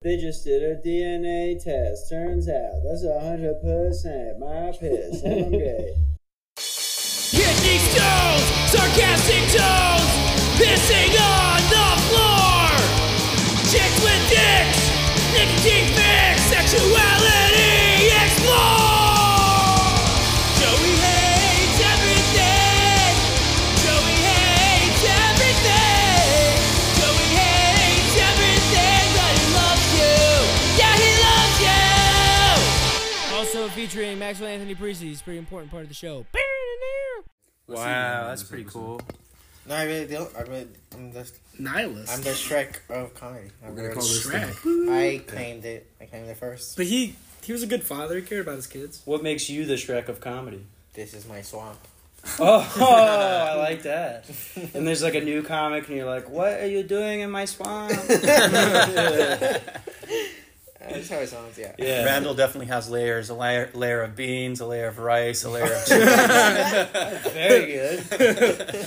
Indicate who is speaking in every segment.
Speaker 1: They just did a DNA test. Turns out that's a hundred percent my piss, and I'm gay.
Speaker 2: Kidney stones, sarcastic tones, pissing on the floor. Chicks with dicks, nicotine fix, sexuality explore. Joey hates everything. Joey hates everything. Joey hates everything, but he loves you. Yeah, he loves you. Also featuring Maxwell Anthony Priestley, he's a pretty important part of the show.
Speaker 3: Wow, that's pretty cool.
Speaker 4: No, I really don't. I really, I'm the,
Speaker 5: Nihilist.
Speaker 4: I'm the Shrek of comedy.
Speaker 3: We're
Speaker 4: I'm
Speaker 3: gonna
Speaker 4: really-
Speaker 3: call this thing.
Speaker 5: Shrek.
Speaker 4: I claimed it. I claimed it first.
Speaker 5: But he he was a good father. He cared about his kids.
Speaker 3: What makes you the Shrek of comedy?
Speaker 4: This is my swamp.
Speaker 3: Oh, I like that. And there's like a new comic, and you're like, "What are you doing in my swamp?"
Speaker 4: That's Uh, how it sounds. Yeah.
Speaker 3: yeah.
Speaker 6: Randall definitely has layers: a layer, layer of beans, a layer of rice, a layer of. chicken.
Speaker 3: Very good.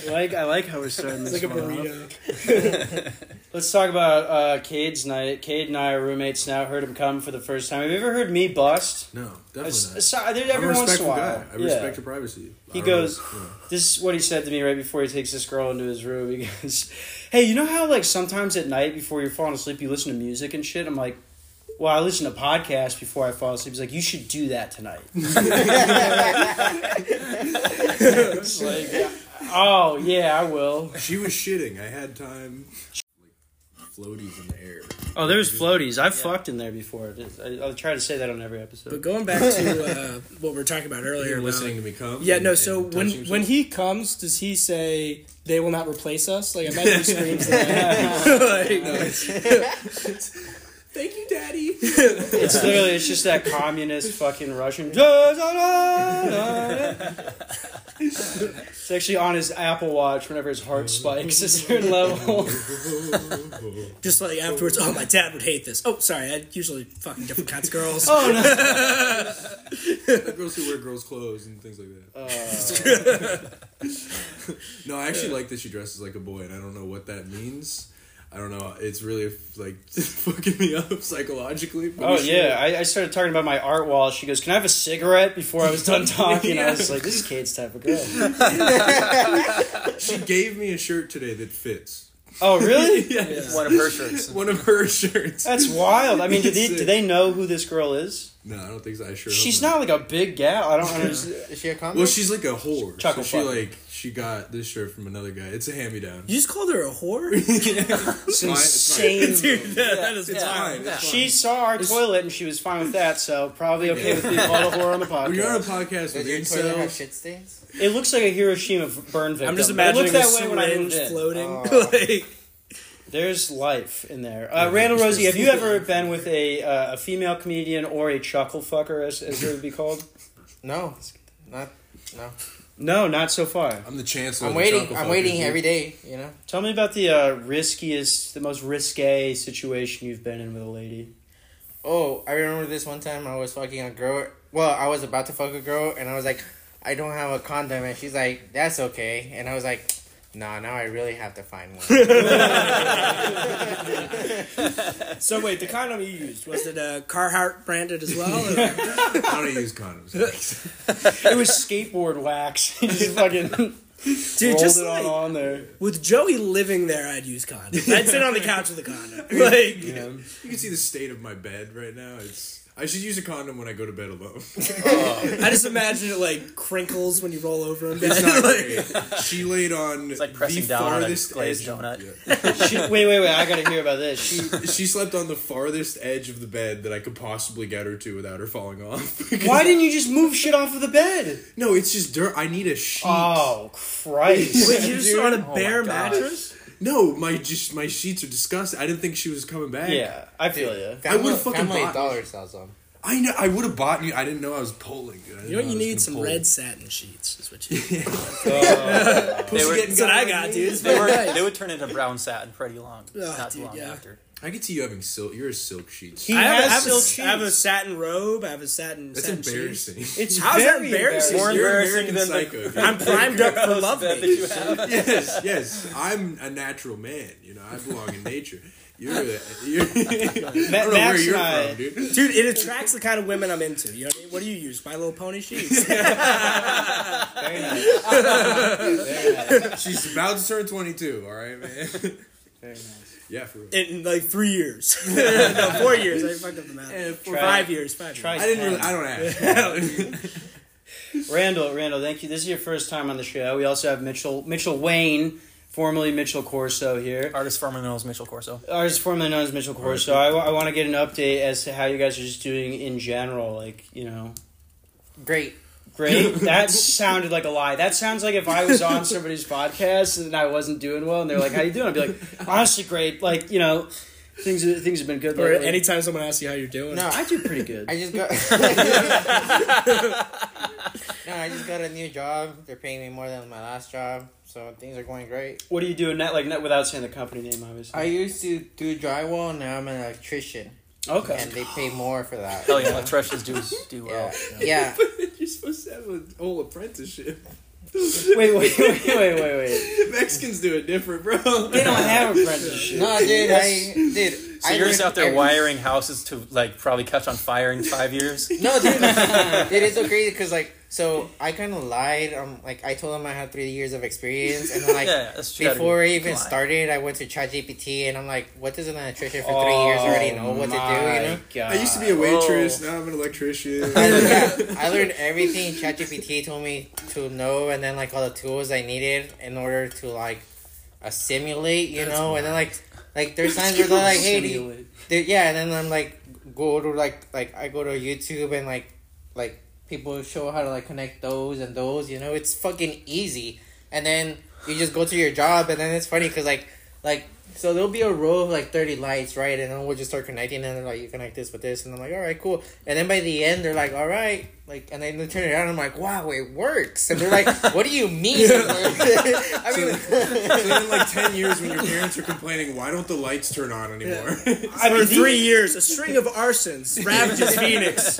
Speaker 3: I like I like how we're starting this
Speaker 5: It's like a
Speaker 3: one off.
Speaker 5: burrito.
Speaker 3: Let's talk about uh, Cade's night. Cade and I are roommates now. Heard him come for the first time. Have you ever heard me bust?
Speaker 7: No, definitely
Speaker 3: It's-
Speaker 7: not.
Speaker 3: it's- Every
Speaker 7: I'm a
Speaker 3: once in a
Speaker 7: respectful
Speaker 3: while.
Speaker 7: guy. I
Speaker 3: Yeah.
Speaker 7: respect your privacy. Uh,
Speaker 3: He
Speaker 7: I don't
Speaker 3: goes-
Speaker 7: know.
Speaker 3: This is what he said to me right before he takes this girl into his room. He goes, "Hey, you know how like sometimes at night before you're falling asleep, you listen to music and shit." I'm like, "Well, I listen to podcasts before I fall asleep." He's like, "You should do that tonight." It's like, oh yeah, I will.
Speaker 7: She was shitting. I had time. Like floaties in the air.
Speaker 3: Oh, there's floaties. I've fucked in there before. I, I try to say that on every episode.
Speaker 5: But going back to uh, what we were talking about earlier,
Speaker 7: You're
Speaker 5: about-
Speaker 7: listening to me come.
Speaker 5: Yeah,
Speaker 7: and-
Speaker 5: no.
Speaker 7: and
Speaker 5: So when
Speaker 7: touching
Speaker 5: when
Speaker 7: yourself?
Speaker 5: he comes, does he say they will not replace us? Like I imagine he screams that. Like, Thank you, Daddy.
Speaker 3: It's literally it's just that communist fucking Russian. It's actually on his Apple Watch whenever his heart spikes a certain level.
Speaker 5: Just like afterwards, oh my dad would hate this. Oh, sorry, I usually fucking different kinds of
Speaker 7: Oh,
Speaker 5: girls.
Speaker 7: The girls who wear girls' clothes and things like that.
Speaker 3: Uh.
Speaker 7: no, I actually like that she dresses like a boy, and I don't know what that means. I don't know. It's really like fucking me up psychologically. but
Speaker 3: Oh
Speaker 7: she-
Speaker 3: yeah, I, I started talking about my art wall. She goes, "Can I have a cigarette?" Before I was done talking, I was like, "This is Kate's type of girl."
Speaker 7: she gave me a shirt today that fits
Speaker 3: Oh really?
Speaker 6: One of her shirts.
Speaker 7: one of her shirts.
Speaker 3: That's wild. I mean, do they,
Speaker 7: Sick.
Speaker 3: do they know who this girl is?
Speaker 7: No, I don't think so. I sure. hope
Speaker 3: She's not like a big gal. I don't understand.
Speaker 4: Is she a comic?
Speaker 7: Well, she's like a whore.
Speaker 3: Chuckle
Speaker 7: so she
Speaker 3: fuck.
Speaker 7: like she got this shirt from another guy. It's a hand-me-down.
Speaker 5: You just called her a whore,
Speaker 3: It's
Speaker 7: fine, it's fine.
Speaker 3: insane.
Speaker 5: dude. That, that is
Speaker 7: It's fine. It's fine.
Speaker 3: She saw our toilet and she was fine with that, so probably okay with being called a whore on the podcast.
Speaker 7: When you're on a podcast with
Speaker 4: Does your toilet have
Speaker 7: incels,
Speaker 4: shit stains?
Speaker 3: It looks like a Hiroshima burn victim.
Speaker 5: I'm just
Speaker 3: but
Speaker 5: imagining
Speaker 3: it looked
Speaker 5: a
Speaker 3: that way when I moved
Speaker 5: syringe
Speaker 3: in. Oh.
Speaker 5: floating. like,
Speaker 3: There's life in there. Uh, Randall Rosie, have you ever been with a uh, a female comedian or a chuckle fucker, as, as they would be called?
Speaker 4: No, not. No,
Speaker 3: No, not so far.
Speaker 7: I'm the chancellor.
Speaker 4: I'm
Speaker 7: of Oh, the
Speaker 4: waiting.
Speaker 7: chocolate
Speaker 4: I'm
Speaker 7: fuckers,
Speaker 4: waiting
Speaker 7: dude.
Speaker 4: every day. You know,
Speaker 3: Tell me about the uh, riskiest, the most risque situation you've been in with a lady.
Speaker 4: Oh, I remember this one time I was fucking a girl. Well, I was about to fuck a girl, and I was like, I don't have a condom, and she's like, that's okay, and I was like, nah, now I really have to find one.
Speaker 5: so wait, the condom you used was it uh, Carhartt branded as well?
Speaker 7: I don't use condoms.
Speaker 3: It was skateboard wax. You just fucking
Speaker 5: Dude,
Speaker 3: rolled
Speaker 5: just
Speaker 3: it
Speaker 5: like
Speaker 3: all on there.
Speaker 5: with Joey living there, I'd use condoms. I'd sit on the couch with a condom. Like,
Speaker 7: you can see the state of my bed right now. It's. I should use a condom when I go to bed alone.
Speaker 5: I just imagine it like crinkles when you roll over in bed.
Speaker 7: It's not
Speaker 5: Like,
Speaker 7: great. She laid on it's
Speaker 6: like pressing
Speaker 7: the
Speaker 6: down on a
Speaker 7: farthest edge.
Speaker 6: glazed donut.
Speaker 7: Yeah.
Speaker 3: She, wait, wait, wait. I gotta hear about this. She,
Speaker 7: She slept on the farthest edge of the bed that I could possibly get her to without her falling off.
Speaker 3: why didn't you just move shit off of the bed?
Speaker 7: No, it's just dirt. I need a sheet.
Speaker 3: Oh Christ!
Speaker 5: Wait, you just
Speaker 7: Oh
Speaker 5: on a bare
Speaker 6: my God.
Speaker 5: mattress?
Speaker 7: No, my just my sheets are disgusting. I didn't think she was coming back.
Speaker 3: yeah, I feel you.
Speaker 7: I would've fucking
Speaker 4: Family
Speaker 7: bought-
Speaker 4: Dollar sells them.
Speaker 7: I know. I would have bought you. I didn't know I was polling. Dude. I didn't
Speaker 5: You know what
Speaker 7: I
Speaker 5: you
Speaker 7: was
Speaker 5: need?
Speaker 7: gonna
Speaker 5: Some
Speaker 7: poll.
Speaker 5: red satin sheets. Is what you need.
Speaker 6: They were,
Speaker 5: Oh. That's what I got, dude. It's
Speaker 6: they
Speaker 5: very
Speaker 6: were
Speaker 5: nice.
Speaker 6: they would turn into brown satin pretty long, not too
Speaker 5: Oh, dude,
Speaker 6: long
Speaker 5: yeah.
Speaker 6: after.
Speaker 7: I could see you having silk. You're a silk sheet.
Speaker 3: He
Speaker 5: I have, I
Speaker 3: has
Speaker 5: have a-
Speaker 3: silk
Speaker 5: I have a
Speaker 3: sheets.
Speaker 5: satin robe. I have a satin.
Speaker 7: That's
Speaker 5: satin sheet.
Speaker 7: embarrassing.
Speaker 3: It's
Speaker 5: How's that
Speaker 3: very
Speaker 5: embarrassing?
Speaker 6: More
Speaker 7: You're
Speaker 6: embarrassing
Speaker 7: American
Speaker 6: than the-
Speaker 7: Psycho. dude.
Speaker 5: I'm primed up for love.
Speaker 6: that
Speaker 5: making.
Speaker 6: you have.
Speaker 7: yes, yes. I'm a natural man. You know, I belong in nature. You're, you're I
Speaker 3: Ma-
Speaker 7: don't know where
Speaker 3: Max
Speaker 7: you're
Speaker 3: and I-
Speaker 7: from, dude.
Speaker 5: Dude, it attracts the kind of women I'm into. You know what I mean? What do you use? My Little Pony sheets.
Speaker 7: She's about to turn 22. All right, man. Very nice. Yeah, for real.
Speaker 5: in like three years. no, four years. I fucked up the math.
Speaker 7: Eh,
Speaker 5: Four, five years. Five
Speaker 3: Try
Speaker 7: I didn't really. I don't ask.
Speaker 3: Randall, Randall, thank you. This is your first time on the show. We also have Mitchell, Mitchell Wayne, formerly Mitchell Corso here.
Speaker 6: Artist formerly known as Mitchell Corso.
Speaker 3: Ours formerly known as Mitchell Corso. I want to get an update as to how you guys are just doing in general. Like, you know,
Speaker 4: Great.
Speaker 3: great. That sounded like a lie. That sounds like if I was on somebody's podcast and I wasn't doing well, and they're like, "How you doing?" I'd be like, "Honestly, great." Like, you know, things things have been good.
Speaker 5: Or
Speaker 3: lately.
Speaker 5: anytime someone asks you how you're doing.
Speaker 4: No,
Speaker 3: I do pretty good.
Speaker 4: I just got. no, I just got a new job. They're paying me more than my last job, so things are going great.
Speaker 3: What do you do in that? Like, not without saying the company name, obviously.
Speaker 4: I used to do drywall. Now I'm an electrician,
Speaker 3: okay.
Speaker 4: and they pay more for that.
Speaker 6: Hell yeah, electricians do do well.
Speaker 4: Yeah, yeah.
Speaker 7: you're supposed to have a whole apprenticeship.
Speaker 3: Wait, wait, wait, wait, wait, wait.
Speaker 7: Mexicans do it different, bro.
Speaker 3: They don't have apprenticeship.
Speaker 4: No, dude, I did.
Speaker 6: So
Speaker 4: I
Speaker 6: you're just
Speaker 4: learned
Speaker 6: out there
Speaker 4: every-
Speaker 6: wiring houses to like probably catch on fire in five years.
Speaker 4: No, dude, it is so crazy because like, so I kind of lied. Um, like I told them I had three years of experience, and then, like
Speaker 6: Yeah, that's true.
Speaker 4: before I even
Speaker 6: Come on.
Speaker 4: started, I went to ChatGPT, and I'm like, what does an electrician for three years already know what to do? You know.
Speaker 7: I used to be a waitress.
Speaker 6: Oh.
Speaker 7: Now I'm an electrician.
Speaker 4: I learned, I learned everything ChatGPT told me to know, and then like all the tools I needed in order to like uh, simulate, you know. And then like, like there's times where they're like, "Hey, do you, there- yeah," and then I'm like, go to like, like I go to YouTube and like, like people show how to like connect those and those. You know, it's fucking easy. And then you just go to your job, and then it's funny because like, like. So there'll be a row of like thirty lights, right? And then we'll just start connecting, and they're like, "You connect this with this," and I'm like, "All right, cool." And then by the end, they're like, "All right," like, and then they turn it on. I'm like, "Wow, it works!" And they're like, "What do you mean?" it works?" I mean,
Speaker 7: so then, like ten years, when your parents are complaining, why don't the lights turn on anymore?
Speaker 5: I mean, three years, a string of arsons ravages Phoenix.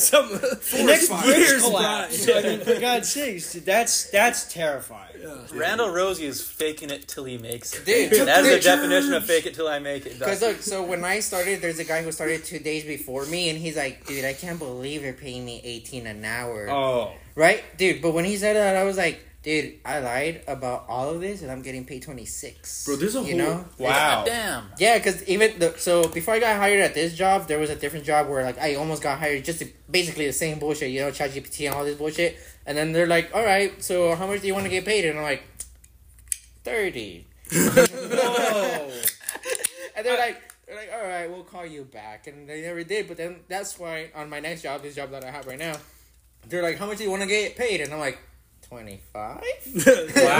Speaker 5: Some the next
Speaker 7: fires
Speaker 5: year's
Speaker 3: collapse.
Speaker 5: brought-
Speaker 3: I mean, for God's sakes, dude, that's that's terrifying.
Speaker 6: Randall Rosie is faking it till he makes it.
Speaker 4: Dude,
Speaker 6: that is the
Speaker 4: dude.
Speaker 6: definition of fake it till I make it.
Speaker 4: Because look, so when I started, there's a guy who started two days before me, and he's like, "Dude, I can't believe they're paying me eighteen an hour."
Speaker 3: Oh,
Speaker 4: Right, dude. But when he said that, I was like, "Dude, I lied about all of this, and I'm getting paid twenty six.
Speaker 7: Bro, there's a
Speaker 4: you
Speaker 7: whole-
Speaker 4: know,
Speaker 3: wow.
Speaker 6: Damn.
Speaker 4: yeah, because even the, so before I got hired at this job, there was a different job where like I almost got hired just to basically the same bullshit, you know, ChatGPT and all this bullshit. And then they're like, "All right, so how much do you want to get paid?" And I'm like, 30
Speaker 3: Whoa.
Speaker 4: And they're like, they're like, all right, we'll call you back. And they never did. But then that's why on my next job, this job that I have right now, they're like, how much do you want to get paid? And I'm like, 25?
Speaker 5: I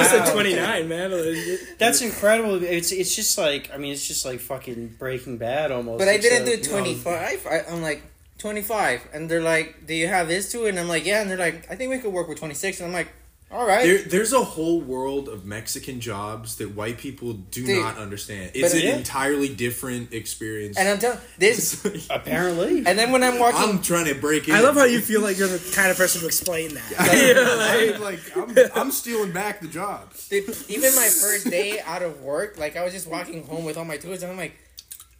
Speaker 5: said 29, man.
Speaker 3: That's incredible. It's it's just like I mean, it's just like fucking Breaking Bad almost.
Speaker 4: But I didn't
Speaker 3: except-
Speaker 4: do 25. I, I'm like, 25. And they're like, do you have this too? And I'm like, yeah. And they're like, I think we could work with 26. And I'm like, all right.
Speaker 7: There, there's a whole world of Mexican jobs that white people do
Speaker 4: Dude.
Speaker 7: not understand. It's
Speaker 4: But-
Speaker 7: an
Speaker 4: Yeah.
Speaker 7: entirely different experience.
Speaker 4: and I'm telling this.
Speaker 3: Apparently,
Speaker 4: And then when I'm walking.
Speaker 7: I'm trying to break in.
Speaker 5: I love how you feel like you're the kind of person to explain that.
Speaker 7: I'm like I'm, I'm stealing back the jobs.
Speaker 4: Dude, even my first day out of work, like I was just walking home with all my tools, and I'm like,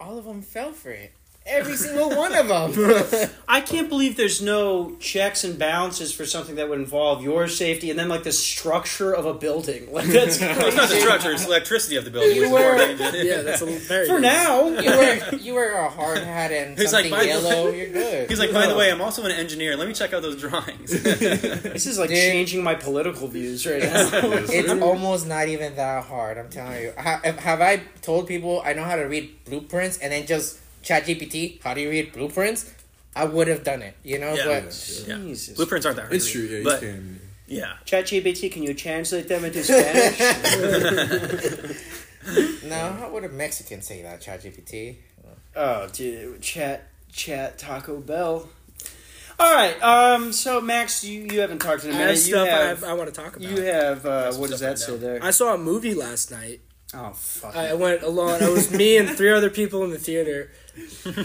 Speaker 4: all of them fell for it. Every single one of them.
Speaker 3: I can't believe there's no checks and balances for something that would involve your safety and then like the structure of a building. Like that's
Speaker 6: It's not the
Speaker 3: crazy.
Speaker 6: structure; it's the electricity of the building. which is
Speaker 4: were-
Speaker 6: more dangerous.
Speaker 5: yeah, that's a little very.
Speaker 3: for now.
Speaker 4: you wear you wear a hard hat and
Speaker 6: He's like,
Speaker 4: something
Speaker 6: "By the
Speaker 4: yellow.
Speaker 6: way-
Speaker 4: You're good.
Speaker 6: He's like, by the way, I'm also an engineer. Let me check out those drawings.
Speaker 3: This is like
Speaker 4: Dude.
Speaker 3: changing my political views right now.
Speaker 4: it's almost not even that hard. I'm telling you. Ha- have I told people I know how to read blueprints and then just chat GPT? How do you read blueprints? I would have done it. You know,
Speaker 6: Yeah.
Speaker 4: but
Speaker 6: Yeah.
Speaker 3: Jesus.
Speaker 6: Blueprints aren't that hard.
Speaker 7: It's
Speaker 6: to
Speaker 7: true.
Speaker 6: read,
Speaker 7: Yeah, you
Speaker 6: but
Speaker 7: can.
Speaker 6: yeah,
Speaker 3: ChatGPT, can you translate them into Spanish?
Speaker 4: no, how would a Mexican say that? Chat GPT.
Speaker 3: oh, dude, chat, chat, Taco Bell. All right. Um. So, Max, you, you haven't talked in a
Speaker 5: I
Speaker 3: minute.
Speaker 5: have
Speaker 3: you
Speaker 5: stuff
Speaker 3: have.
Speaker 5: I, I want to talk about.
Speaker 3: you have. Uh,
Speaker 6: That's
Speaker 3: what does
Speaker 6: stuff I
Speaker 3: that say
Speaker 6: know.
Speaker 3: there?
Speaker 5: I saw a movie last night.
Speaker 3: oh fuck.
Speaker 5: I I went alone. It was me and three other people in the theater.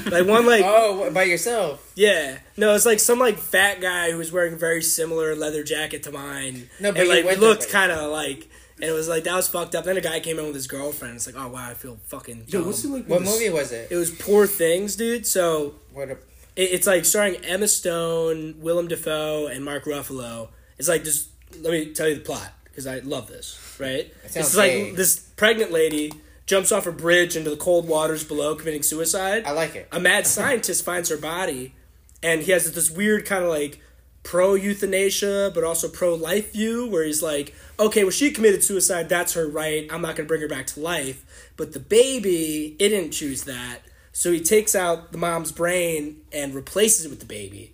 Speaker 5: Like one, like
Speaker 4: Oh, what, by yourself?
Speaker 5: yeah, no, it's like some like fat guy who was wearing a very similar leather jacket to mine,
Speaker 4: No, but
Speaker 5: and
Speaker 4: you
Speaker 5: like
Speaker 4: went
Speaker 5: looked
Speaker 4: this way.
Speaker 5: kind of like And it was like that was fucked up. Then a guy came in with his girlfriend. It's like, oh wow, I feel fucking.
Speaker 7: Yo,
Speaker 5: dumb.
Speaker 7: what's it like? with
Speaker 4: What
Speaker 7: the
Speaker 4: movie was it?
Speaker 5: It was Poor Things, dude. So
Speaker 4: What a,
Speaker 5: it, it's like starring Emma Stone, Willem Dafoe, and Mark Ruffalo. It's like just let me tell you the plot because I love this. Right?
Speaker 4: That sounds
Speaker 5: It's like
Speaker 4: gay.
Speaker 5: this pregnant lady jumps off a bridge into the cold waters below, committing suicide.
Speaker 4: I like it.
Speaker 5: a mad scientist finds her body, and he has this weird kind of like pro euthanasia but also pro life view where he's like, okay, well, she committed suicide. That's her right. I'm not going to bring her back to life. But the baby, it didn't choose that. So he takes out the mom's brain and replaces it with the baby.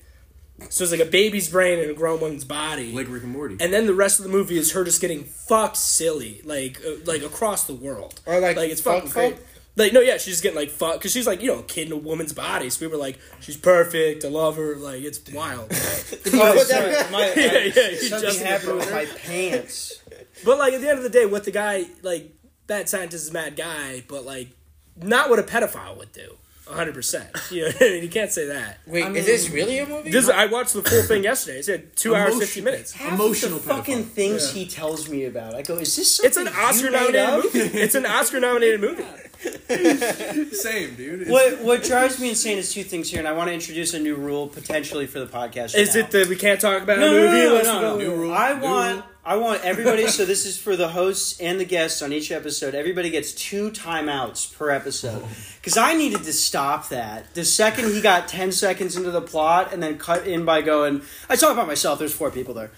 Speaker 5: So it's like a baby's brain in a grown woman's body.
Speaker 7: Like Rick and Morty.
Speaker 5: and then the rest of the movie is her just getting fucked silly, like uh, like across the world,
Speaker 4: Or, like,
Speaker 5: like it's
Speaker 4: fuck,
Speaker 5: fucking
Speaker 4: fuck?
Speaker 5: crazy. Like no, yeah, she's just getting like fucked because she's like you know a kid in a woman's body. So we were like, she's perfect, I love her, like it's wild.
Speaker 3: Oh, My,
Speaker 5: yeah, yeah, you
Speaker 3: something
Speaker 5: just-
Speaker 3: happened with my pants.
Speaker 5: but like at the end of the day, what the guy like that scientist is a mad guy, but like not what a pedophile would do, hundred percent. You know, what I mean? you can't say that.
Speaker 4: Wait, is this really a movie?
Speaker 5: This I watched the full thing yesterday. It's had two hours fifty minutes.
Speaker 3: Half of
Speaker 7: Emotional
Speaker 3: the fucking
Speaker 7: pedophile.
Speaker 3: things he tells me about. I go, is this something
Speaker 5: It's an
Speaker 3: you
Speaker 5: Oscar
Speaker 3: made up?
Speaker 5: nominated movie. It's an Oscar nominated movie.
Speaker 7: Same, dude. It's-
Speaker 3: What what drives me insane is two things here, and I want to introduce a new rule potentially for the podcast.
Speaker 5: Is
Speaker 3: now.
Speaker 5: it that we can't talk about
Speaker 3: no, no,
Speaker 5: a movie?
Speaker 3: no, no,
Speaker 5: unless
Speaker 3: no,
Speaker 5: we
Speaker 3: no,
Speaker 5: go-
Speaker 7: New rule,
Speaker 3: I
Speaker 7: new
Speaker 3: want
Speaker 7: rule.
Speaker 3: I want everybody. so this is for the hosts and the guests on each episode. Everybody gets two timeouts per episode because I needed to stop that the second he got ten seconds into the plot and then cut in by going. I talk about myself. There's four people there.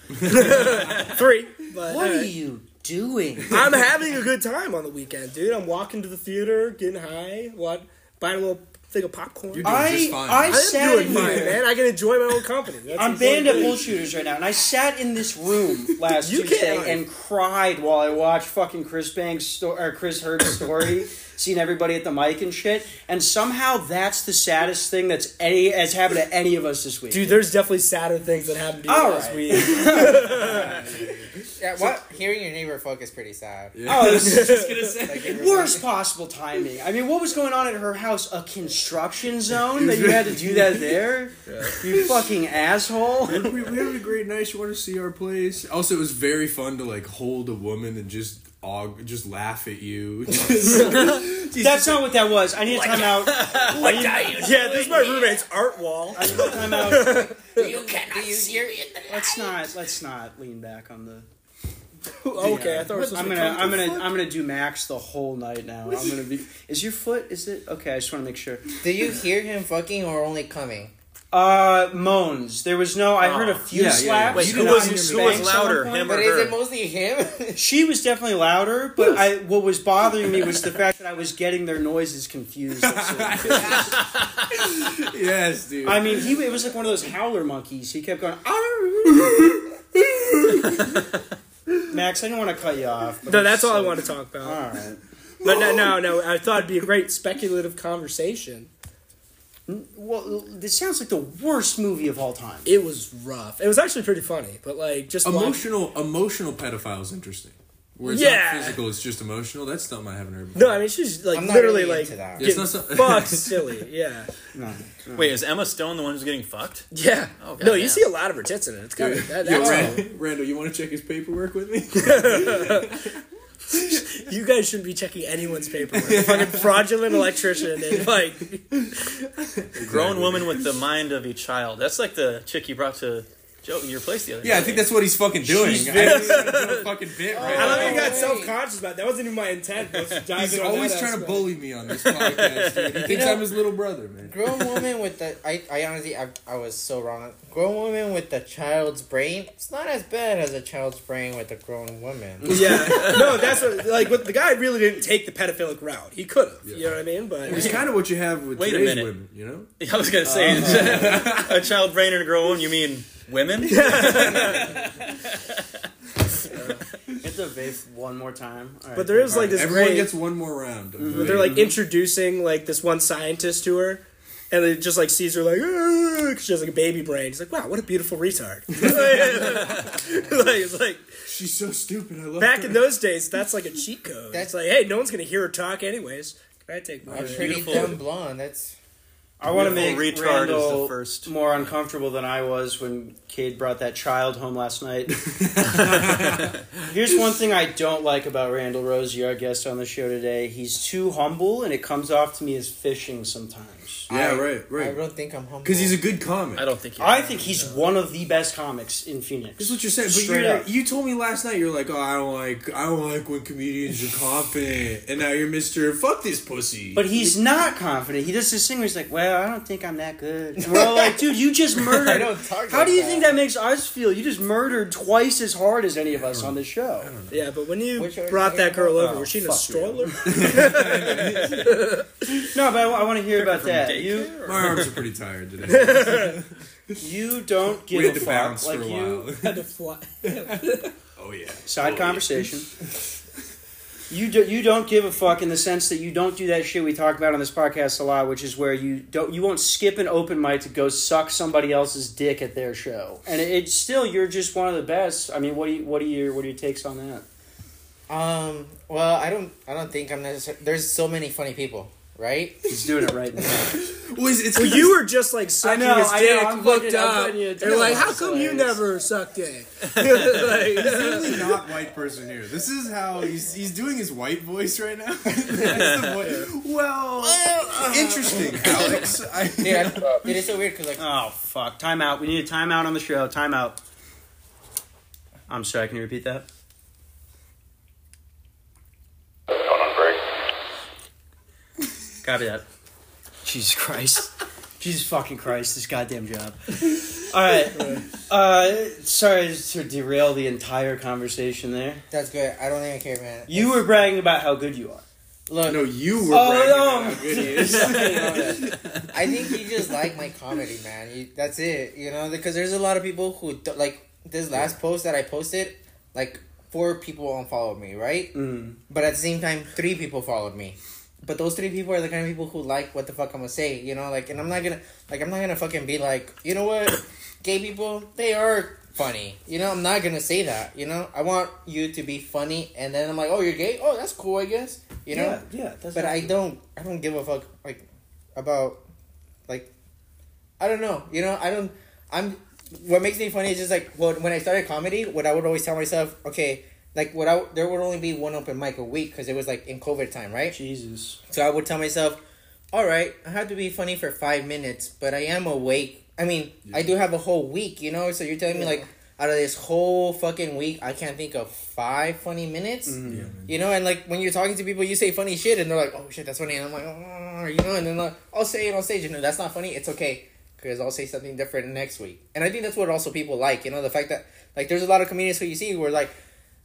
Speaker 5: Three. But,
Speaker 3: What
Speaker 5: uh,
Speaker 3: are you doing?
Speaker 5: I'm having a good time on the weekend, dude. I'm walking to the theater, getting high, what, buying a little thing of popcorn.
Speaker 7: You're doing
Speaker 3: I
Speaker 7: just fine.
Speaker 3: I
Speaker 5: I am
Speaker 3: sat
Speaker 5: doing fine,
Speaker 3: here.
Speaker 5: man. I can enjoy my own company. That's
Speaker 3: I'm
Speaker 5: important
Speaker 3: banned at
Speaker 5: thing.
Speaker 3: bullshooters right now, and I sat in this room last
Speaker 5: You
Speaker 3: Tuesday
Speaker 5: can't-
Speaker 3: and cried while I watched fucking Chris Banks sto- or Chris Hurd's story, seeing everybody at the mic and shit. And somehow that's the saddest thing that's any has happened to any of us this week.
Speaker 5: Dude, there's definitely sadder things that happened to you
Speaker 3: All
Speaker 5: last
Speaker 3: right.
Speaker 5: week.
Speaker 4: yeah, what? Hearing your neighbor fuck is pretty sad.
Speaker 3: oh, this is just
Speaker 4: Like, it really-
Speaker 3: worst possible timing. I mean, what was going on at her house? A construction zone that you had to do that there? You fucking asshole.
Speaker 7: we, we had a great night. You want to see our place? Also, it was very fun to like hold a woman and just og- just laugh at you.
Speaker 3: That's not what that was. I need a timeout.
Speaker 5: yeah, this is my roommate's art wall.
Speaker 3: I need a timeout.
Speaker 4: you cannot see her in the
Speaker 3: Let's not let's not lean back on the.
Speaker 5: Oh, okay, I thought we were supposed
Speaker 3: I'm
Speaker 5: to
Speaker 3: gonna I'm gonna I'm gonna do Max the whole night now. I'm gonna be. Is your foot? Is it okay? I just want to make sure.
Speaker 4: Do you hear him fucking or only coming?
Speaker 3: Uh, moans. There was no. I heard a few
Speaker 7: Yeah, yeah, yeah.
Speaker 3: slaps.
Speaker 7: Wait,
Speaker 3: You
Speaker 7: who
Speaker 3: know, I
Speaker 7: was- who
Speaker 3: banged
Speaker 7: was
Speaker 3: someone
Speaker 6: louder,
Speaker 3: once.
Speaker 6: him or
Speaker 4: But is
Speaker 6: her?
Speaker 4: it mostly him?
Speaker 3: She was definitely louder, but I what was bothering me was the fact that I was getting their noises confused. That's it.
Speaker 7: yes, dude.
Speaker 3: I mean, he it was like one of those howler monkeys. He kept going. "Ah, Max, I didn't want to cut you off. but
Speaker 5: No,
Speaker 3: I'm
Speaker 5: that's all I
Speaker 3: so-
Speaker 5: want to talk about.
Speaker 3: All right.
Speaker 5: But no, no, no, I thought it'd be a great speculative conversation.
Speaker 3: Well, this sounds like the worst movie of all time.
Speaker 5: It was rough. It was actually pretty funny, but like just like,
Speaker 7: emotional emotional pedophile is interesting. Where it's
Speaker 5: Yeah.
Speaker 7: not physical, it's just emotional. That's something I haven't heard. Before.
Speaker 5: No, I mean she's like
Speaker 4: I'm not
Speaker 5: literally
Speaker 4: really
Speaker 5: like
Speaker 4: into that.
Speaker 7: It's
Speaker 5: getting
Speaker 7: not so-
Speaker 5: fucked silly. Yeah,
Speaker 3: No,
Speaker 7: Mm.
Speaker 3: no.
Speaker 6: Wait, is Emma Stone the one who's getting fucked?
Speaker 5: yeah. no,
Speaker 6: Oh,
Speaker 5: you
Speaker 6: goddamn.
Speaker 5: see a lot of her tits in it. It's kind of that,
Speaker 7: Yo,
Speaker 5: that's
Speaker 7: Rand- Randall, you want to check his paperwork with me?
Speaker 5: You guys shouldn't be checking anyone's paperwork. Fucking fraudulent electrician and like
Speaker 6: Grown woman with the mind of a child. That's like the chick you brought to Joe your place the other
Speaker 7: yeah,
Speaker 6: day.
Speaker 7: I think that's what he's fucking doing. I think he's doing a fucking bit right
Speaker 5: I
Speaker 7: now.
Speaker 5: don't think
Speaker 4: Oh,
Speaker 5: got
Speaker 4: wait.
Speaker 5: self conscious about. it. That wasn't even my intent. Let's dive
Speaker 7: He's
Speaker 5: in on
Speaker 7: always
Speaker 5: that
Speaker 7: trying to
Speaker 5: aspect.
Speaker 7: bully me on this podcast. Dude. He thinks
Speaker 4: know-
Speaker 7: I'm his little brother, man.
Speaker 4: Grown woman with the I, I honestly I, I was so wrong. Grown woman with the child's brain. It's not as bad as a child's brain with a grown woman.
Speaker 5: Yeah, no, that's what like. What the guy really didn't take the pedophilic route. He could have. You
Speaker 7: Yeah.
Speaker 5: know what I mean?
Speaker 7: It's
Speaker 5: But
Speaker 7: kind of what you have with
Speaker 6: Wait a
Speaker 7: today's
Speaker 6: minute.
Speaker 7: women, you know.
Speaker 6: I was gonna say
Speaker 7: Uh-huh.
Speaker 6: a child brain and a grown woman. You mean women?
Speaker 3: Hit the vape one more time. All right.
Speaker 5: but there is like this
Speaker 7: Everyone
Speaker 5: great.
Speaker 7: gets one more round. of
Speaker 5: But they're
Speaker 7: vape.
Speaker 5: like introducing like this one scientist to her, and it just like sees her like "Ah," 'cause she has like a baby brain. She's like, wow, what a beautiful retard. like, it's like
Speaker 7: she's so stupid. I love
Speaker 5: back
Speaker 7: her.
Speaker 5: in those days, that's like a cheat code.
Speaker 4: That's-
Speaker 5: That's like, hey, no one's gonna hear her talk anyways. Can I take my
Speaker 4: A pretty
Speaker 6: Beautiful.
Speaker 4: dumb blonde. That's
Speaker 3: I want to make
Speaker 6: Beautiful retard is the
Speaker 3: Randall
Speaker 6: first.
Speaker 3: more uncomfortable than I was when Cade brought that child home last night. Here's one thing I don't like about Randall Rosie, our guest on the show today. He's too humble, and it comes off to me as fishing sometimes.
Speaker 7: Yeah,
Speaker 4: I-
Speaker 7: right,
Speaker 4: I
Speaker 7: right.
Speaker 4: don't think I'm humble.
Speaker 7: Because he's a good comic.
Speaker 6: I don't think. He
Speaker 3: I think he's one of the best comics in Phoenix.
Speaker 7: That's what you're saying. But
Speaker 3: Straight
Speaker 7: you're,
Speaker 3: up.
Speaker 7: you told me last night you're like, oh, I don't like, I don't like when comedians are confident, and now you're Mister Fuck this pussy.
Speaker 3: But he's not confident. He does this thing where he's like, "Well, I don't think I'm that good." And we're all like, "Dude, you just murdered."
Speaker 4: I don't talk
Speaker 3: How
Speaker 4: like
Speaker 3: do you
Speaker 4: that.
Speaker 3: think that makes us feel? You just murdered twice as hard as any of us on the show.
Speaker 5: Yeah, but when you
Speaker 4: Which are-
Speaker 5: brought that girl
Speaker 3: Oh,
Speaker 5: over, was she in a
Speaker 3: fuck
Speaker 5: stroller?
Speaker 3: No, but I, want to hear about
Speaker 6: from
Speaker 3: that.
Speaker 6: daycare?
Speaker 3: You
Speaker 7: my arms are pretty tired today.
Speaker 3: you don't
Speaker 7: we had
Speaker 3: give a
Speaker 7: to
Speaker 3: fuck
Speaker 7: bounce
Speaker 3: like
Speaker 7: for a
Speaker 3: you.
Speaker 7: while.
Speaker 5: Had to fly.
Speaker 7: Oh yeah.
Speaker 3: Side
Speaker 7: Oh,
Speaker 3: conversation. You do, you don't give a fuck in the sense that you don't do that shit we talk about on this podcast a lot, which is where you don't you won't skip an open mic to go suck somebody else's dick at their show, and it, it's still you're just one of the best. I mean, what do you what are your what are your takes on that?
Speaker 4: Um. Well, I don't. I don't think I'm necessarily. There's so many funny people, right?
Speaker 3: He's doing it right now.
Speaker 7: yeah. Well, it's, it's
Speaker 5: Well,
Speaker 7: 'cause
Speaker 5: you were just like sucking
Speaker 3: know,
Speaker 5: his
Speaker 3: I know,
Speaker 5: dick,
Speaker 3: I'm
Speaker 5: looked
Speaker 3: putting- I'm
Speaker 5: up.
Speaker 3: putting you
Speaker 5: You're like,
Speaker 3: down.
Speaker 5: how come you
Speaker 3: Hilarious.
Speaker 5: never suck dick? Like,
Speaker 7: He's not white person here. This is how he's, he's doing his white voice right now. That's the voice. Well, interesting, Alex. I,
Speaker 4: Yeah. it is so weird because like
Speaker 3: Oh fuck! Timeout. We need a timeout on the show. Timeout. I'm sorry. Can you repeat that? Copy that. Jesus Christ. Jesus fucking Christ! This goddamn job. All right. Uh, sorry to derail the entire conversation there.
Speaker 4: that's good. I don't even care, man.
Speaker 3: You were bragging about how good you are.
Speaker 4: Look,
Speaker 7: no, you were
Speaker 3: Oh,
Speaker 7: bragging
Speaker 3: no.
Speaker 7: about how good he is.
Speaker 4: I think you just like my comedy, man. You, that's it. You know, because there's a lot of people who do, like this last post that I posted. Like four people unfollowed me, right?
Speaker 3: Mm.
Speaker 4: But at the same time, three people followed me. But those three people are the kind of people who like what the fuck I'm gonna say, you know. Like, and I'm not gonna like I'm not gonna fucking be like, you know what, gay people they are funny. You know, I'm not gonna say that. You know, I want you to be funny, and then I'm like, oh, you're gay. Oh, that's cool, I guess. You know.
Speaker 3: yeah, yeah. That's
Speaker 4: But I don't I don't give a fuck like about like I don't know. You know, I don't I'm what makes me funny is just like well when I started comedy, what I would always tell myself, okay, like what I there would only be one open mic a week cuz it was like in covid time, right?
Speaker 3: Jesus.
Speaker 4: So I would tell myself, all right, I have to be funny for five minutes, but I am awake. I mean, I do have a whole week, you know? So you're telling me, like, out of this whole fucking week, I can't think of five funny minutes?
Speaker 7: Mm-hmm.
Speaker 4: You know? And, like, when you're talking to people, you say funny shit, and they're like, oh shit, that's funny. And I'm like, oh, you know? And then like, I'll say it on stage, and if that's not funny, it's okay. Because I'll say something different next week. And I think that's what also people like, you know? The fact that, like, there's a lot of comedians who you see who are like,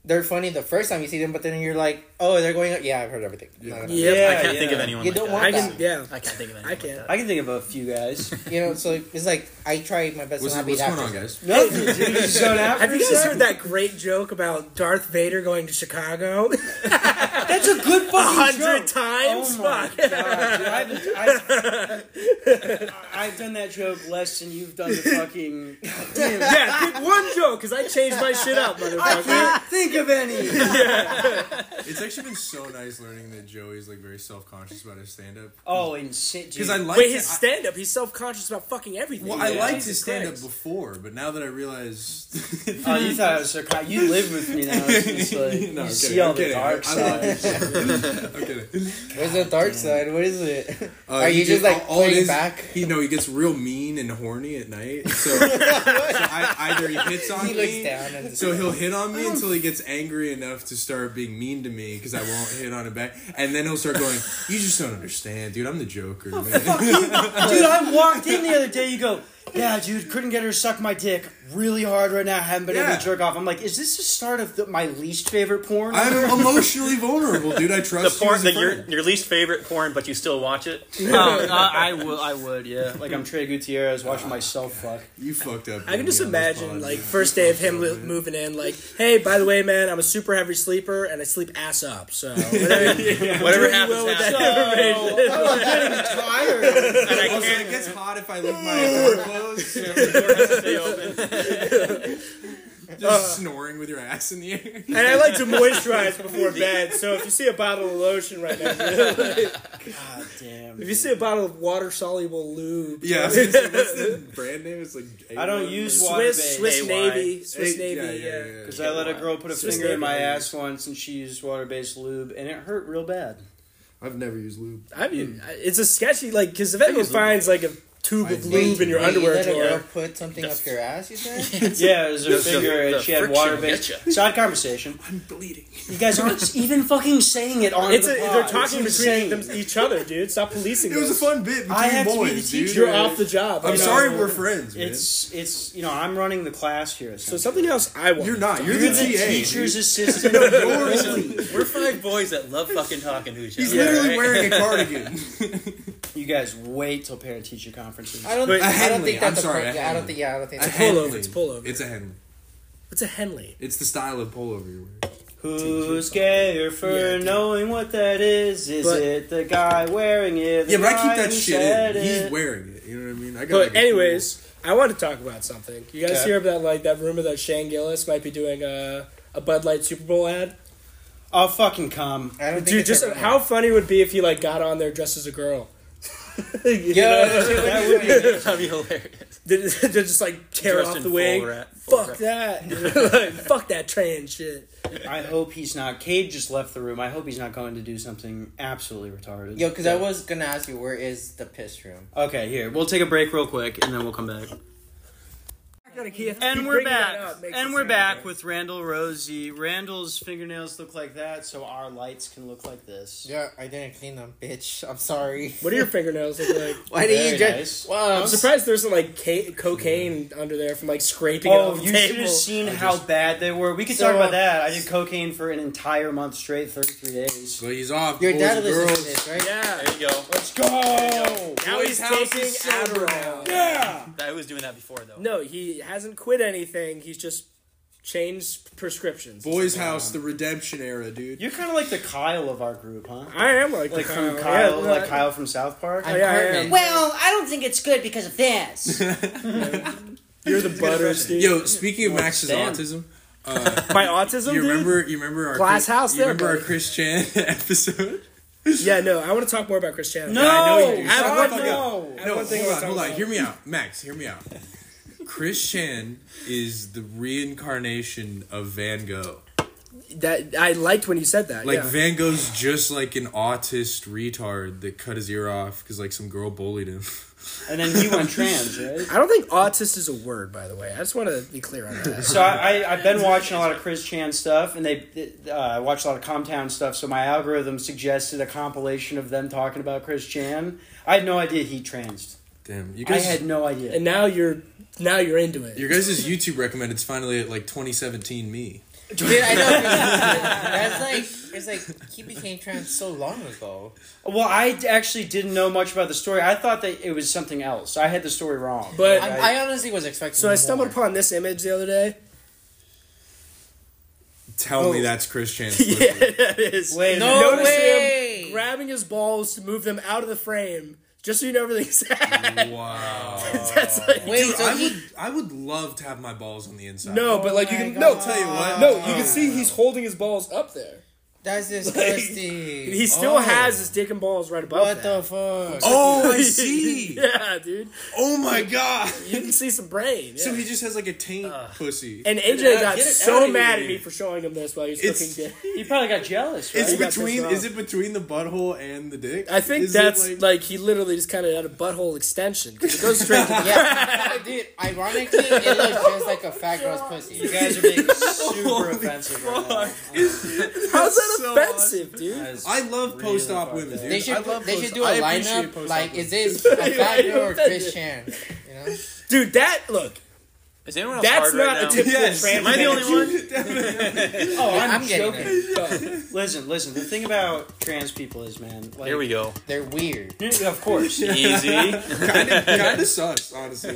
Speaker 4: they're funny the first time you see them, but then you're like, oh, they're going, yeah, I've heard everything. No, no, no.
Speaker 5: yeah,
Speaker 6: I can't think of anyone.
Speaker 4: You
Speaker 6: like
Speaker 4: don't
Speaker 6: that.
Speaker 4: want
Speaker 5: I can. Yeah,
Speaker 6: I can't think of anyone.
Speaker 5: I can.
Speaker 3: I can think of a few guys.
Speaker 4: You know, so it's like I try my best
Speaker 7: What's,
Speaker 4: to not be
Speaker 7: what's
Speaker 4: that.
Speaker 7: going on,
Speaker 4: person.
Speaker 7: guys?
Speaker 3: Nothing. Dude, you zoned out
Speaker 5: Have
Speaker 3: for
Speaker 5: you
Speaker 3: a
Speaker 5: guys
Speaker 3: second?
Speaker 5: heard that great joke about Darth Vader going to Chicago?
Speaker 3: That's a good fucking
Speaker 5: hundred
Speaker 3: joke.
Speaker 5: times?
Speaker 3: Oh my
Speaker 5: Fuck.
Speaker 3: god! dude, I've, I've, I've done that joke less than you've done the fucking.
Speaker 5: yeah, pick one joke because I changed my shit up, motherfucker.
Speaker 3: think of any.
Speaker 7: It's actually been so nice learning that Joey's like very self conscious about his stand up.
Speaker 3: Oh, insane!
Speaker 7: Because I like
Speaker 5: Wait, his
Speaker 7: I-
Speaker 5: stand up, he's self conscious about fucking everything.
Speaker 7: Well, I
Speaker 5: Yeah.
Speaker 7: liked his
Speaker 5: Jesus
Speaker 7: stand up
Speaker 5: Christ.
Speaker 7: before, but now that I realize,
Speaker 3: Oh, you thought I was sarcastic. You live with me now. It's just like,
Speaker 7: No,
Speaker 3: you
Speaker 7: I'm
Speaker 3: see
Speaker 7: kidding,
Speaker 3: all
Speaker 7: I'm
Speaker 3: the
Speaker 7: kidding.
Speaker 3: dark
Speaker 7: I- I
Speaker 3: side.
Speaker 7: I'm kidding.
Speaker 4: Where's the dark side? What is it?
Speaker 7: Uh,
Speaker 4: Are
Speaker 7: he
Speaker 4: you just
Speaker 7: get-
Speaker 4: like
Speaker 7: all it
Speaker 4: playing
Speaker 7: is-
Speaker 4: back?
Speaker 7: He no, he gets real mean and horny at night. So, so I, either he hits on
Speaker 4: He
Speaker 7: me,
Speaker 4: looks down and
Speaker 7: so he'll hit on me until he gets angry enough to start being mean to me because I won't hit on him back, and then he'll start going, "You just don't understand, dude. I'm the Joker, man."
Speaker 3: Dude, I walked in the other day. You go, yeah, dude, couldn't get her to suck my dick really hard right now. Haven't been able
Speaker 7: Yeah.
Speaker 3: to jerk off. I'm like, is this the start of the, my least favorite porn?
Speaker 7: I'm emotionally vulnerable, dude. I
Speaker 6: The
Speaker 7: trust
Speaker 6: porn
Speaker 7: you.
Speaker 6: that
Speaker 7: as a
Speaker 6: your
Speaker 7: friend.
Speaker 6: your least favorite porn, but you still watch it.
Speaker 3: Oh, I, I would, I would, yeah. Like I'm Trey Gutierrez watching myself fuck.
Speaker 7: you fucked up.
Speaker 5: I can just
Speaker 7: Jamie, on this
Speaker 5: imagine
Speaker 7: pod,
Speaker 5: like
Speaker 7: dude.
Speaker 5: first day of him li- moving in, like, hey, by the way, man, I'm a super heavy sleeper and I sleep ass up, so whatever,
Speaker 6: Whatever
Speaker 5: you
Speaker 6: happens,
Speaker 5: will with
Speaker 6: happens.
Speaker 3: I'm getting tired.
Speaker 6: And I
Speaker 7: Also, it
Speaker 6: can't
Speaker 7: gets hot if I leave my door closed. so-
Speaker 6: stay open.
Speaker 5: Uh.
Speaker 7: Just snoring with your ass in the air.
Speaker 5: And I like to moisturize before bed, so if you see a bottle of lotion right next to it,
Speaker 3: God damn.
Speaker 5: if you see a bottle of water soluble lube,
Speaker 7: yeah, I was gonna say, what's the brand name? It's like
Speaker 3: I don't use water
Speaker 5: Swiss
Speaker 3: bay.
Speaker 5: Swiss
Speaker 6: AY.
Speaker 5: Navy, Swiss
Speaker 7: Hey,
Speaker 5: Navy, yeah.
Speaker 3: Because I let a girl put a
Speaker 5: Swiss
Speaker 3: finger in my
Speaker 5: Navy.
Speaker 3: ass once and she used water based lube and it hurt real bad.
Speaker 7: I've never used lube.
Speaker 5: I mean,
Speaker 7: Hmm.
Speaker 5: it's a sketchy like because if anyone finds like a tube of lube in your
Speaker 4: Wait,
Speaker 5: underwear,
Speaker 4: you let a girl
Speaker 5: drawer,
Speaker 4: put something up your ass, you said?
Speaker 3: Yeah, it was her
Speaker 6: The-
Speaker 3: finger
Speaker 6: the
Speaker 3: and she had
Speaker 6: friction
Speaker 3: water
Speaker 6: will
Speaker 3: based.
Speaker 6: get
Speaker 3: Side conversation.
Speaker 7: I'm bleeding.
Speaker 3: You guys aren't even fucking saying it on
Speaker 5: it's a,
Speaker 3: the pod.
Speaker 5: they're talking
Speaker 3: It's
Speaker 5: between
Speaker 3: insane.
Speaker 5: them, each other, dude. Stop policing.
Speaker 7: It was a
Speaker 5: this.
Speaker 7: fun bit between
Speaker 3: I have to be the
Speaker 7: boys,
Speaker 3: teacher.
Speaker 7: dude.
Speaker 5: You're off the job.
Speaker 7: I'm
Speaker 5: you know?
Speaker 7: sorry we're friends, man.
Speaker 3: It's it's you know I'm running the class here.
Speaker 5: So something else I want.
Speaker 7: You're not. You're,
Speaker 3: You're
Speaker 7: the,
Speaker 3: the
Speaker 7: TA.
Speaker 3: teacher's
Speaker 7: dude.
Speaker 3: assistant.
Speaker 7: You're only-
Speaker 6: We're five boys that love fucking talking to each other.
Speaker 7: He's literally
Speaker 6: right?
Speaker 7: wearing a cardigan.
Speaker 3: You guys wait till parent teacher conferences.
Speaker 4: I don't,
Speaker 5: Wait,
Speaker 4: I don't
Speaker 7: Henley,
Speaker 4: think that's
Speaker 7: I'm sorry,
Speaker 4: appropriate.
Speaker 7: a
Speaker 4: I don't
Speaker 7: Henley.
Speaker 4: think, yeah, I don't think
Speaker 7: A
Speaker 4: that's
Speaker 5: pullover,
Speaker 7: Henley.
Speaker 5: it's pullover.
Speaker 7: It's a Henley.
Speaker 5: What's a Henley?
Speaker 7: It's the style of pullover you're wearing.
Speaker 3: Who's gayer for
Speaker 5: Yeah, dude.
Speaker 3: knowing what that is? Is
Speaker 5: But-
Speaker 3: it the guy wearing it? The
Speaker 7: Yeah, but I
Speaker 3: guy
Speaker 7: keep that
Speaker 3: who
Speaker 7: shit
Speaker 3: said
Speaker 7: in. He's
Speaker 3: it?
Speaker 7: wearing it. You know what I mean? I got like,
Speaker 5: But
Speaker 7: a
Speaker 5: anyways, I want to talk about something. You guys
Speaker 3: Okay.
Speaker 5: hear about like that rumor that Shane Gillis might be doing a, a Bud Light Super Bowl ad?
Speaker 3: I'll fucking come.
Speaker 4: I don't think
Speaker 5: Dude,
Speaker 4: it's
Speaker 5: just
Speaker 4: appropriate.
Speaker 5: how funny would it be if he like got on there dressed as a girl? You
Speaker 4: Yeah,
Speaker 5: know?
Speaker 4: that would be-
Speaker 6: That'd be hilarious.
Speaker 5: They just they just, like tear
Speaker 6: Dressed
Speaker 5: off
Speaker 6: in
Speaker 5: the
Speaker 6: full
Speaker 5: wig.
Speaker 6: rat- full
Speaker 5: Fuck
Speaker 6: rat.
Speaker 5: that! Like, fuck that trans shit.
Speaker 3: I hope he's not. Cade just left the room. I hope he's not going to do something absolutely retarded.
Speaker 4: Yo, because I was going to ask you, where is the piss room?
Speaker 3: Okay, here we'll take a break real quick and then we'll come back. And we're back. And we're back with Randall Rosie. Randall's fingernails look like that, so our lights can look like this.
Speaker 4: Yeah, I didn't clean them, bitch. I'm sorry.
Speaker 5: What do your fingernails look like?
Speaker 4: Why did
Speaker 3: Very
Speaker 4: you
Speaker 3: nice.
Speaker 4: just... Wow,
Speaker 5: I'm surprised there isn't like ca- cocaine under there from like scraping. it
Speaker 3: Oh,
Speaker 5: off the
Speaker 3: you should
Speaker 5: table.
Speaker 3: have seen how bad they were. We could
Speaker 4: So,
Speaker 3: talk about
Speaker 4: uh,
Speaker 3: that. I did cocaine for an entire month straight, thirty-three days.
Speaker 7: But he's off.
Speaker 4: Your
Speaker 7: boys
Speaker 4: dad
Speaker 7: and
Speaker 4: listens
Speaker 7: girls.
Speaker 4: to this, right?
Speaker 5: Yeah.
Speaker 6: There you go.
Speaker 3: Let's go.
Speaker 5: Now
Speaker 7: Boy's
Speaker 5: he's
Speaker 7: house
Speaker 5: taking
Speaker 7: is sober
Speaker 5: Adderall.
Speaker 6: I was doing that before though.
Speaker 5: No, he hasn't quit anything. He's just changed prescriptions.
Speaker 7: Boys House, the redemption era, dude.
Speaker 3: You're kind of like the Kyle of our group, huh?
Speaker 5: I am like,
Speaker 3: Like
Speaker 5: the
Speaker 3: from
Speaker 5: yeah,
Speaker 3: Kyle,
Speaker 5: no,
Speaker 3: like Kyle from South Park.
Speaker 4: I'm
Speaker 5: Oh, Yeah, yeah,
Speaker 4: Cartman.
Speaker 5: yeah.
Speaker 8: Well, I don't think it's good because of this.
Speaker 5: You're the butters, dude.
Speaker 7: Yo, speaking of Max's
Speaker 3: stand.
Speaker 7: autism, uh,
Speaker 5: My autism,
Speaker 7: you
Speaker 5: dude?
Speaker 7: remember? You remember our
Speaker 5: Glass
Speaker 7: Chris-
Speaker 5: house
Speaker 7: You
Speaker 5: there,
Speaker 7: remember our
Speaker 5: buddy.
Speaker 7: Chris Chan episode?
Speaker 5: Yeah, no, I want to talk more about Christianity.
Speaker 3: No,
Speaker 7: I know you do.
Speaker 5: I have
Speaker 7: Shut
Speaker 5: one-
Speaker 7: the fuck
Speaker 5: no.
Speaker 7: up.
Speaker 5: I have
Speaker 7: No,
Speaker 5: one thing I wanna
Speaker 7: hold on,
Speaker 5: talk
Speaker 7: hold on.
Speaker 5: about.
Speaker 7: Hear me out, Max. Hear me out. Chris Chan is the reincarnation of Van Gogh.
Speaker 5: That I liked when you said that.
Speaker 7: Like
Speaker 5: yeah.
Speaker 7: Van Gogh's just like an autist retard that cut his ear off because like some girl bullied him.
Speaker 3: And then he went trans, right?
Speaker 5: I don't think autist is a word, by the way. I just want to be clear on that.
Speaker 3: So I, I, I've been watching a lot of Chris Chan stuff, and they uh, I watch a lot of Comtown stuff. So my algorithm suggested a compilation of them talking about Chris Chan. I had no idea he transed.
Speaker 7: Damn, you
Speaker 3: I
Speaker 7: guys.
Speaker 3: had no idea.
Speaker 5: and now you're now you're into it.
Speaker 7: your guys' YouTube recommended's finally at like 2017 me.
Speaker 4: Dude, I know. That's like it's like he became trans so long ago.
Speaker 3: Well, I d- actually didn't know much about the story. I thought that it was something else. I had the story wrong.
Speaker 5: But-
Speaker 3: Like,
Speaker 4: I, I honestly was expecting.
Speaker 5: so I stumbled
Speaker 4: more.
Speaker 5: upon this image the other day.
Speaker 7: Tell me
Speaker 5: Oh.
Speaker 7: that's Chris Chan.
Speaker 5: yeah, that is.
Speaker 3: Wait,
Speaker 4: No
Speaker 5: Notice
Speaker 4: way!
Speaker 5: him grabbing his balls to move them out of the frame, just so you know everything's.
Speaker 7: Wow.
Speaker 5: That's like
Speaker 4: Wait,
Speaker 7: Dude,
Speaker 4: so
Speaker 7: I
Speaker 4: he,
Speaker 7: would I would love to have my balls on the inside.
Speaker 5: no, but like you can no.
Speaker 7: tell you what.
Speaker 5: No, you can see he's holding his balls up there.
Speaker 4: that's disgusting.
Speaker 5: He still
Speaker 7: Oh.
Speaker 5: has his dick and balls right above.
Speaker 4: what
Speaker 5: that.
Speaker 4: the fuck?
Speaker 7: Oh, I see.
Speaker 5: yeah, dude.
Speaker 7: Oh my god.
Speaker 5: You can see some brain. yeah.
Speaker 7: So he just has like a taint pussy.
Speaker 5: and
Speaker 6: Get it
Speaker 5: AJ
Speaker 6: out-
Speaker 5: got
Speaker 6: get it out
Speaker 5: so
Speaker 6: of
Speaker 5: mad
Speaker 6: here.
Speaker 5: at me for showing him this while he was
Speaker 7: It's-
Speaker 5: cooking dick.
Speaker 3: he probably got jealous. Right?
Speaker 7: it's
Speaker 5: got this
Speaker 7: between
Speaker 5: wrong.
Speaker 7: is it between the butthole and the dick?
Speaker 5: I think
Speaker 7: Is it,
Speaker 5: that's like, he literally just kind of had a butthole extension 'cause it goes straight to the
Speaker 4: Yeah, dude. Ironically, it looks just like a fat girl's pussy.
Speaker 3: you guys are being super offensive right now.
Speaker 5: How's that
Speaker 7: so
Speaker 5: offensive, dude?
Speaker 3: That is
Speaker 7: I love post op
Speaker 3: fucked
Speaker 7: women,
Speaker 3: up.
Speaker 7: dude.
Speaker 4: They should
Speaker 7: I love
Speaker 4: they
Speaker 7: post-
Speaker 4: should do
Speaker 7: I
Speaker 4: a
Speaker 7: appreciate
Speaker 4: lineup
Speaker 7: post-op
Speaker 4: like
Speaker 7: women.
Speaker 4: is this a fat girl or
Speaker 5: offended.
Speaker 4: Chris Chan? You know,
Speaker 5: Dude, that look.
Speaker 6: Is anyone else
Speaker 5: That's
Speaker 6: hard right
Speaker 5: not a
Speaker 6: now?
Speaker 5: typical
Speaker 7: Yes.
Speaker 5: trans.
Speaker 6: Am I the only one?
Speaker 3: Oh, I'm,
Speaker 4: I'm getting
Speaker 3: joking.
Speaker 4: it.
Speaker 3: Listen, listen. The thing about trans people is, man. Like,
Speaker 6: Here we go.
Speaker 4: They're weird.
Speaker 3: go. Of course.
Speaker 6: Easy.
Speaker 7: kind of kind of sus, honestly.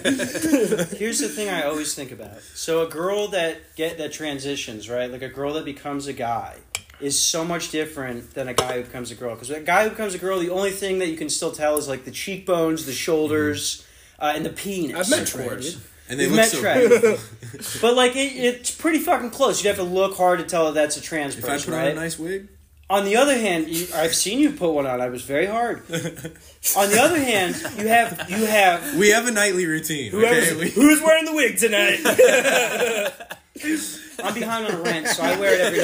Speaker 3: Here's the thing I always think about. So a girl that get that transitions, right? Like a girl that becomes a guy is so much different than a guy who becomes a girl. Because a guy who becomes a girl, the only thing that you can still tell is like the cheekbones, the shoulders, uh, and the penis.
Speaker 5: I've met
Speaker 3: of
Speaker 5: trans,
Speaker 3: course.
Speaker 5: dude.
Speaker 7: And they
Speaker 3: We've
Speaker 7: look
Speaker 3: met
Speaker 7: so
Speaker 3: Trey.
Speaker 7: beautiful.
Speaker 3: But like it, it's pretty fucking close. You'd have to look hard to tell that that's a trans
Speaker 7: If I put
Speaker 3: person,
Speaker 7: on
Speaker 3: right?
Speaker 7: a nice wig,
Speaker 3: On the other hand, you, I've seen you put one on. I was very hard. on the other hand, you have you have
Speaker 7: we have a nightly routine.
Speaker 5: Whoever's-
Speaker 7: Okay? We,
Speaker 5: Who's wearing the wig tonight?
Speaker 3: I'm behind on rent, so I wear it every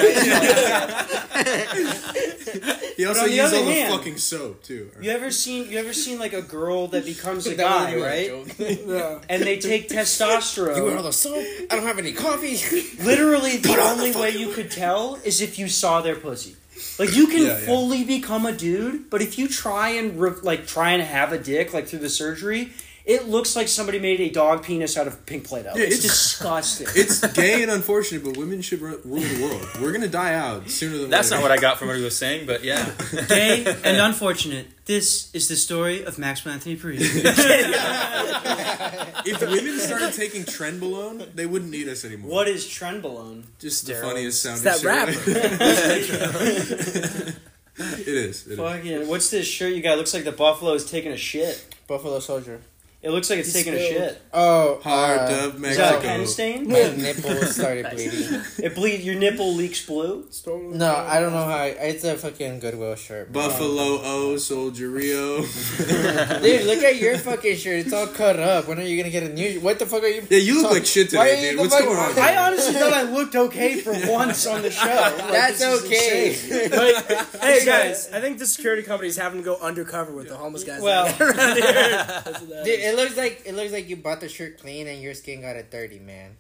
Speaker 3: night.
Speaker 7: he also
Speaker 3: on the
Speaker 7: uses
Speaker 3: other
Speaker 7: all
Speaker 3: hand-
Speaker 7: the fucking soap too.
Speaker 3: you ever seen you ever seen like a girl that becomes a
Speaker 4: That wasn't
Speaker 3: guy,
Speaker 4: even a
Speaker 3: right?
Speaker 4: joke.
Speaker 3: And they take testosterone.
Speaker 4: You want all the soap? I don't have any coffee.
Speaker 3: Literally, the only way you could tell is if you saw their pussy. Like you can
Speaker 7: Yeah, yeah.
Speaker 3: fully become a dude, but if you try and re- like try and have a dick like through the surgery, it looks like somebody made a dog penis out of pink play-doh. it's,
Speaker 7: it's-
Speaker 3: disgusting.
Speaker 7: It's gay and unfortunate, but women should ru- rule the world. We're gonna die out sooner than
Speaker 6: That's
Speaker 7: later.
Speaker 6: not what I got from what he was saying, but yeah.
Speaker 3: Gay and unfortunate. This is the story of Maxwell Anthony Parisi.
Speaker 7: If women started taking trenbolone, they wouldn't need us anymore.
Speaker 3: what is trenbolone?
Speaker 7: Just
Speaker 3: steroids?
Speaker 7: the funniest sound.
Speaker 5: that
Speaker 7: it is. It is.
Speaker 3: Fucking what's this shirt you got? It looks like the buffalo is taking a shit.
Speaker 4: Buffalo Soldier.
Speaker 3: It looks like it's taking a
Speaker 5: spilled-
Speaker 3: shit.
Speaker 4: Oh,
Speaker 7: Heart
Speaker 4: uh,
Speaker 7: of
Speaker 3: Is that a
Speaker 7: Mexico.
Speaker 3: pen stain?
Speaker 4: My nipple started bleeding.
Speaker 3: it bleed. Your nipple leaks blue.
Speaker 4: No, I don't know how. I, it's a fucking Goodwill shirt. bro.
Speaker 7: Buffalo oh, O Soldierio.
Speaker 4: Dude, look at your fucking shirt. It's all cut up. When are you gonna get a new? What the fuck are you?
Speaker 7: Yeah, you look like shit
Speaker 4: Why are you
Speaker 7: today, dude.
Speaker 4: the
Speaker 7: What's
Speaker 4: fuck-
Speaker 7: going on?
Speaker 3: I honestly thought I looked okay for once on the show. Like,
Speaker 4: That's
Speaker 3: this is
Speaker 4: okay.
Speaker 3: insane.
Speaker 5: hey guys, I think the security company's having to go undercover with the homeless guys.
Speaker 3: Well-
Speaker 5: that are around here.
Speaker 4: Dude, it looks like it looks like you bought the shirt clean and your skin got a dirty, man.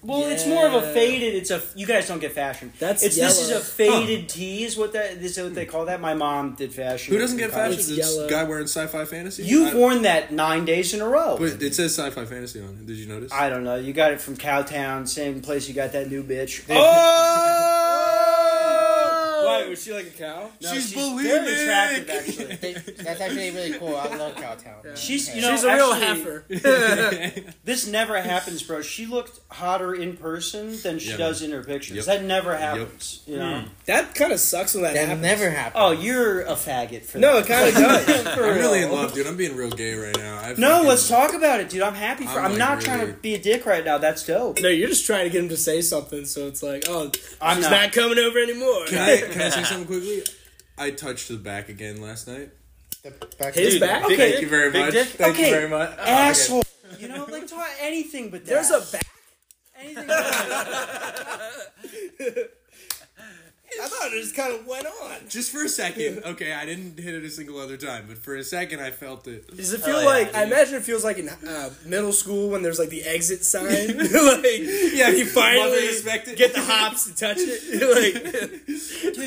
Speaker 3: Well, it's more of a faded. It's a you guys don't get fashion.
Speaker 5: That's
Speaker 3: it's this is
Speaker 5: yellow.
Speaker 3: a faded tee. Is what that this is what they call that? My mom did fashion.
Speaker 7: Who doesn't get
Speaker 3: in college.
Speaker 7: fashion?
Speaker 5: It's
Speaker 7: This
Speaker 5: yellow.
Speaker 7: guy wearing sci-fi fantasy.
Speaker 3: You've
Speaker 7: I-
Speaker 3: worn that nine days in a row.
Speaker 7: But it says sci-fi fantasy on it. Did you notice?
Speaker 3: I don't know. You got it from Cowtown, same place you got that new bitch.
Speaker 7: Oh.
Speaker 3: Oh!
Speaker 5: Why was she like a cow?
Speaker 3: No,
Speaker 7: She's
Speaker 3: very
Speaker 7: bulimic.
Speaker 3: attractive, actually.
Speaker 4: Th- That's actually really cool. I love Cowtown. man.
Speaker 3: She's you
Speaker 4: Okay.
Speaker 3: know
Speaker 5: She's a real
Speaker 3: actually,
Speaker 5: heifer.
Speaker 3: This never happens, bro. She looked hotter in person than she
Speaker 7: Yeah.
Speaker 3: does in her pictures.
Speaker 7: Yep. Mm.
Speaker 3: That never happens. You know.
Speaker 5: That kind of sucks when that,
Speaker 4: that
Speaker 5: happens.
Speaker 4: never happened.
Speaker 3: Oh, you're a faggot for
Speaker 5: no,
Speaker 3: that.
Speaker 5: it kind of does.
Speaker 3: I'm
Speaker 7: I'm really in love, dude. I'm being real gay right now. I
Speaker 3: No,
Speaker 7: fucking-
Speaker 3: let's talk about it, dude. I'm happy for.
Speaker 7: I'm,
Speaker 3: I'm,
Speaker 7: like,
Speaker 3: not
Speaker 7: really-
Speaker 3: trying to be a dick right now. That's dope.
Speaker 5: No, you're just trying to get him to say something, so it's like, oh,
Speaker 3: I'm
Speaker 5: she's
Speaker 3: not.
Speaker 5: not. coming over anymore.
Speaker 7: Can I, can I say something quickly? I touched the back again last night.
Speaker 4: The back-
Speaker 5: His
Speaker 4: Dude,
Speaker 5: back.
Speaker 3: Okay.
Speaker 7: Thank you very
Speaker 6: Big
Speaker 7: much.
Speaker 6: dick?
Speaker 7: Thank
Speaker 3: Okay.
Speaker 7: you very much. Oh, okay.
Speaker 3: Asshole. You know, like talk anything but that.
Speaker 5: There's a back.
Speaker 3: anything. But
Speaker 5: I thought it just kind of went on.
Speaker 7: Just for a second. Okay, I didn't hit it a single other time, but for a second I felt it.
Speaker 5: Does
Speaker 3: Oh,
Speaker 5: it feel like? I imagine it feels like in uh, middle school when there's like the exit sign. like, yeah, you
Speaker 7: Mother
Speaker 5: finally
Speaker 7: respect it.
Speaker 5: get the hops to touch it. like,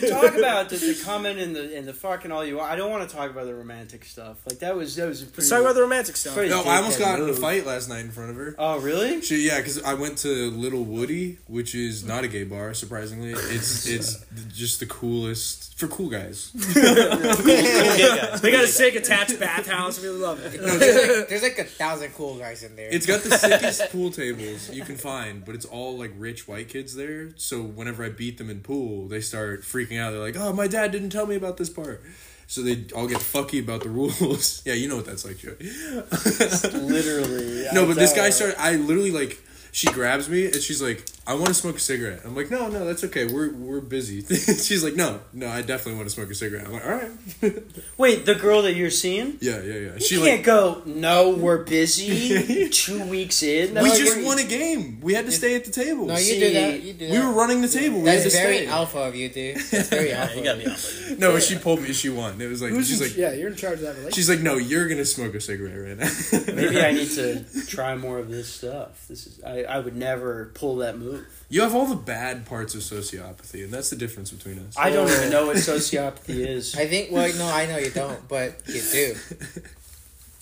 Speaker 3: dude, talk about the, the comment and the and the fucking all you want. I don't want to talk about the romantic stuff. Like that was that was a pretty.
Speaker 5: let's talk about the romantic stuff.
Speaker 3: pretty
Speaker 7: No, I almost
Speaker 3: dickhead
Speaker 7: got in a
Speaker 3: move.
Speaker 7: fight last night in front of her.
Speaker 3: Oh really?
Speaker 7: She, yeah, because I went to Little Woody, which is not a gay bar. Surprisingly, it's it's just the coolest for cool guys.
Speaker 5: They got a sick attached bathhouse. Really love it.
Speaker 4: There's like, there's like a thousand cool guys in there.
Speaker 7: It's got the sickest pool tables you can find, but it's all like rich white kids there. So whenever I beat them in pool, they start freaking out. They're like, "Oh, my dad didn't tell me about this part." So they all get fucky about the rules. yeah, you know what that's like, Joey.
Speaker 3: Literally.
Speaker 7: No, but this guy started. I literally like. She grabs me and she's like, "I want to smoke a cigarette." I'm like, "No, no, that's okay. We're we're busy." she's like, "No, no, I definitely want to smoke a cigarette." I'm like, "All right."
Speaker 3: Wait, the girl that you're seeing.
Speaker 7: Yeah, yeah, yeah.
Speaker 3: She
Speaker 7: She
Speaker 3: can't
Speaker 7: like,
Speaker 3: go. No, we're busy. Two weeks in.
Speaker 7: we
Speaker 3: Like,
Speaker 7: just
Speaker 3: we're-
Speaker 7: won a game. We had to stay at the table.
Speaker 4: no, you
Speaker 3: See,
Speaker 4: do that. You do that.
Speaker 7: we were running the table. We had
Speaker 4: That's
Speaker 7: to
Speaker 4: very
Speaker 7: stay.
Speaker 4: alpha of you, dude. That's very alpha.
Speaker 6: You
Speaker 4: of
Speaker 6: gotta
Speaker 4: you.
Speaker 6: be honest.
Speaker 7: No, she pulled me. She won. It was like she's like,
Speaker 5: yeah, you're in charge of that relationship.
Speaker 7: she's like, no, you're gonna smoke a cigarette right now.
Speaker 3: Maybe I need to try more of this stuff. This is I, I would never pull that move.
Speaker 7: you have all the bad parts of sociopathy, and that's the difference between us.
Speaker 3: I don't even know what sociopathy is.
Speaker 4: I think. Well, no, I know you don't, but you do.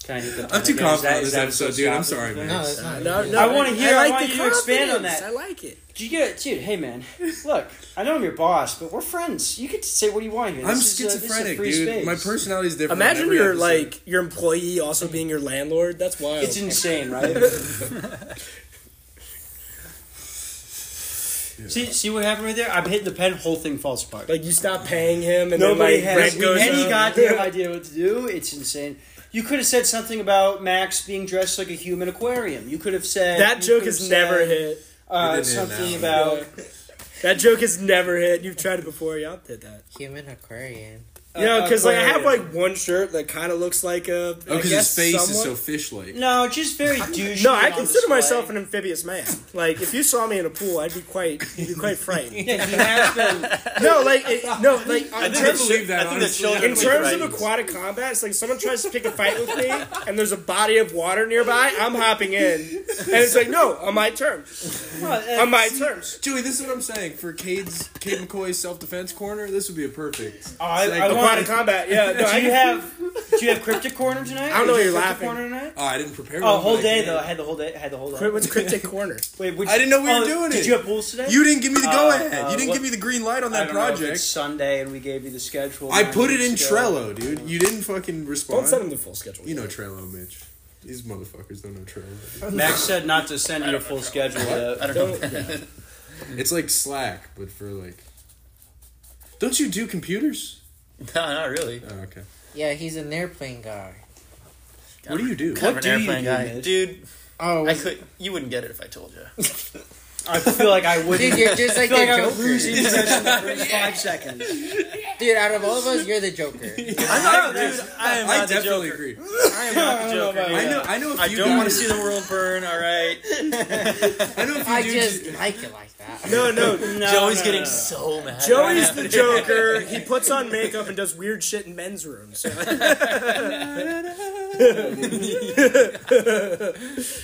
Speaker 3: Can I hit the
Speaker 7: I'm
Speaker 3: button?
Speaker 7: too
Speaker 3: Is
Speaker 7: confident
Speaker 3: that-
Speaker 7: on
Speaker 3: is
Speaker 7: this
Speaker 3: that
Speaker 7: episode, dude. I'm
Speaker 3: sociopathy?
Speaker 7: sorry, man.
Speaker 4: No, that's not.
Speaker 5: No,
Speaker 4: you.
Speaker 5: no,
Speaker 3: I wanna hear- I
Speaker 5: like
Speaker 3: want
Speaker 5: the
Speaker 3: you to expand on
Speaker 5: confidence.
Speaker 3: that.
Speaker 5: I like it.
Speaker 3: Did you get, dude? Hey, man. Look, I know I'm your boss, but we're friends. You could say what you want here.
Speaker 7: I'm
Speaker 3: This is a- this is a
Speaker 7: schizophrenic,
Speaker 3: free
Speaker 7: dude.
Speaker 3: space.
Speaker 7: My personality is different.
Speaker 5: Imagine
Speaker 7: every
Speaker 5: your
Speaker 7: episode.
Speaker 5: like your employee also being your landlord. That's wild.
Speaker 3: It's insane, right? See, see what happened right there? I'm hitting the pen. Whole thing falls apart.
Speaker 5: like you stop paying him, and
Speaker 3: Nobody
Speaker 5: then, like,
Speaker 3: has
Speaker 5: rent goes
Speaker 3: any
Speaker 5: up.
Speaker 3: goddamn idea what to do. It's insane. You could have said something about Max being dressed like a human aquarium. You could have said
Speaker 5: That
Speaker 3: you
Speaker 5: joke
Speaker 3: could
Speaker 5: has
Speaker 3: have
Speaker 5: never
Speaker 3: said,
Speaker 5: hit.
Speaker 7: We
Speaker 3: Uh,
Speaker 7: didn't hit
Speaker 3: something
Speaker 7: that
Speaker 3: about uh,
Speaker 5: That joke has never hit. You've tried it before. Y'all did that.
Speaker 4: Human aquarium.
Speaker 3: Uh,
Speaker 5: You know, because like I have
Speaker 3: aquarium.
Speaker 5: like one shirt that kind of looks like a.
Speaker 7: Oh,
Speaker 5: I
Speaker 7: because
Speaker 5: guess
Speaker 7: his face is
Speaker 5: somewhat-
Speaker 7: so fish-like.
Speaker 3: no, just very douchey.
Speaker 5: No, I
Speaker 3: and on
Speaker 5: consider myself
Speaker 3: display.
Speaker 5: an amphibious man. Like if you saw me in a pool, I'd be quite, you'd be quite frightened.
Speaker 3: Yeah, he has been.
Speaker 5: no, like it, no, like
Speaker 7: I
Speaker 5: in
Speaker 7: think
Speaker 5: terms,
Speaker 7: they believe that.
Speaker 6: I think
Speaker 7: honestly.
Speaker 6: the children
Speaker 5: in
Speaker 6: would be
Speaker 5: terms
Speaker 6: frightened.
Speaker 5: of aquatic combat, it's like someone tries to pick a fight with me, and there's a body of water nearby. I'm hopping in, and it's like no, on my terms,
Speaker 3: uh,
Speaker 5: on my terms.
Speaker 7: Joey, this is what I'm saying. For Cade's Cade McCoy's self-defense corner, this would be a perfect.
Speaker 3: Oh, I,
Speaker 7: Like,
Speaker 3: I
Speaker 5: Aquatic
Speaker 3: want.
Speaker 5: combat, yeah. No, I,
Speaker 3: Do you have Do you have cryptic corner tonight?
Speaker 5: I don't know
Speaker 3: Is
Speaker 5: you're
Speaker 3: there
Speaker 5: laughing.
Speaker 3: cryptic Corner tonight?
Speaker 7: Oh, I didn't prepare.
Speaker 3: Oh,
Speaker 7: one,
Speaker 3: whole
Speaker 7: but I
Speaker 3: day
Speaker 7: can.
Speaker 3: though. I had the whole day. I had the whole day.
Speaker 5: What's cryptic corner?
Speaker 3: Wait, which,
Speaker 7: I didn't know we were
Speaker 3: oh,
Speaker 7: doing
Speaker 3: Did
Speaker 7: it.
Speaker 3: you have pools today?
Speaker 7: You didn't give me the
Speaker 3: Uh,
Speaker 7: go ahead.
Speaker 3: uh,
Speaker 7: you didn't
Speaker 3: what-
Speaker 7: give me the green light on
Speaker 3: I
Speaker 7: that
Speaker 3: don't know if it's
Speaker 7: project.
Speaker 3: Sunday, and we gave you the schedule.
Speaker 7: I
Speaker 3: nine
Speaker 7: put it
Speaker 3: weeks
Speaker 7: in
Speaker 3: ago.
Speaker 7: Trello, dude. You didn't fucking respond.
Speaker 5: Don't send him the full schedule.
Speaker 7: you know Trello, Mitch. These motherfuckers don't know Trello.
Speaker 3: Max said not to send you a full schedule. yet.
Speaker 6: I don't know.
Speaker 7: It's like Slack, but for like. Don't you do computers?
Speaker 6: no, not really.
Speaker 7: Oh, okay.
Speaker 4: Yeah, he's an airplane guy.
Speaker 7: What do you do?
Speaker 6: Kind
Speaker 3: What
Speaker 6: of an
Speaker 3: do you
Speaker 6: airplane
Speaker 3: do,
Speaker 6: guy,
Speaker 3: Mitch?
Speaker 6: dude.
Speaker 4: Oh,
Speaker 6: I could. You wouldn't get it if I told you.
Speaker 3: I feel like I wouldn't.
Speaker 4: dude, you're just
Speaker 3: I
Speaker 4: like
Speaker 3: feel like
Speaker 4: the
Speaker 3: I would
Speaker 4: Joker.
Speaker 3: lose interest in the first five seconds.
Speaker 4: Dude, out of all of us, you're the Joker.
Speaker 6: I'm not, dude. I am
Speaker 7: I
Speaker 6: not the
Speaker 7: definitely
Speaker 6: Joker.
Speaker 7: agree.
Speaker 6: I am not the Joker.
Speaker 7: I know. I know. If
Speaker 6: I
Speaker 7: you
Speaker 6: don't want to
Speaker 7: guys-
Speaker 6: see the world burn. All right.
Speaker 7: I know if you
Speaker 4: I
Speaker 7: do.
Speaker 4: just like it like that.
Speaker 5: No, no,
Speaker 6: Joey's getting so mad.
Speaker 5: Joey's the Joker. He puts on makeup and does weird shit in men's rooms.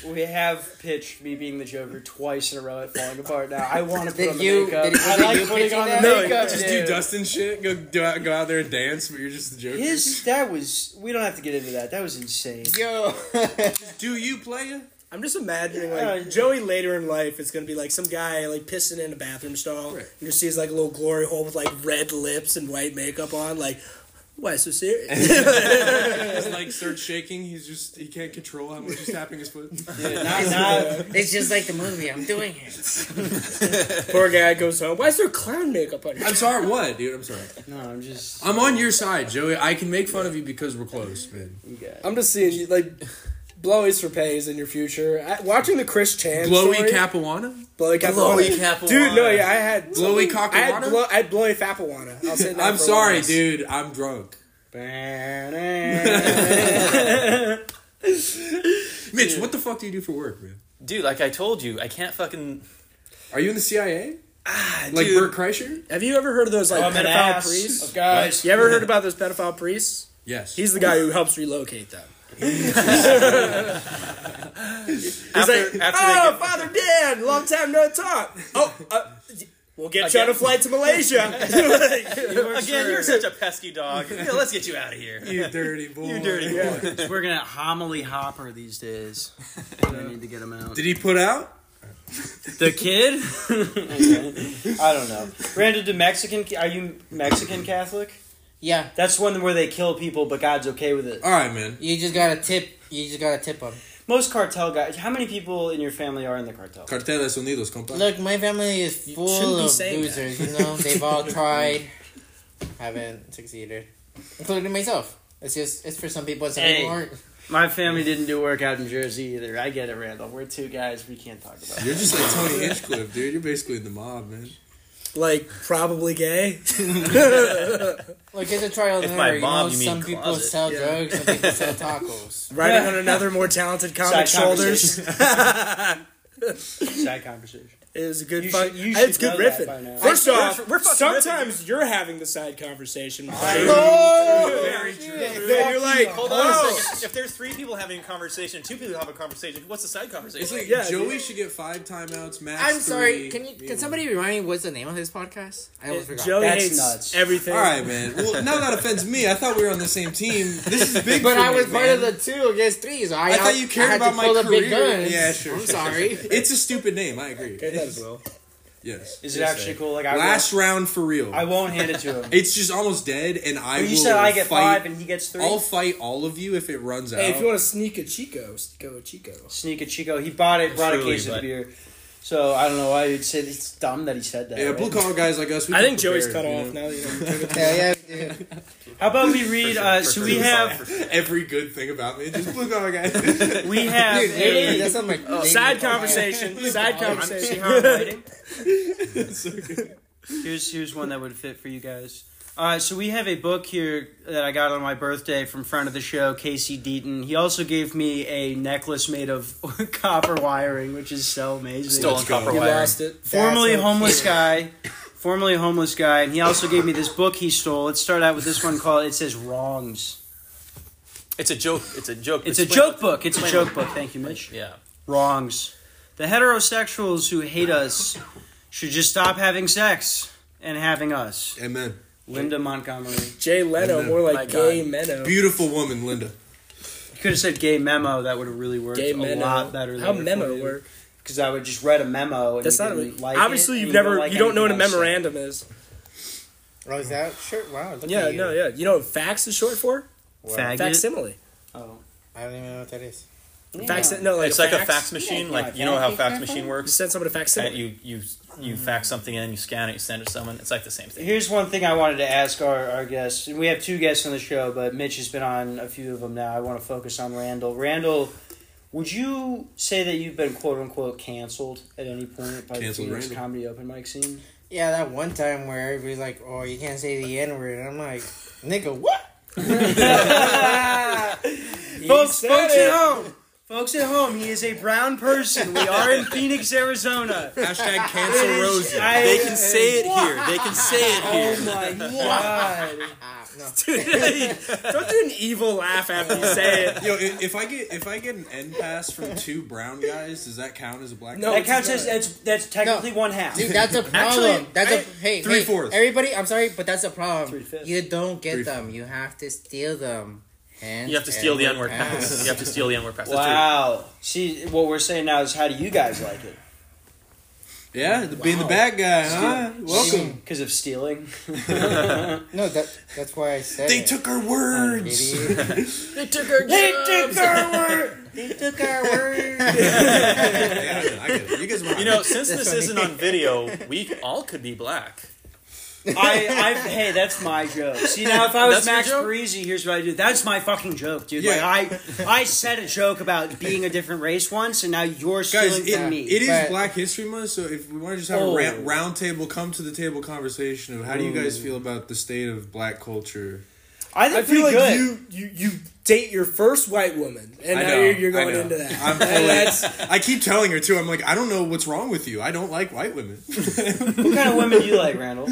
Speaker 3: We have pitched me being the Joker twice in a row at falling apart. Now I want to put
Speaker 4: Did
Speaker 3: on the
Speaker 4: you-
Speaker 3: makeup.
Speaker 4: did- was
Speaker 3: I
Speaker 4: it
Speaker 3: like
Speaker 4: you
Speaker 3: putting
Speaker 4: pitching
Speaker 3: on the
Speaker 4: that?
Speaker 3: makeup.
Speaker 7: just
Speaker 3: dude.
Speaker 7: do dust and shit. Go do out, go out there and dance, but you're just the Joker.
Speaker 3: His that was. We don't have to get into that. That was insane.
Speaker 4: Yo.
Speaker 7: do you play it?
Speaker 5: I'm just imagining
Speaker 7: Uh,
Speaker 3: Yeah.
Speaker 5: like Joey later in life is gonna be like some guy like pissing in a bathroom stall
Speaker 7: Right.
Speaker 5: and just sees like a little glory hole with like red lips and white makeup on. Like, why so serious?
Speaker 7: His legs start shaking. He's just he can't control how much is tapping his foot.
Speaker 3: Not, not,
Speaker 4: it's just like the movie. I'm doing it.
Speaker 5: Poor guy goes home. Why is there clown makeup on? Your-
Speaker 7: I'm sorry. What, dude? I'm sorry.
Speaker 3: no, I'm just.
Speaker 7: I'm on your side, Joey. I can make fun of you because we're close, man.
Speaker 5: I'm just seeing you like. Blowies for pays in your future. I, watching the Chris Chan
Speaker 7: Blowy
Speaker 5: story,
Speaker 7: Capuana.
Speaker 5: blowy cap,
Speaker 6: Blowy Capuana.
Speaker 5: Dude, no, yeah, I had
Speaker 7: Blowy
Speaker 5: I had,
Speaker 7: Capuana.
Speaker 5: blow, I had blowy fapawana. I'll say that
Speaker 7: I'm
Speaker 5: for
Speaker 7: sorry,
Speaker 5: once.
Speaker 7: dude. I'm drunk. Mitch, what the fuck do you do for work, man?
Speaker 6: dude. Like I told you, I can't fucking.
Speaker 7: Are you in the CIA? Ah, like
Speaker 6: dude.
Speaker 7: Bert Kreischer?
Speaker 5: Have you ever heard of those like
Speaker 3: Oh, I'm an
Speaker 5: pedophile
Speaker 3: ass
Speaker 5: priests?
Speaker 3: of guys.
Speaker 5: You ever heard about those pedophile priests?
Speaker 7: Yes.
Speaker 5: He's the guy who helps relocate them. He's
Speaker 6: After-
Speaker 5: like,
Speaker 6: after they
Speaker 5: oh,
Speaker 6: get-
Speaker 5: Father Dan, long time no talk. Oh, uh, we'll get you on a flight to Malaysia.
Speaker 6: Again, you're such a pesky dog. Yeah, let's get you out of here.
Speaker 7: you dirty boy.
Speaker 6: You dirty boy.
Speaker 3: We're gonna homily hopper these days. I need to get him out.
Speaker 7: Did he put out?
Speaker 3: The kid? I don't know. Randall, do Mexican? Are you Mexican Catholic?
Speaker 4: Yeah,
Speaker 3: That's one where they kill people, but God's okay with it.
Speaker 7: All right, man.
Speaker 4: you just gotta tip. You just gotta tip him.
Speaker 3: Most cartel guys. How many people in your family are in the cartel?
Speaker 7: Carteles Unidos, compa.
Speaker 4: Look, my family is
Speaker 5: shouldn't
Speaker 4: full
Speaker 5: be
Speaker 4: of
Speaker 5: saying that.
Speaker 4: losers. You know, they've all tried, haven't succeeded, including myself. It's just it's for some people. Some
Speaker 3: Hey.
Speaker 4: people aren't.
Speaker 3: My family didn't do work out in Jersey either. I get it, Randall. We're two guys. We can't talk about. it.
Speaker 7: You're just like Tony Hinchcliffe, dude. You're basically in the mob, man.
Speaker 5: like, probably gay.
Speaker 4: Look, it's a trial and
Speaker 6: If by
Speaker 4: error. You know,
Speaker 6: mob, you mean
Speaker 4: some people
Speaker 6: closet.
Speaker 4: sell drugs, some people sell tacos.
Speaker 5: Riding on another more talented comic's
Speaker 3: Side
Speaker 5: shoulders.
Speaker 3: Side conversation.
Speaker 5: It was a good
Speaker 3: You
Speaker 5: fun.
Speaker 3: should- you
Speaker 5: it's
Speaker 3: should
Speaker 5: good
Speaker 3: know that
Speaker 5: riffing.
Speaker 3: by now.
Speaker 5: First
Speaker 6: we're-
Speaker 5: off,
Speaker 6: we're fucking riffing.
Speaker 5: sometimes you're having the side conversation.
Speaker 7: Very true.
Speaker 5: Then you're like,
Speaker 6: Hold on
Speaker 5: oh.
Speaker 6: a second. If there's three people having a conversation, two people have a conversation. What's the side conversation?
Speaker 7: It's like
Speaker 5: Yeah,
Speaker 7: Joey should get five timeouts max.
Speaker 4: I'm
Speaker 7: three.
Speaker 4: sorry. Can you can somebody remind me what's the name of his podcast? I almost forgot.
Speaker 5: Joey
Speaker 3: That's
Speaker 5: "Oh, hates
Speaker 3: nuts.
Speaker 5: everything.
Speaker 7: All right, man. Well, now that offends me. I thought we were on the same team. This is big.
Speaker 4: But
Speaker 7: for
Speaker 4: I
Speaker 7: me,
Speaker 4: was part
Speaker 7: man.
Speaker 4: of the two against three, so I,
Speaker 7: I thought you cared
Speaker 4: I had to
Speaker 7: about my
Speaker 4: pull the big
Speaker 7: career.
Speaker 4: guns.
Speaker 7: Yeah, sure.
Speaker 4: I'm sorry.
Speaker 7: It's a stupid name. I agree.
Speaker 5: well.
Speaker 7: Yes.
Speaker 3: Is it actually cool? Like I
Speaker 7: Last round for real.
Speaker 3: won't, I won't hand it to him.
Speaker 7: it's just almost dead, and I.
Speaker 3: you
Speaker 7: will
Speaker 3: said I get
Speaker 7: fight.
Speaker 3: five and he gets 3
Speaker 7: I'll fight all of you if it runs out.
Speaker 5: Hey, if you want to sneak a Chico, go a Chico.
Speaker 3: Sneak a Chico. He bought it, brought a
Speaker 6: Truly,
Speaker 3: case of
Speaker 6: but-
Speaker 3: beer. So I don't know why you'd say it's dumb that he said that.
Speaker 7: Yeah,
Speaker 3: right?
Speaker 7: blue collar guys like us. We
Speaker 5: I
Speaker 7: come
Speaker 5: think Joey's cut
Speaker 7: prepared, you
Speaker 5: off now.
Speaker 7: know?
Speaker 5: You know,
Speaker 4: Hell yeah, dude.
Speaker 3: How about we read? Uh, so we have
Speaker 7: Every good thing about me, just blue collar guys.
Speaker 3: we have
Speaker 4: Dude, literally,
Speaker 3: a
Speaker 4: that's on my
Speaker 5: side conversation. Side
Speaker 3: See
Speaker 5: conversation.
Speaker 3: how I'm writing? here's here's one that would fit for you guys. Uh, so we have a book here that I got on my birthday from friend of the show Casey Deaton. He also gave me a necklace made of copper wiring, which is so amazing.
Speaker 6: Stolen copper
Speaker 5: You
Speaker 6: wire.
Speaker 5: lost it.
Speaker 3: formerly
Speaker 4: That's
Speaker 3: homeless guy, formerly homeless guy, and he also gave me this book he stole. Let's start out with this one called "It Says Wrongs."
Speaker 6: It's a joke. It's a joke.
Speaker 3: It's a
Speaker 6: Explain-
Speaker 3: joke book. It's a joke book. Thank you, Mitch.
Speaker 6: Yeah.
Speaker 3: Wrongs. The heterosexuals who hate us should just stop having sex and having us.
Speaker 7: Amen.
Speaker 3: Linda Montgomery. You
Speaker 5: Jay Leno, more
Speaker 6: My
Speaker 5: like
Speaker 6: God.
Speaker 5: gay Meno.
Speaker 7: Beautiful woman, Linda.
Speaker 3: could have said gay memo. That would have really worked
Speaker 5: Gay
Speaker 3: a lot better.
Speaker 5: Memo. How memo work?
Speaker 3: Because I would just read a memo. And
Speaker 5: That's
Speaker 3: you
Speaker 5: not a,
Speaker 3: didn't like
Speaker 5: obviously
Speaker 3: it,
Speaker 5: you've
Speaker 3: and
Speaker 5: never
Speaker 3: like
Speaker 5: you don't know what a
Speaker 3: anything I said.
Speaker 5: memorandum is.
Speaker 4: Oh, is that sure? Wow. Look
Speaker 5: Yeah,
Speaker 4: at you.
Speaker 5: no, yeah. You know what fax is short for?
Speaker 3: Faggot.
Speaker 5: Facsimile.
Speaker 3: Oh.
Speaker 4: I don't even know what that is.
Speaker 5: Fax no, like
Speaker 6: It's
Speaker 5: a
Speaker 6: like
Speaker 5: fax.
Speaker 6: a fax machine.
Speaker 8: Yeah,
Speaker 6: like
Speaker 8: yeah,
Speaker 6: you know how
Speaker 8: fax
Speaker 6: fax
Speaker 8: machine.
Speaker 6: machine
Speaker 5: You
Speaker 6: works.
Speaker 5: send somebody a
Speaker 6: And
Speaker 5: facsimile.
Speaker 6: you you you fax something in, you scan it, you send it to someone. It's like the same thing.
Speaker 3: Here's one thing I wanted to ask our, our guests. And we have two guests on the show, but Mitch has been on a few of them now. I want to focus on Randall. Randall, would you say that you've been quote unquote canceled at any point by
Speaker 7: Canceled
Speaker 3: the Phoenix
Speaker 7: Randall.
Speaker 3: comedy open mic scene?
Speaker 4: Yeah, that one time where everybody's like, "Oh, you can't say the N word," and I'm like, "Nigga, what?"
Speaker 3: folks,
Speaker 5: said
Speaker 3: folks
Speaker 5: it.
Speaker 3: at home. Folks at home, he is a brown person. We are in Phoenix, Arizona.
Speaker 7: Hashtag cancel Rosie.
Speaker 3: I-
Speaker 6: They can say it here. They can say it here.
Speaker 3: my god.
Speaker 4: Ah, no.
Speaker 5: don't do an evil laugh after you say it.
Speaker 7: Yo, i- if I get if I get an end pass from two brown guys, does that count as a black?
Speaker 5: No.
Speaker 7: guy?
Speaker 3: That counts as that's, that's technically one half.
Speaker 4: Dude, that's a problem. that's a hey,
Speaker 7: three
Speaker 4: hey,
Speaker 7: fourths.
Speaker 4: Everybody, I'm sorry, but that's a problem.
Speaker 3: Three-fifths.
Speaker 4: You don't get
Speaker 7: Three-fifths.
Speaker 4: them. You have to steal them. Hence,
Speaker 6: You have to steal the N
Speaker 4: N-word
Speaker 6: word pass. You have to steal the N word pass. That's right.
Speaker 3: Wow. See, what we're saying now is how do you guys like it?
Speaker 7: Yeah, the- being the bad guy, huh? Welcome.
Speaker 3: Because of stealing?
Speaker 4: No, that that's why I said
Speaker 7: They
Speaker 4: it,
Speaker 7: took our words.
Speaker 4: idiot.
Speaker 3: they took our word!
Speaker 4: they took our word.
Speaker 7: Yeah, I get it. You guys want
Speaker 6: You know, since this isn't on video, we all could be black.
Speaker 3: I, I, hey, that's my joke. See, now if I was
Speaker 6: That's your
Speaker 3: Max
Speaker 6: joke?
Speaker 3: Parisi, here's what I do. That's my fucking joke, dude.
Speaker 7: Yeah.
Speaker 3: Like, I, I said a joke about being a different race once, and now you're stealing
Speaker 7: guys, it,
Speaker 3: from me.
Speaker 7: it is
Speaker 4: But-
Speaker 7: Black History Month, so if we want to just have
Speaker 3: Oh.
Speaker 7: a ra- round table, come to the table conversation of how do you guys feel about the state of black culture?
Speaker 3: I
Speaker 5: I
Speaker 3: think
Speaker 5: feel
Speaker 3: pretty
Speaker 5: like
Speaker 3: good.
Speaker 5: you you you date your first white woman, and
Speaker 7: I
Speaker 5: now
Speaker 7: know,
Speaker 5: you're, you're
Speaker 7: I
Speaker 5: going
Speaker 7: know.
Speaker 5: into that.
Speaker 7: I'm fully- I keep telling her too. I'm like, I don't know what's wrong with you. I don't like white women.
Speaker 3: what kind of women do you like, Randall?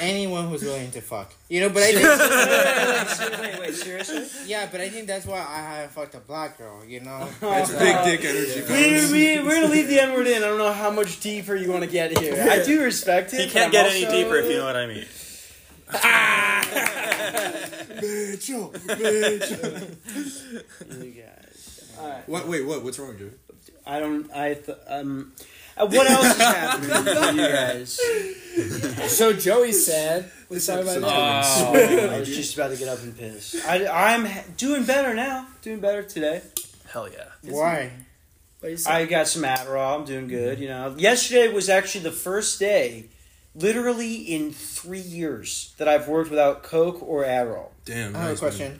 Speaker 4: Anyone who's willing to fuck, you know. But I think,
Speaker 3: wait, wait, wait, seriously?
Speaker 4: yeah, but I think that's why I haven't fucked a black girl. You know.
Speaker 7: That's big dick energy.
Speaker 3: We, we, we're going to leave the N word in. I don't know how much deeper you want to get here. I do respect it.
Speaker 6: You
Speaker 3: but
Speaker 6: can't
Speaker 3: I'm
Speaker 6: get any
Speaker 3: also-
Speaker 6: deeper if you know what I mean.
Speaker 7: Mitchell, Mitchell.
Speaker 3: You guys.
Speaker 7: What? Wait, what? What's wrong, dude?
Speaker 3: I don't. I. Th- um. uh, What else is happening with you guys?
Speaker 5: so Joey said,
Speaker 7: This
Speaker 5: talking about-
Speaker 7: episode's
Speaker 3: Oh, I
Speaker 7: going
Speaker 3: was just about to get up and piss. I, I'm h- doing better now. Doing better today.
Speaker 6: Hell yeah.
Speaker 4: Why?
Speaker 5: what you said.
Speaker 3: I got some at raw. I'm doing good. You know, yesterday was actually the first day, literally in three years, that I've worked without Coke or Adderall.
Speaker 7: Damn.
Speaker 4: I have a
Speaker 7: nice,
Speaker 4: question.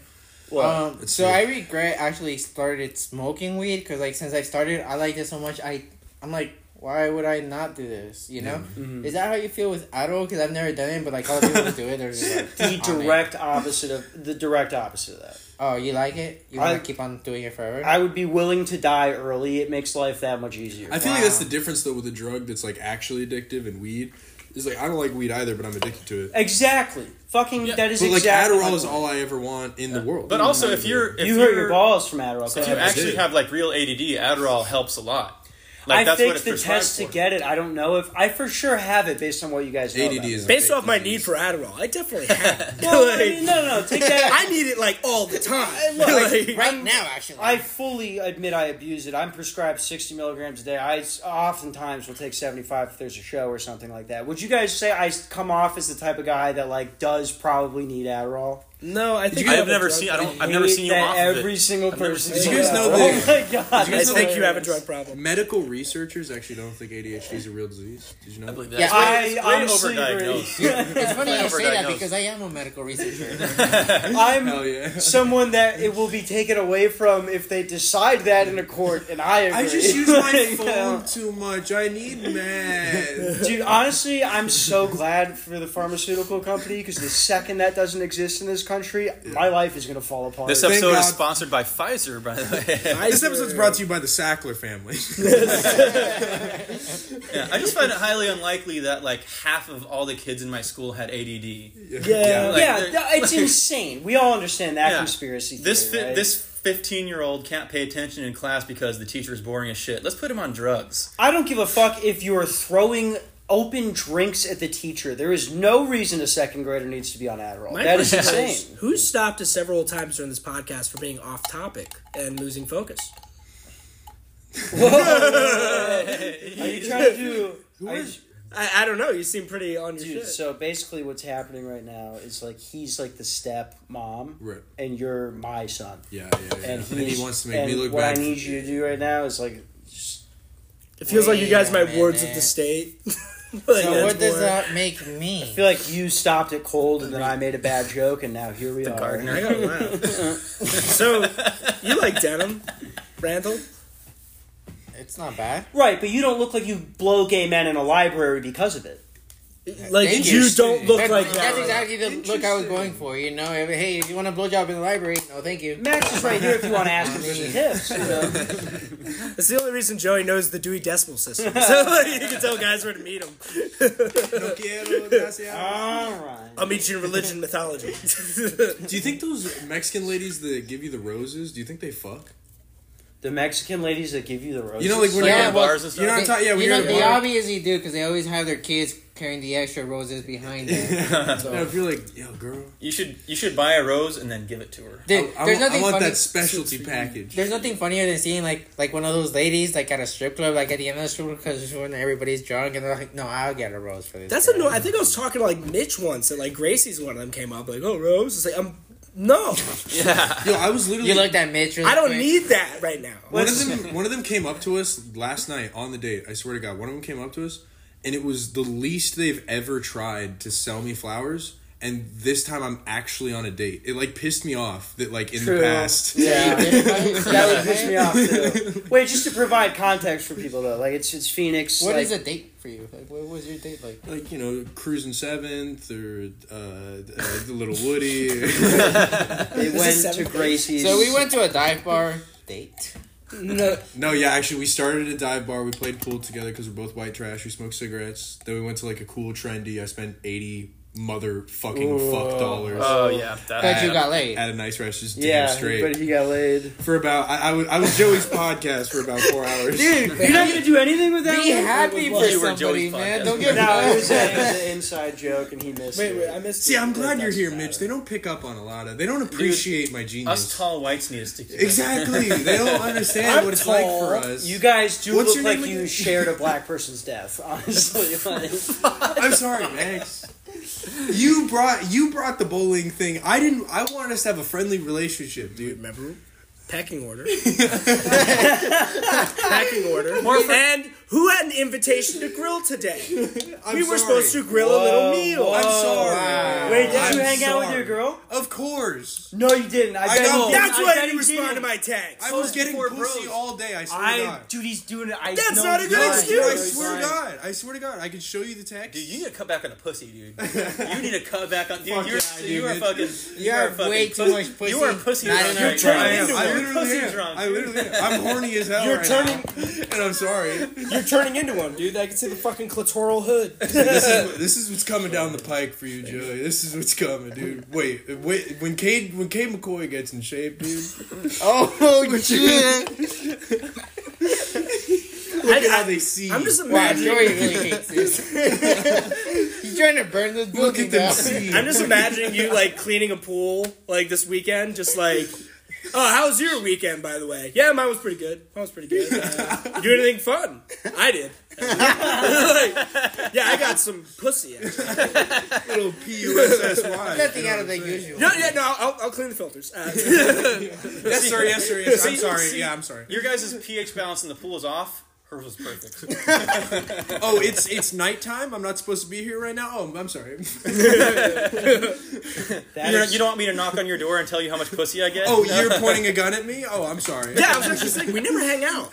Speaker 3: What?
Speaker 4: um,
Speaker 7: Let's
Speaker 4: so
Speaker 7: see.
Speaker 4: I regret actually started smoking weed because like since I started, I liked it so much. I I'm like, why would I not do this? You know,
Speaker 3: Mm-hmm.
Speaker 7: Mm-hmm.
Speaker 4: is that how you feel with Adderall? Because I've never done it, but like all the people who do it, they're just like
Speaker 3: the
Speaker 4: on it.
Speaker 3: direct opposite of the direct opposite of that.
Speaker 4: Oh, you like it? You
Speaker 3: I-
Speaker 4: want to keep on doing it forever?
Speaker 3: I would be willing to die early. It makes life that much easier.
Speaker 7: I feel like that's
Speaker 4: Wow.
Speaker 7: the difference though with a drug that's like actually addictive and weed. It's like I don't like weed either, but I'm addicted to it.
Speaker 3: exactly. Fucking. That is
Speaker 7: But like
Speaker 3: exactly. my
Speaker 7: Adderall is
Speaker 3: point.
Speaker 7: all I ever want in the world.
Speaker 6: But also, if you're if
Speaker 3: you
Speaker 6: are
Speaker 3: hurt your balls from Adderall.
Speaker 6: if you
Speaker 3: Coke.
Speaker 6: actually have like real ADD, Adderall helps a lot. Like
Speaker 3: I
Speaker 6: that's what
Speaker 3: faked
Speaker 6: it's
Speaker 3: the
Speaker 6: prescribed
Speaker 3: test to
Speaker 6: for.
Speaker 3: get it. I don't know if I for sure have it based on what you guys know.
Speaker 7: ADD
Speaker 3: about
Speaker 7: is a
Speaker 3: it.
Speaker 5: based
Speaker 7: fake
Speaker 5: off my
Speaker 7: disease.
Speaker 5: need for Adderall, I definitely have.
Speaker 3: Well, I
Speaker 5: Like,
Speaker 3: mean, no, no, no, take that.
Speaker 5: I need it like all the time.
Speaker 3: look,
Speaker 5: Like,
Speaker 4: right now, actually.
Speaker 3: I fully admit I abuse it. I'm prescribed 60 milligrams a day. I s- oftentimes will take 75 if there's a show or something like that. Would you guys say I s- come off as the type of guy that like does probably need Adderall?
Speaker 5: No, I think
Speaker 6: I've
Speaker 5: have a
Speaker 6: never
Speaker 5: drug-
Speaker 6: seen- I don't- I've
Speaker 3: I
Speaker 6: never
Speaker 3: hate
Speaker 6: seen you
Speaker 3: that
Speaker 6: off of it.
Speaker 3: every single
Speaker 6: I've never
Speaker 3: person.
Speaker 6: seen
Speaker 7: you. Did you guys know
Speaker 3: Oh
Speaker 7: that-
Speaker 3: my god!
Speaker 6: you
Speaker 5: I
Speaker 6: guys
Speaker 3: that's
Speaker 6: know
Speaker 5: think you have a
Speaker 3: hilarious.
Speaker 5: drug problem.
Speaker 7: Medical researchers actually don't think ADHD is a real disease. Did you know?
Speaker 6: I believe
Speaker 7: that?
Speaker 6: that.
Speaker 4: Yeah,
Speaker 6: It's way-
Speaker 3: I
Speaker 6: it's way
Speaker 3: honestly
Speaker 4: It's funny you say that
Speaker 6: overdiagnosed.
Speaker 4: because I am a medical researcher.
Speaker 3: I'm
Speaker 7: Hell yeah.
Speaker 3: someone that it will be taken away from if they decide that in a court, and I agree.
Speaker 7: I just use my
Speaker 3: Like,
Speaker 7: phone
Speaker 3: yeah.
Speaker 7: too much. I need math.
Speaker 3: Dude, honestly, I'm so glad for the pharmaceutical company because the second that doesn't exist in this country, my life is gonna fall apart.
Speaker 6: This
Speaker 7: Thank
Speaker 6: episode is
Speaker 7: God.
Speaker 6: sponsored by Pfizer, by the way.
Speaker 7: this episode's brought to you by the Sackler family.
Speaker 6: Yeah, I just find it highly unlikely that like half of all the kids in my school had ADD.
Speaker 5: Yeah.
Speaker 6: like,
Speaker 3: yeah,
Speaker 6: they're-
Speaker 3: th- it's insane. We all understand that
Speaker 6: Yeah.
Speaker 3: conspiracy. Theory,
Speaker 6: This fi-
Speaker 3: right?
Speaker 6: this fifteen year old can't pay attention in class because the teacher's boring as shit. Let's put him on drugs.
Speaker 3: I don't give a fuck if you are throwing open drinks at the teacher. There is no reason a second grader needs to be on Adderall.
Speaker 5: My
Speaker 3: that is
Speaker 5: question
Speaker 3: insane.
Speaker 5: is, Who stopped us several times during this podcast for being off topic and losing focus?
Speaker 3: Are you trying to do? are you-
Speaker 5: I, I don't know. You seem pretty on your
Speaker 3: Dude,
Speaker 5: shit.
Speaker 3: so basically, what's happening right now is like he's like the step mom,
Speaker 7: Right.
Speaker 3: and you're my son.
Speaker 7: Yeah, yeah, yeah.
Speaker 3: And,
Speaker 7: And, he
Speaker 3: he's-
Speaker 7: wants to make
Speaker 3: and
Speaker 7: me look
Speaker 3: what
Speaker 7: bad.
Speaker 3: I need you to do right now is like, just,
Speaker 5: it feels like you guys
Speaker 4: Wait a
Speaker 5: might wards of the
Speaker 4: minute.
Speaker 5: state. Like,
Speaker 4: So
Speaker 5: that's
Speaker 4: what does
Speaker 5: boring.
Speaker 4: that make
Speaker 3: I
Speaker 4: me?
Speaker 3: feel like you stopped it cold, and then I made a bad joke, and now here we
Speaker 6: The
Speaker 3: are.
Speaker 6: gardener.
Speaker 5: I gotta laugh. so you like denim, Randall?
Speaker 4: It's not bad.
Speaker 3: Right, but you don't look like you blow gay men in a library because of it.
Speaker 5: Like
Speaker 4: Thank
Speaker 5: you
Speaker 4: you.
Speaker 5: don't look
Speaker 4: That's,
Speaker 5: like
Speaker 4: that's
Speaker 3: uh,
Speaker 5: that.
Speaker 4: exactly the look I was going for. You know, If- hey, if you want a blowjob in the library, no, thank you.
Speaker 3: Max is right here if you want to ask him for some tips. you know?
Speaker 5: It's the only reason Joey knows the Dewey Decimal System. So like, you can tell guys where to meet him.
Speaker 7: No quiero, gracias.
Speaker 3: All right.
Speaker 5: I'll meet you in religion mythology.
Speaker 7: Do you think those Mexican ladies that give you the roses? Do you think they fuck?
Speaker 3: The Mexican ladies that give you the roses.
Speaker 7: You know, like when
Speaker 4: Yeah,
Speaker 7: you're
Speaker 6: in
Speaker 7: at
Speaker 4: well,
Speaker 6: bars and stuff.
Speaker 7: you know- I'm talking- yeah, when
Speaker 4: you
Speaker 7: you're
Speaker 4: know
Speaker 7: at
Speaker 4: they
Speaker 7: a bar-
Speaker 4: obviously do because they always have their kids carrying the extra roses behind them.
Speaker 7: No, if you're like, yo, girl,
Speaker 6: you should you should buy a rose and then give it to her.
Speaker 7: I,
Speaker 4: Dude,
Speaker 7: I want-
Speaker 4: there's
Speaker 7: I
Speaker 4: nothing
Speaker 7: want
Speaker 4: funny.
Speaker 7: that specialty package.
Speaker 4: There's nothing funnier than seeing like like one of those ladies like at a strip club like at the end of the strip club because when everybody's drunk and they're like, no, I'll get a rose for this.
Speaker 5: That's
Speaker 4: girl."
Speaker 5: annoying. I think I was talking to like Mitch once, and like Gracie's one of them came up, like, "Oh, Rose." It's like, I'm no,
Speaker 7: Yo, I was literally
Speaker 4: You looked at Mitch. really
Speaker 5: I don't
Speaker 4: quick.
Speaker 5: need that right now.
Speaker 7: one of them. One of them came up to us last night on the date. I swear to God, one of them came up to us, and it was the least they've ever tried to sell me flowers. And this time, I'm actually on a date. It like pissed me off that like in
Speaker 3: True.
Speaker 7: the past.
Speaker 3: Yeah.
Speaker 4: that
Speaker 3: That would piss me off too. Wait, just to provide context for people though, like it's it's Phoenix.
Speaker 4: What
Speaker 3: like,
Speaker 4: is a date for you? Like, what was your date like?
Speaker 7: like you know cruising seventh or uh, uh the little woody
Speaker 3: They went to
Speaker 5: seven
Speaker 3: Gracie's.
Speaker 4: So we went to a dive bar date.
Speaker 5: No,
Speaker 7: no yeah actually we started at a dive bar we played pool together because we're both white trash we smoked cigarettes then we went to like a cool trendy i spent 80 motherfucking fuck dollars
Speaker 6: Oh yeah,
Speaker 4: But you got laid.
Speaker 6: uh,
Speaker 7: at a nice restaurant just
Speaker 3: Uh. Yeah,
Speaker 7: damn straight
Speaker 3: but he got laid.
Speaker 7: for about I, I, was, I was joey's podcast for about four hours
Speaker 3: Dude, you're not gonna do anything with that.
Speaker 4: Be
Speaker 3: one?
Speaker 4: happy
Speaker 6: Well,
Speaker 4: for
Speaker 6: you were
Speaker 4: somebody,
Speaker 6: Joey's
Speaker 4: man.
Speaker 6: podcast.
Speaker 4: Don't get
Speaker 3: No, it
Speaker 4: mad.
Speaker 3: was, a, it was an inside joke, and he missed
Speaker 5: wait,
Speaker 3: it.
Speaker 5: wait, I missed.
Speaker 7: see
Speaker 5: it.
Speaker 7: i'm glad you're
Speaker 3: That's
Speaker 7: here
Speaker 3: bad.
Speaker 7: mitch they don't pick up on a lot of they don't appreciate my genius
Speaker 6: Us tall whites need to stick together.
Speaker 7: exactly they don't understand
Speaker 5: I'm
Speaker 7: what it's
Speaker 5: tall.
Speaker 7: like for us
Speaker 3: You guys do
Speaker 7: What's
Speaker 3: look
Speaker 7: your
Speaker 3: like
Speaker 7: name
Speaker 3: you
Speaker 7: again?
Speaker 3: shared a black person's death. Honestly, like,
Speaker 7: I'm sorry, Max. You brought you brought the bowling thing. I didn't. I wanted us to have a friendly relationship, dude.
Speaker 5: Remember, pecking order. pecking order. and who had an invitation to grill today?
Speaker 7: I'm
Speaker 5: we were
Speaker 7: sorry.
Speaker 5: supposed to grill a little meal.
Speaker 7: I'm sorry.
Speaker 3: wait, did
Speaker 7: I'm
Speaker 3: you hang out with
Speaker 7: sorry.
Speaker 3: your girl?
Speaker 7: Of course.
Speaker 3: No, you didn't. I,
Speaker 7: I
Speaker 3: bet he
Speaker 7: got-
Speaker 3: didn't.
Speaker 5: That's
Speaker 3: I
Speaker 5: why
Speaker 3: bet
Speaker 5: you
Speaker 3: he
Speaker 5: respond to
Speaker 3: didn't.
Speaker 5: my text.
Speaker 7: I was getting
Speaker 6: before
Speaker 7: pussy
Speaker 6: bros.
Speaker 7: all day. I swear to
Speaker 3: I,
Speaker 7: God.
Speaker 3: dude, he's doing it. I
Speaker 5: That's
Speaker 3: know
Speaker 5: not a
Speaker 3: he's
Speaker 5: good
Speaker 3: lying.
Speaker 5: excuse.
Speaker 7: I
Speaker 5: dude.
Speaker 7: swear to God. I swear to God. I can show you the text.
Speaker 6: Dude, you need to cut back on the pussy, dude. You need to cut back on. Dude,
Speaker 7: Fuck
Speaker 6: you're,
Speaker 7: yeah,
Speaker 6: you
Speaker 7: dude,
Speaker 6: are
Speaker 7: Mitch.
Speaker 6: fucking.
Speaker 4: You
Speaker 6: are
Speaker 4: are
Speaker 6: fucking
Speaker 4: way too much pussy.
Speaker 6: You are pussy.
Speaker 4: Not
Speaker 6: drunk
Speaker 4: enough
Speaker 6: right
Speaker 7: I
Speaker 6: now.
Speaker 7: am.
Speaker 5: into
Speaker 7: I
Speaker 5: one.
Speaker 7: literally
Speaker 6: Pussy
Speaker 7: am.
Speaker 6: drunk.
Speaker 7: I literally am. I'm horny as hell
Speaker 5: You're
Speaker 7: right
Speaker 5: turning-
Speaker 7: now. And I'm sorry.
Speaker 5: You're turning into one, dude. I can see the fucking clitoral hood.
Speaker 7: this is this is what's coming down the pike for you, Joey. This is what's coming, dude. Wait, wait. When Cade when Cade McCoy gets in shape, dude.
Speaker 4: Oh shit!
Speaker 7: Look at how they see.
Speaker 5: I'm just
Speaker 4: Wow,
Speaker 5: imagining.
Speaker 4: Joey really hates this. He's trying to burn this
Speaker 7: look
Speaker 4: building
Speaker 7: at them
Speaker 4: down.
Speaker 7: see.
Speaker 5: I'm just imagining you like cleaning a pool like this weekend, just like. Oh, how was your weekend, by the way? Yeah, mine was pretty good. Mine was pretty good. Uh, you do anything fun? I did. Yeah, I got some pussy. Actually.
Speaker 7: Little P U S S Y.
Speaker 4: Nothing out of the usual.
Speaker 5: No, yeah, no, I'll, I'll clean the filters. Uh,
Speaker 7: Yes, sir. Yes, sir. Yes, sir. I'm
Speaker 6: See-
Speaker 7: sorry.
Speaker 6: see-
Speaker 7: yeah, I'm sorry.
Speaker 6: Your guys' pH balance in the pool is off. Hers was perfect.
Speaker 7: Oh, it's it's nighttime. I'm not supposed to be here right now. Oh, I'm sorry.
Speaker 3: That
Speaker 6: You don't,
Speaker 3: is-
Speaker 6: you don't want me to knock on your door and tell you how much pussy I get?
Speaker 7: Oh, you're pointing a gun at me. Oh, I'm sorry.
Speaker 5: yeah, I was actually saying we never hang out.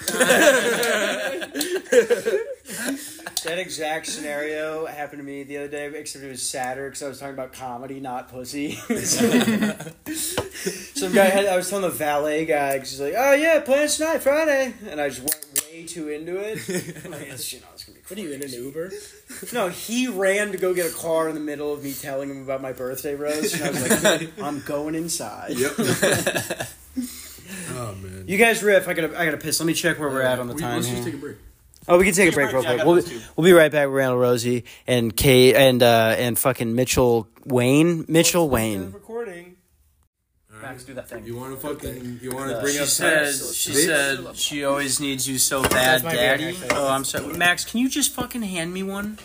Speaker 3: That exact scenario happened to me the other day, except it was sadder because I was talking about comedy, not pussy. Some guy had, I was telling the valet guy, 'cause he's like, oh yeah, plans tonight, Friday. And I just went way too into it. I'm like, "This- you know, it's gonna be
Speaker 5: What are you in an Uber?
Speaker 3: crazy." No, he ran to go get a car in the middle of me telling him about my birthday roast. And I was like, I'm going inside.
Speaker 7: Yep. oh man.
Speaker 3: You guys riff. I gotta, I gotta piss. Let me check where we're at on the
Speaker 7: We-
Speaker 3: time.
Speaker 7: let's
Speaker 3: here.
Speaker 7: just take a break.
Speaker 3: Oh, we can take a break real
Speaker 6: break. Yeah, I
Speaker 3: quick.
Speaker 6: got
Speaker 3: We'll,
Speaker 6: those two.
Speaker 3: we'll be right back with Randall Rosie and Kate and uh, and fucking Mitchell Wayne. Mitchell Wayne.
Speaker 6: Recording. Max, do that thing.
Speaker 7: You want to fucking? You want to bring up?
Speaker 3: Uh, she
Speaker 7: Bitch.
Speaker 3: said she always needs you so bad,
Speaker 4: my daddy. reaction.
Speaker 3: Oh, I'm sorry, Max. Can you just fucking hand me one?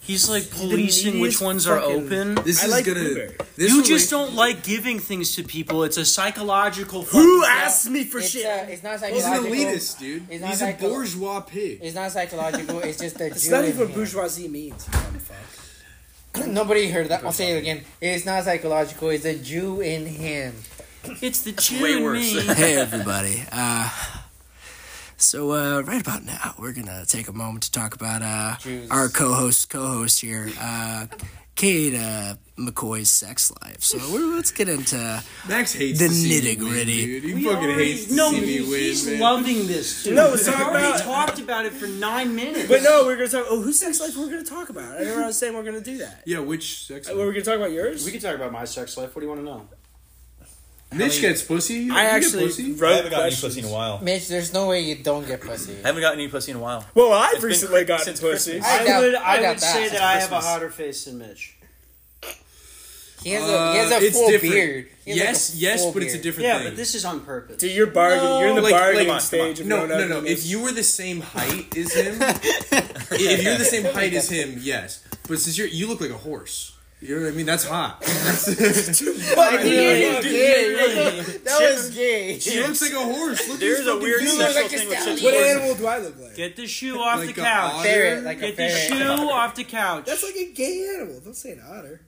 Speaker 3: He's like policing which
Speaker 5: neediest
Speaker 3: ones are
Speaker 5: fucking-
Speaker 3: open.
Speaker 7: This
Speaker 5: I
Speaker 7: is
Speaker 5: like
Speaker 7: gonna.
Speaker 5: Uber.
Speaker 7: This
Speaker 3: You just
Speaker 7: relation-
Speaker 3: don't like giving things to people. It's a psychological.
Speaker 5: Who
Speaker 3: fucking-
Speaker 5: asked me for
Speaker 4: It's,
Speaker 5: shit?
Speaker 4: uh, it's not
Speaker 7: He's
Speaker 4: psychological.
Speaker 7: an elitist, dude.
Speaker 4: It's not
Speaker 7: He's a
Speaker 4: like a-
Speaker 7: bourgeois pig.
Speaker 4: It's not psychological. It's just the.
Speaker 5: It's not even what bourgeoisie means. you Fuck.
Speaker 4: Nobody heard that. I'll say it again. It's not psychological. It's a Jew in him.
Speaker 3: It's the
Speaker 6: way
Speaker 3: Jew in
Speaker 6: worse.
Speaker 3: me.
Speaker 9: hey everybody uh, so uh, right about now we're gonna take a moment to talk about uh,
Speaker 4: Jews.
Speaker 9: our co-host co-host here uh, kate uh, mccoy's sex life so we're, let's get into
Speaker 7: Max hates
Speaker 9: The
Speaker 7: to see me win,
Speaker 9: nitty-gritty.
Speaker 7: dude. He
Speaker 3: We
Speaker 7: fucking
Speaker 3: already-
Speaker 7: hates to
Speaker 3: no,
Speaker 7: see me
Speaker 3: he-
Speaker 7: win,
Speaker 3: he's
Speaker 7: man.
Speaker 3: loving this. Dude.
Speaker 5: No, it's
Speaker 3: we
Speaker 5: not
Speaker 3: already
Speaker 5: about-
Speaker 3: talked about it for nine minutes.
Speaker 5: But no, we are gonna talk. Oh, whose sex life we're gonna talk about? I remember I was saying we're gonna do that.
Speaker 7: Yeah, which sex?
Speaker 5: Uh, Were we gonna talk about yours?
Speaker 3: can talk about my sex life. What do you want to know?
Speaker 7: Mitch gets pussy.
Speaker 5: I
Speaker 7: You get
Speaker 5: actually
Speaker 7: pussy?
Speaker 5: wrote
Speaker 6: I haven't gotten any
Speaker 5: questions.
Speaker 6: pussy in a while.
Speaker 4: Mitch, there's no way you don't get pussy.
Speaker 6: I haven't gotten any pussy in a while.
Speaker 5: Well, I've
Speaker 6: It's been
Speaker 5: recently
Speaker 6: cr-
Speaker 5: gotten
Speaker 6: since
Speaker 5: pussy.
Speaker 4: I
Speaker 3: I,
Speaker 4: doubt-
Speaker 3: would,
Speaker 4: I
Speaker 3: I,
Speaker 4: doubt
Speaker 3: would
Speaker 4: that.
Speaker 3: say
Speaker 4: It's
Speaker 3: that I have a
Speaker 6: Christmas.
Speaker 3: hotter face than Mitch.
Speaker 4: He has a, he has
Speaker 7: Uh,
Speaker 4: a
Speaker 7: it's
Speaker 4: full
Speaker 7: different.
Speaker 4: beard. He has
Speaker 7: Yes,
Speaker 4: like a
Speaker 7: yes,
Speaker 4: full
Speaker 7: but it's a
Speaker 4: beard.
Speaker 7: different
Speaker 3: Yeah,
Speaker 7: thing.
Speaker 3: but this is on purpose.
Speaker 5: Dude, you're bargaining. you're in the
Speaker 7: like- like-
Speaker 5: bargaining
Speaker 7: come on, come
Speaker 5: stage. of
Speaker 7: No,
Speaker 5: grown-up
Speaker 7: no, no.
Speaker 5: women.
Speaker 7: If you were the same height as him, if you're the same height as him, yes. But since you're, you look like a horse. You know what I mean? That's hot.
Speaker 4: That was gay. That was gay.
Speaker 7: she looks like a horse. Look
Speaker 6: There's a weird
Speaker 7: thing.
Speaker 4: look
Speaker 6: sexual
Speaker 4: like a
Speaker 6: thing with
Speaker 4: stallion.
Speaker 6: six
Speaker 5: what
Speaker 4: Or-
Speaker 5: animal do I look like?
Speaker 3: Get the shoe off
Speaker 7: Like
Speaker 3: the
Speaker 7: a
Speaker 3: couch.
Speaker 7: otter.
Speaker 4: Ferret, like a
Speaker 3: Get the
Speaker 4: ferret.
Speaker 3: shoe off the couch.
Speaker 5: That's like a gay animal. Don't say an otter.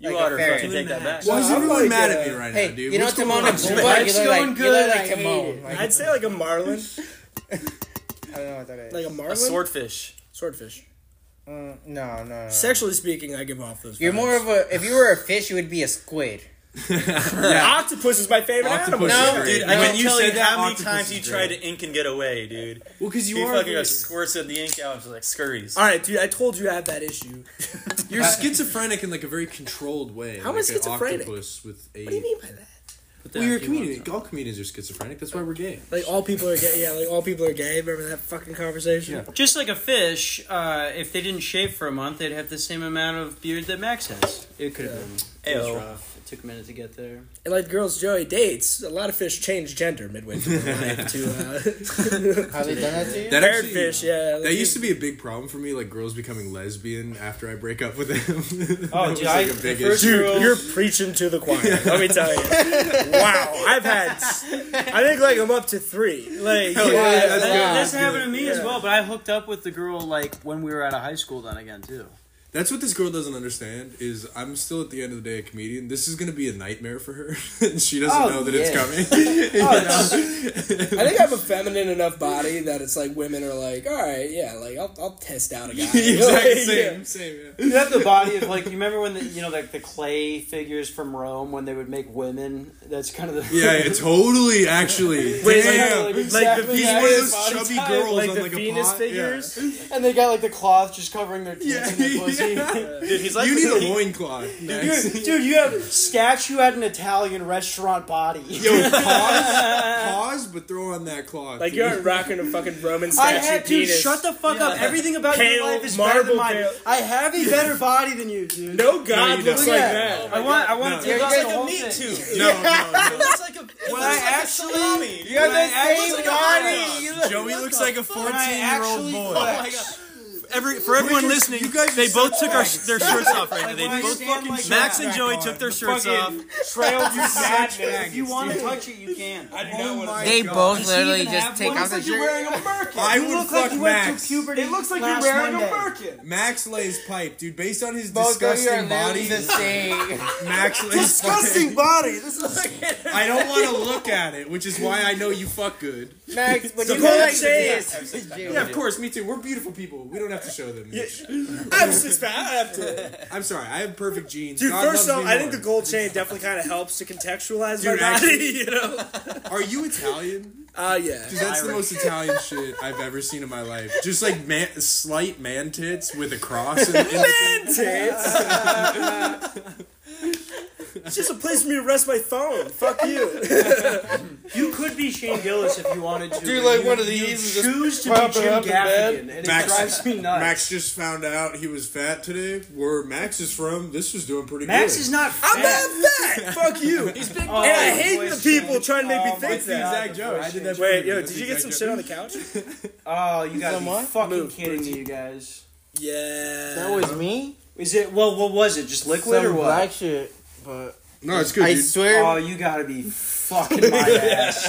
Speaker 6: You
Speaker 4: Like a
Speaker 6: ought to
Speaker 4: ferret.
Speaker 6: fucking take that back.
Speaker 7: Why is
Speaker 5: I'm
Speaker 7: everyone
Speaker 5: like,
Speaker 7: mad
Speaker 5: uh,
Speaker 7: at me right
Speaker 4: Hey,
Speaker 7: now, dude?
Speaker 4: you know
Speaker 7: What's
Speaker 4: Timon
Speaker 7: going on?
Speaker 4: and Pumbaa? You
Speaker 3: It's
Speaker 4: look
Speaker 3: going
Speaker 4: like you
Speaker 3: good,
Speaker 4: look like
Speaker 3: I hate
Speaker 4: Timon.
Speaker 3: it.
Speaker 4: Like,
Speaker 5: I'd say like a marlin.
Speaker 4: I don't know what that is.
Speaker 5: Like a marlin.
Speaker 6: A swordfish.
Speaker 5: Swordfish.
Speaker 4: Mm, no, no. no.
Speaker 5: Sexually speaking, I give off those.
Speaker 4: You're
Speaker 5: vibes.
Speaker 4: more of a. If you were a fish, you would be a squid.
Speaker 5: Octopus is my favorite animal.
Speaker 7: Octopus is
Speaker 4: No,
Speaker 7: great.
Speaker 4: dude,
Speaker 6: I
Speaker 4: No.
Speaker 6: can
Speaker 7: When you
Speaker 6: tell you
Speaker 7: said that,
Speaker 6: how many
Speaker 7: octopus
Speaker 6: times
Speaker 7: is
Speaker 6: you
Speaker 7: great.
Speaker 6: tried to ink and get away, dude.
Speaker 7: Well, because
Speaker 6: He
Speaker 7: you are.
Speaker 6: fucking
Speaker 7: weird.
Speaker 6: just squirts at the ink out and just like scurries.
Speaker 5: All right, dude. I told you I have that issue. Uh,
Speaker 7: You're schizophrenic in like a very controlled way.
Speaker 5: How am I
Speaker 7: like an
Speaker 5: schizophrenic?
Speaker 7: Octopus with a.
Speaker 5: What do you mean by that?
Speaker 7: Well, you're a comedian. All comedians are schizophrenic. That's why we're gay.
Speaker 5: Like all people are gay. Yeah, like all people are gay. Remember that fucking conversation?
Speaker 7: Yeah.
Speaker 3: Just like a fish, uh, if they didn't shave for a month, they'd have the same amount of beard that Max has. It could have been. It was
Speaker 6: Ayo.
Speaker 3: rough. It took a minute to get there.
Speaker 5: And like the girls Joey dates, a lot of fish change gender midway through their life to uh,
Speaker 4: Have they done that to you?
Speaker 7: That
Speaker 5: parrot
Speaker 7: actually-
Speaker 5: fish. Yeah, like,
Speaker 7: That used to be a big problem for me, like girls becoming lesbian after I break up with them.
Speaker 3: Oh,
Speaker 7: That was,
Speaker 3: dude,
Speaker 7: like,
Speaker 3: I-
Speaker 7: a big
Speaker 3: the first
Speaker 7: issue.
Speaker 3: girl-
Speaker 5: Dude, you're preaching to the choir. Let me tell you. Wow, I've had. I think like I'm up to three. Like
Speaker 7: Oh, yeah,
Speaker 5: yeah,
Speaker 7: that's
Speaker 5: like,
Speaker 7: good.
Speaker 3: this happened to me as well, but I hooked up with the girl like when we were out of high school. Then again, too.
Speaker 7: That's what this girl doesn't understand is I'm still at the end of the day a comedian. This is gonna be a nightmare for her. and she doesn't
Speaker 3: Oh,
Speaker 7: know that
Speaker 3: yeah.
Speaker 7: it's coming.
Speaker 5: Oh, I think I have a feminine enough body that it's like women are like, all right, yeah, like I'll, I'll test out a guy.
Speaker 7: exactly
Speaker 5: Like,
Speaker 7: same, same. Yeah.
Speaker 3: You have the body of like you remember when the you know like the clay figures from Rome when they would make women. That's kind of the
Speaker 7: yeah, yeah, totally. Actually,
Speaker 5: Wait,
Speaker 7: damn.
Speaker 3: like,
Speaker 5: Like the
Speaker 3: exactly
Speaker 7: He's
Speaker 5: Venus,
Speaker 7: one of those
Speaker 3: body
Speaker 7: chubby
Speaker 3: type,
Speaker 7: girls
Speaker 5: like
Speaker 7: on
Speaker 5: the
Speaker 7: like
Speaker 5: Venus
Speaker 7: a pot.
Speaker 5: figures.
Speaker 3: and they got like the cloth just covering their tits
Speaker 7: Yeah,
Speaker 3: and their pussy.
Speaker 7: yeah.
Speaker 6: Dude, he's like
Speaker 7: You need a loincloth. Max.
Speaker 3: Dude, dude, you have statue at an Italian restaurant body.
Speaker 7: Yo, pause, pause, but throw on that cloth.
Speaker 5: Like
Speaker 7: dude.
Speaker 5: you aren't rocking a fucking Roman
Speaker 3: I
Speaker 5: statue
Speaker 3: had to
Speaker 5: penis.
Speaker 3: shut the fuck up. Everything about
Speaker 5: Pale,
Speaker 3: your life is better
Speaker 5: marble
Speaker 3: than mine.
Speaker 5: pale.
Speaker 3: I have a better body than you, dude.
Speaker 5: no god
Speaker 7: you
Speaker 5: looks
Speaker 7: don't.
Speaker 5: like
Speaker 3: Yeah.
Speaker 5: that.
Speaker 3: I want. I want
Speaker 7: No.
Speaker 3: to take
Speaker 4: You're
Speaker 3: off
Speaker 4: like
Speaker 3: the
Speaker 4: a
Speaker 3: whole
Speaker 6: meat
Speaker 3: thing.
Speaker 6: tube.
Speaker 7: no, no, no.
Speaker 6: It's like a,
Speaker 3: When I actually,
Speaker 6: salami.
Speaker 3: when I
Speaker 4: Same
Speaker 3: actually,
Speaker 4: body. You
Speaker 7: Joey looks like a
Speaker 3: actually
Speaker 7: fourteen-year-old boy.
Speaker 3: flex.
Speaker 6: Every for everyone listening, you guys they both took our, their shirts off right now. They
Speaker 3: Like,
Speaker 6: both,
Speaker 3: fucking
Speaker 6: Max
Speaker 3: shit.
Speaker 6: and Joey took their shirts off.
Speaker 3: Trail to sadness. If you want to touch it, you can. I
Speaker 7: Oh
Speaker 3: do not want to.
Speaker 4: They both
Speaker 3: Does he
Speaker 4: literally
Speaker 3: even
Speaker 4: just
Speaker 3: have
Speaker 4: take
Speaker 3: one?
Speaker 4: off
Speaker 3: Looks
Speaker 4: the
Speaker 3: like you're
Speaker 4: shirt.
Speaker 3: wearing a merkin.
Speaker 7: I
Speaker 3: You
Speaker 7: would
Speaker 3: look like
Speaker 7: fuck
Speaker 3: you went through
Speaker 7: Max.
Speaker 3: puberty
Speaker 5: It looks like
Speaker 3: last
Speaker 5: you're wearing
Speaker 3: Monday.
Speaker 5: a merkin.
Speaker 7: Max lays pipe, dude. Based on his
Speaker 4: Both of you are
Speaker 7: disgusting body,
Speaker 4: literally the same.
Speaker 7: Max lays
Speaker 5: Disgusting
Speaker 7: pipe.
Speaker 5: body. This is
Speaker 7: I don't want to look at it, which is why I know you fuck good.
Speaker 4: Max, when you
Speaker 5: cold
Speaker 4: go like
Speaker 5: shade.
Speaker 4: this,
Speaker 7: Yeah, of course, me too. We're beautiful people. We don't have to show them. this shit.
Speaker 5: I have a six pack. I have to.
Speaker 7: I'm sorry. I have perfect genes.
Speaker 5: Dude,
Speaker 7: God
Speaker 5: first
Speaker 7: loves
Speaker 5: off,
Speaker 7: me
Speaker 5: I think the
Speaker 7: more.
Speaker 5: gold chain definitely kind of helps to contextualize my
Speaker 7: Dude,
Speaker 5: body.
Speaker 7: actually-
Speaker 5: You know.
Speaker 7: Are you Italian?
Speaker 5: Uh, yeah.
Speaker 7: Dude, that's the most Italian shit I've ever seen in my life. Just like man, slight man tits with a cross. In, in the
Speaker 5: Tits. it's just a place for me to rest my phone. Fuck you.
Speaker 3: You could be Shane Gillis if you wanted to.
Speaker 4: Do
Speaker 3: but
Speaker 4: like
Speaker 3: you-
Speaker 4: one of
Speaker 3: you
Speaker 4: these and just
Speaker 3: choose to
Speaker 4: pop
Speaker 3: be
Speaker 4: it
Speaker 3: Jim
Speaker 4: up in bed.
Speaker 3: Gaffigan, and it
Speaker 7: Max-
Speaker 3: drives me nuts. Max,
Speaker 7: Max just found out he was fat today. Where Max is from, this was doing pretty good.
Speaker 3: is not. Fat.
Speaker 5: I'm not fat. Fuck you.
Speaker 3: Oh,
Speaker 5: and I
Speaker 3: my
Speaker 5: hate
Speaker 3: voice
Speaker 5: the people
Speaker 3: changed.
Speaker 5: trying to make me
Speaker 3: Oh, my
Speaker 5: think
Speaker 7: the
Speaker 5: that.
Speaker 7: exact joke. I did that.
Speaker 5: Wait,
Speaker 7: for
Speaker 5: yo, did
Speaker 7: you. That's
Speaker 5: you
Speaker 7: the
Speaker 5: get some
Speaker 7: exact
Speaker 5: shit
Speaker 7: joke.
Speaker 5: on the couch?
Speaker 3: Oh, you gotta be
Speaker 4: Someone?
Speaker 3: fucking
Speaker 5: Move,
Speaker 3: kidding
Speaker 5: please.
Speaker 3: me, you guys.
Speaker 5: Yeah.
Speaker 4: That was me.
Speaker 3: Is it? Well, what was it? Just liquid or
Speaker 4: Some
Speaker 3: what?
Speaker 4: black shit, but
Speaker 7: No, it's good.
Speaker 4: I
Speaker 7: dude.
Speaker 4: swear.
Speaker 3: Oh, you gotta be fucking my ass.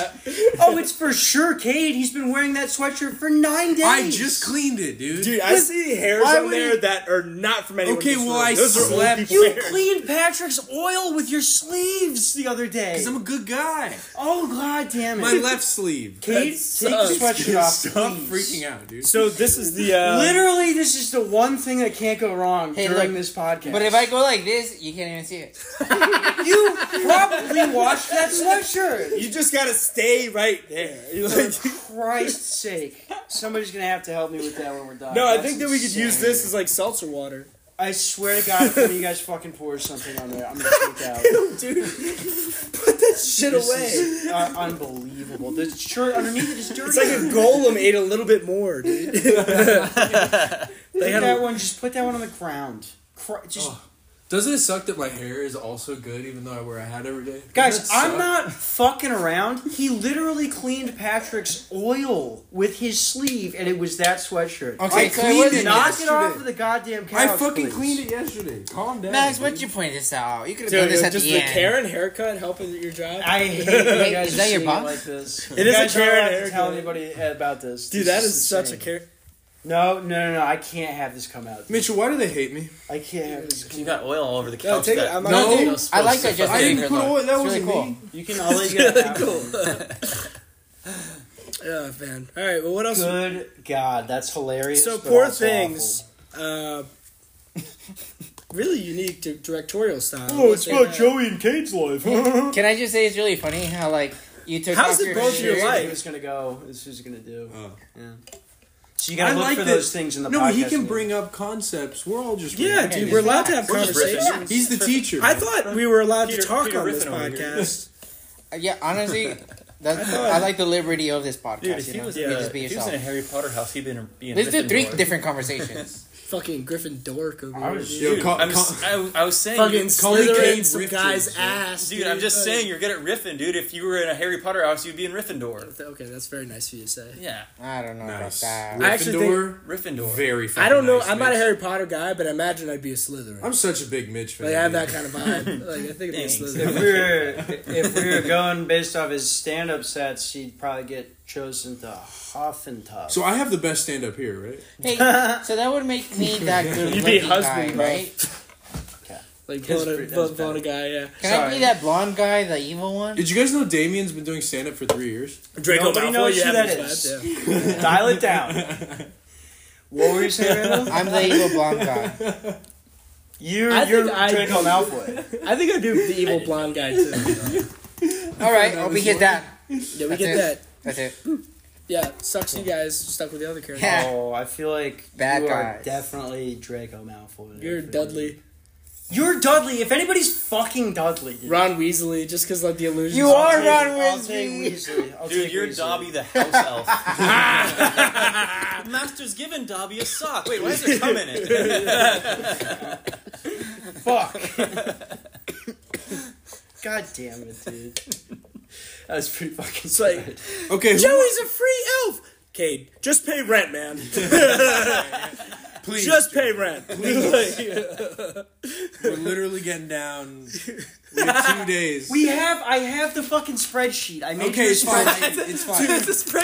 Speaker 3: Oh, it's for sure, Cade. He's been wearing that sweatshirt for nine days.
Speaker 7: I just cleaned it, dude.
Speaker 5: Dude, I see hairs
Speaker 7: Why
Speaker 5: on
Speaker 7: would
Speaker 5: there
Speaker 7: he-
Speaker 5: that are not from anyone.
Speaker 7: Okay,
Speaker 5: in this
Speaker 7: well,
Speaker 5: room.
Speaker 7: I
Speaker 5: Those are old
Speaker 7: slept-
Speaker 5: people
Speaker 3: You
Speaker 5: hairs.
Speaker 3: cleaned Patrick's oil with your sleeves the other day.
Speaker 7: Cause I'm a good guy.
Speaker 3: Oh god damn it!
Speaker 7: My left sleeve.
Speaker 3: Cade, take the sweatshirt off,
Speaker 7: Stop
Speaker 3: please.
Speaker 7: freaking out, dude.
Speaker 5: So this is the uh,
Speaker 3: Literally, this is the one thing that can't go wrong
Speaker 4: Hey,
Speaker 3: during
Speaker 4: look,
Speaker 3: this podcast.
Speaker 4: But if I go like this, you can't even see it.
Speaker 3: you probably washed that sweatshirt.
Speaker 5: You just gotta stay right there. You're like-
Speaker 3: Christ's sake! Somebody's gonna have to help me with that when we're done.
Speaker 5: no, I
Speaker 3: That's
Speaker 5: think that we could
Speaker 3: insane.
Speaker 5: use this as like seltzer water.
Speaker 3: I swear to God, if one of you guys fucking pours something on there, I'm gonna freak out.
Speaker 5: Shit
Speaker 3: This is, uh, unbelievable. The shirt underneath it is dirty.
Speaker 5: It's like a golem ate a little bit more, dude. they
Speaker 3: put
Speaker 5: had
Speaker 3: that
Speaker 5: a, Oh,
Speaker 3: one. Just put that one on the ground. Cr- Just
Speaker 7: Doesn't it suck that my hair is also good, even though I wear a hat every day?
Speaker 3: Guys, I'm not fucking around. He literally cleaned Patrick's oil with his sleeve, and it was that sweatshirt.
Speaker 7: Okay,
Speaker 4: Okay, so I
Speaker 7: cleaned
Speaker 4: wasn't
Speaker 7: it
Speaker 3: Knock
Speaker 7: yesterday.
Speaker 3: it off of the goddamn couch.
Speaker 7: I fucking
Speaker 3: please.
Speaker 7: cleaned it yesterday. Calm down.
Speaker 4: Max,
Speaker 7: dude.
Speaker 4: why'd you point this out? You could have
Speaker 5: dude,
Speaker 4: done this at
Speaker 5: just
Speaker 4: the
Speaker 5: the
Speaker 4: end.
Speaker 5: Karen haircut helping your job.
Speaker 3: I hate when you
Speaker 4: Wait,
Speaker 3: guys
Speaker 4: is
Speaker 3: are
Speaker 4: that your
Speaker 3: seeing it
Speaker 4: boss?
Speaker 3: like this.
Speaker 5: It is
Speaker 3: You guys
Speaker 5: a Karen
Speaker 3: don't have to
Speaker 5: haircut.
Speaker 3: tell anybody about this.
Speaker 5: dude,
Speaker 3: This
Speaker 5: that is such a
Speaker 3: insane.
Speaker 5: Karen.
Speaker 3: No, no, no, no. I can't have this come out.
Speaker 7: Mitchell, why do they hate me?
Speaker 3: I can't have this.
Speaker 6: You got oil all over the couch.
Speaker 5: No, take it.
Speaker 6: that-
Speaker 5: I'm
Speaker 7: No.
Speaker 5: not.
Speaker 4: I like Oh, that just
Speaker 7: I didn't put oil. That
Speaker 4: It's
Speaker 7: wasn't
Speaker 4: really cool.
Speaker 7: me.
Speaker 3: You can. I'll let you get that one.
Speaker 5: Oh man. All right. Well, what else?
Speaker 3: Good God, that's hilarious.
Speaker 5: So
Speaker 3: but
Speaker 5: poor
Speaker 3: also
Speaker 5: things. Uh, really unique to directorial style.
Speaker 6: Oh,
Speaker 3: awful.
Speaker 5: Uh,
Speaker 3: and Kate's life.
Speaker 4: Can I just say it's really funny how like you took
Speaker 5: How's
Speaker 4: off
Speaker 5: it
Speaker 4: your
Speaker 5: both
Speaker 4: shirt?
Speaker 5: your life?
Speaker 3: He was gonna go. This is gonna do.
Speaker 7: Oh.
Speaker 3: Yeah. So you gotta
Speaker 7: I
Speaker 3: look
Speaker 7: like
Speaker 3: for
Speaker 7: that-
Speaker 3: those things in the
Speaker 7: No,
Speaker 3: podcast.
Speaker 7: he can bring up concepts. We're all just
Speaker 5: Yeah,
Speaker 7: random.
Speaker 5: dude, we're allowed to have
Speaker 6: We're just
Speaker 5: conversations.
Speaker 6: riffing.
Speaker 7: He's the teacher.
Speaker 5: I
Speaker 7: man.
Speaker 5: thought we were allowed
Speaker 6: Peter-
Speaker 5: to talk
Speaker 6: Peter
Speaker 5: on this
Speaker 6: Griffin over here.
Speaker 5: podcast.
Speaker 4: Uh, Yeah, honestly, that's, I like the liberty of this podcast.
Speaker 6: Dude, if
Speaker 4: you
Speaker 6: he
Speaker 4: know?
Speaker 6: was,
Speaker 4: You
Speaker 6: uh,
Speaker 4: just be
Speaker 6: if he was
Speaker 4: yourself.
Speaker 6: in a Harry Potter house, he'd been being.
Speaker 4: Let's do three different conversations.
Speaker 5: Fucking Griffin dork over
Speaker 3: I
Speaker 5: here.
Speaker 3: was-
Speaker 5: dude.
Speaker 7: Yo, call,
Speaker 6: I'm,
Speaker 7: call,
Speaker 6: s- I, I was saying,
Speaker 5: Fucking
Speaker 7: call me
Speaker 5: slithering
Speaker 7: Cade
Speaker 5: some
Speaker 7: Rifters,
Speaker 5: guy's
Speaker 7: yo.
Speaker 5: ass,
Speaker 6: dude, I'm just saying, you're good at riffing, dude. If you were in a Harry Potter house, you'd be in Riffindor.
Speaker 5: Okay, that's very nice of you to say.
Speaker 6: Yeah,
Speaker 4: I don't know
Speaker 7: nice.
Speaker 4: about
Speaker 7: Gryffindor,
Speaker 4: that.
Speaker 5: I actually think-
Speaker 6: Riffindor.
Speaker 7: very.
Speaker 5: I don't
Speaker 7: fucking
Speaker 5: know.
Speaker 7: nice,
Speaker 5: I'm not a
Speaker 7: Mitch.
Speaker 5: Harry Potter guy, but I imagine I'd be a Slytherin.
Speaker 7: I'm such a big Mitch fan.
Speaker 5: like I have that
Speaker 7: dude.
Speaker 5: kind of vibe. like I think I'd be a
Speaker 6: Thanks.
Speaker 5: Slytherin.
Speaker 3: if we were if we were going based off his stand up sets, he'd probably get chosen to Huffington.
Speaker 7: So I have the best stand up here, right?
Speaker 4: Hey, so that would make me that good
Speaker 5: You'd be
Speaker 4: looking
Speaker 5: husband,
Speaker 4: guy,
Speaker 5: bro.
Speaker 4: right?
Speaker 5: Like
Speaker 3: That's
Speaker 5: vote a,
Speaker 3: pretty-
Speaker 5: vote,
Speaker 3: that's
Speaker 5: vote a guy. Yeah.
Speaker 4: Can I
Speaker 3: Sorry.
Speaker 4: be that blonde guy, the evil one?
Speaker 7: Did you guys know Damien's been doing stand up for three years?
Speaker 5: Draco
Speaker 3: Nobody
Speaker 5: Malfoy.
Speaker 3: knows
Speaker 5: you
Speaker 3: who
Speaker 5: have
Speaker 3: that
Speaker 5: his
Speaker 3: is.
Speaker 5: vibes, yeah.
Speaker 3: Dial it down. What were you saying, Randall?
Speaker 4: I'm the evil blonde guy.
Speaker 3: You're
Speaker 5: I think
Speaker 3: you're
Speaker 5: I-
Speaker 3: Draco Malfoy.
Speaker 5: I think I'd be the evil blonde guy too.
Speaker 4: All right, oh, we get that.
Speaker 5: Yeah, we
Speaker 4: That's
Speaker 5: get
Speaker 4: it.
Speaker 5: that.
Speaker 4: That's it.
Speaker 5: Yeah, sucks you guys stuck with the other character.
Speaker 4: Yeah.
Speaker 3: Oh, I feel like
Speaker 4: Bad
Speaker 3: you are
Speaker 4: guys.
Speaker 3: definitely Draco Malfoy.
Speaker 5: You're Dudley,
Speaker 3: You're Dudley. If anybody's fucking Dudley, dude.
Speaker 5: Ron Weasley, just because like the illusion.
Speaker 4: You
Speaker 3: I'll
Speaker 4: are
Speaker 3: take-
Speaker 4: Ron
Speaker 3: I'll take
Speaker 4: Weasley.
Speaker 3: Weasley. I'll
Speaker 6: Dude,
Speaker 3: take
Speaker 6: you're
Speaker 3: Weasley.
Speaker 6: Dobby the house elf. Master's giving Dobby a sock. Wait, why is there cum in it?
Speaker 3: Fuck. God damn it, dude. That's pretty fucking.
Speaker 5: It's like
Speaker 7: Okay, who,
Speaker 5: Joey's a free elf. Cade, just pay rent, man.
Speaker 7: Please,
Speaker 5: just pay rent.
Speaker 7: we're literally getting down. We have two days.
Speaker 3: We have. I have the fucking spreadsheet. I made
Speaker 7: okay,
Speaker 3: you a
Speaker 7: it's fine.
Speaker 3: spreadsheet.
Speaker 7: I- It's
Speaker 5: It's a
Speaker 7: fine.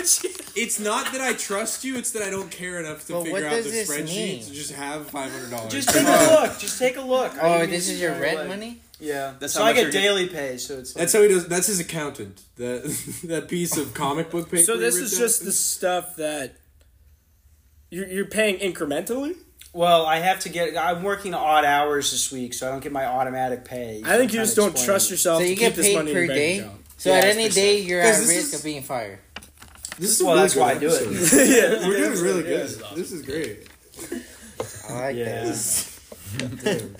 Speaker 5: spreadsheet.
Speaker 7: It's not that I trust you. It's that I don't care enough to
Speaker 4: But what
Speaker 7: figure out
Speaker 4: does
Speaker 7: the
Speaker 4: this mean?
Speaker 7: spreadsheet to just have five hundred dollars.
Speaker 3: Just take a look. Just take a look. I
Speaker 4: Oh,
Speaker 3: didn't
Speaker 4: this
Speaker 3: use
Speaker 4: is
Speaker 3: it
Speaker 4: your
Speaker 3: right
Speaker 4: rent
Speaker 3: away.
Speaker 4: money?
Speaker 3: Yeah.
Speaker 6: That's
Speaker 3: so
Speaker 6: how
Speaker 3: I
Speaker 6: much
Speaker 3: get
Speaker 6: you're getting.
Speaker 3: daily pay. So it's. Like,
Speaker 7: That's how he does. That's his accountant. That that piece of comic book paper.
Speaker 5: So
Speaker 7: he
Speaker 5: this
Speaker 7: ripped
Speaker 5: is
Speaker 7: out.
Speaker 5: just the stuff that you're, you're paying incrementally.
Speaker 3: well, I have to get. I'm working odd hours this week, so I don't get my automatic pay.
Speaker 5: I think you just don't trust yourself
Speaker 4: So
Speaker 5: to
Speaker 4: you
Speaker 5: keep
Speaker 4: get
Speaker 5: this
Speaker 4: paid
Speaker 5: money in
Speaker 4: per
Speaker 5: your bank
Speaker 4: day?
Speaker 5: account.
Speaker 4: So at any day, you're at
Speaker 7: Guys, this
Speaker 4: risk
Speaker 7: is-
Speaker 4: of being fired.
Speaker 7: This is a
Speaker 3: Well,
Speaker 7: really
Speaker 3: that's
Speaker 7: good
Speaker 3: why I do it.
Speaker 7: episode.
Speaker 5: yeah,
Speaker 7: We're doing really good. This is great.
Speaker 4: I like
Speaker 3: Yeah.
Speaker 4: that.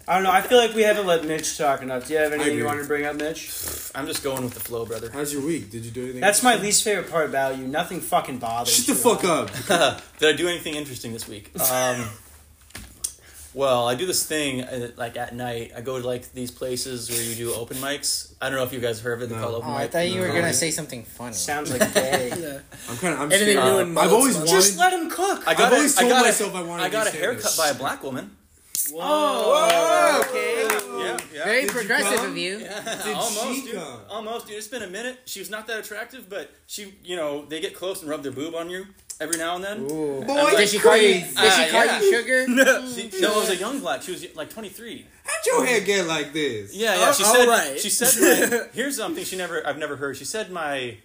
Speaker 3: I don't know. I feel like we haven't let Mitch talk enough. Do you have anything
Speaker 7: agree.
Speaker 3: you want to bring up, Mitch?
Speaker 6: I'm just going with the flow, brother.
Speaker 7: How's your week? Did you do anything?
Speaker 3: That's my least favorite part about you. Nothing fucking bothers.
Speaker 7: Shut the
Speaker 3: you.
Speaker 7: fuck up.
Speaker 6: Did I do anything interesting this week? Um, well, I do this thing uh, like at night. I go to like these places where you do open mics. I don't know if you guys have heard of it. They're
Speaker 7: No.
Speaker 6: called
Speaker 4: Oh,
Speaker 6: open
Speaker 4: I
Speaker 6: mic.
Speaker 4: thought you were
Speaker 7: No.
Speaker 4: gonna say something funny.
Speaker 3: Sounds like gay.
Speaker 7: I'm kind of. I'm
Speaker 5: Anything
Speaker 7: scared.
Speaker 5: new in
Speaker 7: Uh, I've
Speaker 5: Mullet's
Speaker 7: always
Speaker 5: mouth?
Speaker 7: wanted.
Speaker 3: just let him cook.
Speaker 6: I got
Speaker 7: I've
Speaker 6: a-
Speaker 7: always
Speaker 6: I
Speaker 7: told
Speaker 6: got a-
Speaker 7: myself I wanted
Speaker 6: I
Speaker 7: to
Speaker 6: got a
Speaker 7: do
Speaker 6: haircut
Speaker 7: stand-up.
Speaker 6: by a black woman.
Speaker 3: oh,
Speaker 6: Yeah, yeah.
Speaker 4: Very
Speaker 7: Did you
Speaker 4: progressive
Speaker 7: come?
Speaker 4: of you.
Speaker 7: Did
Speaker 6: almost,
Speaker 7: she
Speaker 6: dude.
Speaker 7: come?
Speaker 6: Almost, dude. It's been a minute. She was not that attractive, but she, you know, they get close and rub their boob on you every now and then.
Speaker 7: Boy,
Speaker 4: Did she call you? Did
Speaker 7: crazy.
Speaker 4: she
Speaker 6: Ah,
Speaker 4: call
Speaker 6: yeah.
Speaker 4: you sugar?
Speaker 6: She, no, it was a young black. She was like 23.
Speaker 7: How'd your hair get like this?
Speaker 6: Yeah, yeah.
Speaker 5: Oh,
Speaker 6: She
Speaker 5: all
Speaker 6: said.
Speaker 5: right.
Speaker 6: She said. My, here's something she never. I've never heard. She said my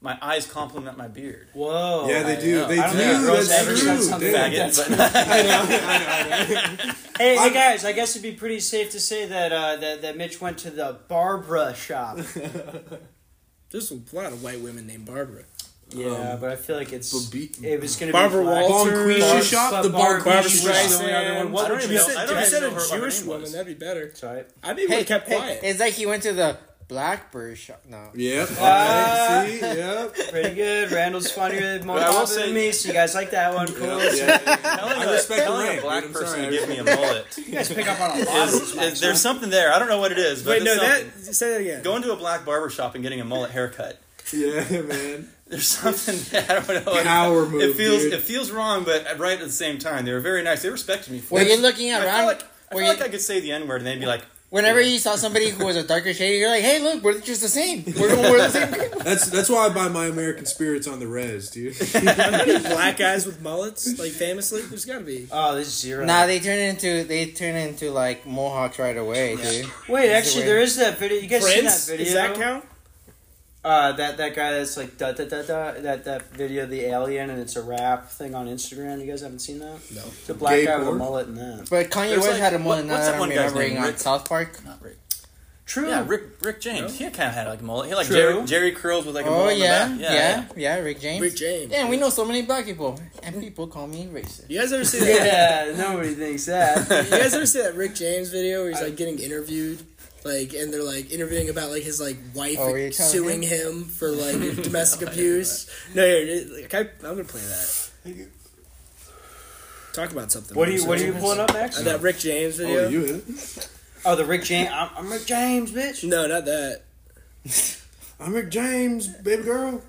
Speaker 6: my eyes compliment my beard.
Speaker 3: whoa.
Speaker 7: Yeah, they do. They
Speaker 3: Oh, I don't
Speaker 7: do.
Speaker 3: think a girl's
Speaker 7: That's
Speaker 3: ever
Speaker 7: true.
Speaker 3: said something
Speaker 7: dude.
Speaker 3: like that.
Speaker 6: Faggot, but-
Speaker 3: Hey, hey guys, I guess it'd be pretty safe to say that uh, that that Mitch went to the Barbara shop.
Speaker 5: There's a lot of white women named Barbara.
Speaker 3: Yeah, but I feel like it's
Speaker 7: Babi-
Speaker 3: it was gonna
Speaker 5: Barbara
Speaker 3: be black.
Speaker 5: Walters.
Speaker 7: Bonquisha shop. The
Speaker 3: Bar-
Speaker 5: Barbara
Speaker 7: Bonquisha
Speaker 3: Streisand.
Speaker 7: shop.
Speaker 3: the only other one.
Speaker 5: Streisand.
Speaker 3: What
Speaker 5: I don't
Speaker 3: would
Speaker 5: even
Speaker 3: you
Speaker 5: know.
Speaker 3: say?
Speaker 5: I
Speaker 6: If you
Speaker 5: don't
Speaker 6: said
Speaker 5: even know
Speaker 6: a
Speaker 5: her
Speaker 6: Jewish
Speaker 5: Jewish
Speaker 6: woman,
Speaker 5: woman. That'd be better.
Speaker 3: Sorry.
Speaker 5: I mean,
Speaker 4: Hey,
Speaker 5: we kept
Speaker 4: hey,
Speaker 5: quiet.
Speaker 4: It's like you went to the Blackbird shop. No.
Speaker 7: Yep. All
Speaker 3: Ah.
Speaker 7: right. See. Yep.
Speaker 3: Pretty good. Randall's funnier than more
Speaker 6: But I will
Speaker 3: popular than
Speaker 6: say-
Speaker 3: me, so you guys like that one. Cool.
Speaker 7: Yeah, yeah, yeah.
Speaker 6: Telling
Speaker 7: I
Speaker 6: a-
Speaker 7: respect
Speaker 6: telling
Speaker 7: rank,
Speaker 6: a black
Speaker 7: dude, I'm
Speaker 6: person
Speaker 7: sorry, I
Speaker 6: to give me a mullet.
Speaker 3: You guys pick up on a lot of
Speaker 6: is,
Speaker 3: this. Mike.
Speaker 6: is- there's something there. I don't know what it is, but
Speaker 5: Wait, no,
Speaker 6: it's something.
Speaker 5: that say that again.
Speaker 6: going to a black barber shop and getting a mullet haircut.
Speaker 7: Yeah, man.
Speaker 6: There's something that I don't know. what-
Speaker 7: Power move,
Speaker 6: It feels
Speaker 7: dude.
Speaker 6: it feels wrong, but right at the same time, they were very nice. They respected me for
Speaker 4: Were
Speaker 6: it.
Speaker 4: you looking around?
Speaker 6: I felt like I
Speaker 4: were
Speaker 6: felt
Speaker 4: you-
Speaker 6: like I could say the n word and they'd be like,
Speaker 4: Whenever you saw somebody who was a darker shade, you're like, "Hey, look, we're just the same. We're, we're the same." people."
Speaker 7: That's that's why I buy my American spirits on the res, dude.
Speaker 5: black guys with mullets, like famously, there's got to be.
Speaker 3: Oh, this is zero.
Speaker 4: Nah, they turn into they turn into like mohawks right away, dude.
Speaker 3: Wait, actually, there is that video. You guys seen that
Speaker 5: Prince?
Speaker 3: video?
Speaker 5: Does that count?
Speaker 3: Uh, that that guy that's like da da da da. That that video, of the alien, and it's a rap thing on Instagram. You guys haven't seen that? No. It's a black
Speaker 7: Gay
Speaker 3: guy with a
Speaker 7: porn?
Speaker 3: mullet and that.
Speaker 4: But Kanye
Speaker 6: There's
Speaker 4: West
Speaker 6: like-
Speaker 4: had a
Speaker 6: what-
Speaker 4: mullet.
Speaker 6: what's
Speaker 4: now
Speaker 6: that
Speaker 4: that I'm
Speaker 6: one guy's
Speaker 4: remembering
Speaker 6: name?
Speaker 4: on
Speaker 6: Rick-
Speaker 4: South Park.
Speaker 6: "Not Rick."
Speaker 3: True.
Speaker 6: Yeah, Rick Rick James. He kind of had like a mullet. He had, like
Speaker 3: True.
Speaker 6: Jerry, Jerry curls with like a
Speaker 4: Oh
Speaker 6: mullet. in the
Speaker 4: yeah,
Speaker 6: back.
Speaker 4: yeah, yeah, Rick James.
Speaker 5: Rick James.
Speaker 4: Damn, we know so many black people, and people call me racist.
Speaker 5: You guys ever see that?
Speaker 3: yeah. Nobody thinks that.
Speaker 5: You guys ever see that Rick James video where he's like getting interviewed? Like and they're like interviewing about like his like wife
Speaker 4: Oh, were you telling
Speaker 5: suing him? for like domestic abuse. No, here, it- like, I, I'm gonna play that. Talk about something.
Speaker 3: What are you
Speaker 5: Marcel.
Speaker 3: What are you pulling up next?
Speaker 5: Uh, that Rick James video?
Speaker 7: Oh, you in?
Speaker 3: Oh, the Rick James. I'm, I'm Rick James, bitch.
Speaker 5: no, not that.
Speaker 7: I'm Rick James, baby girl.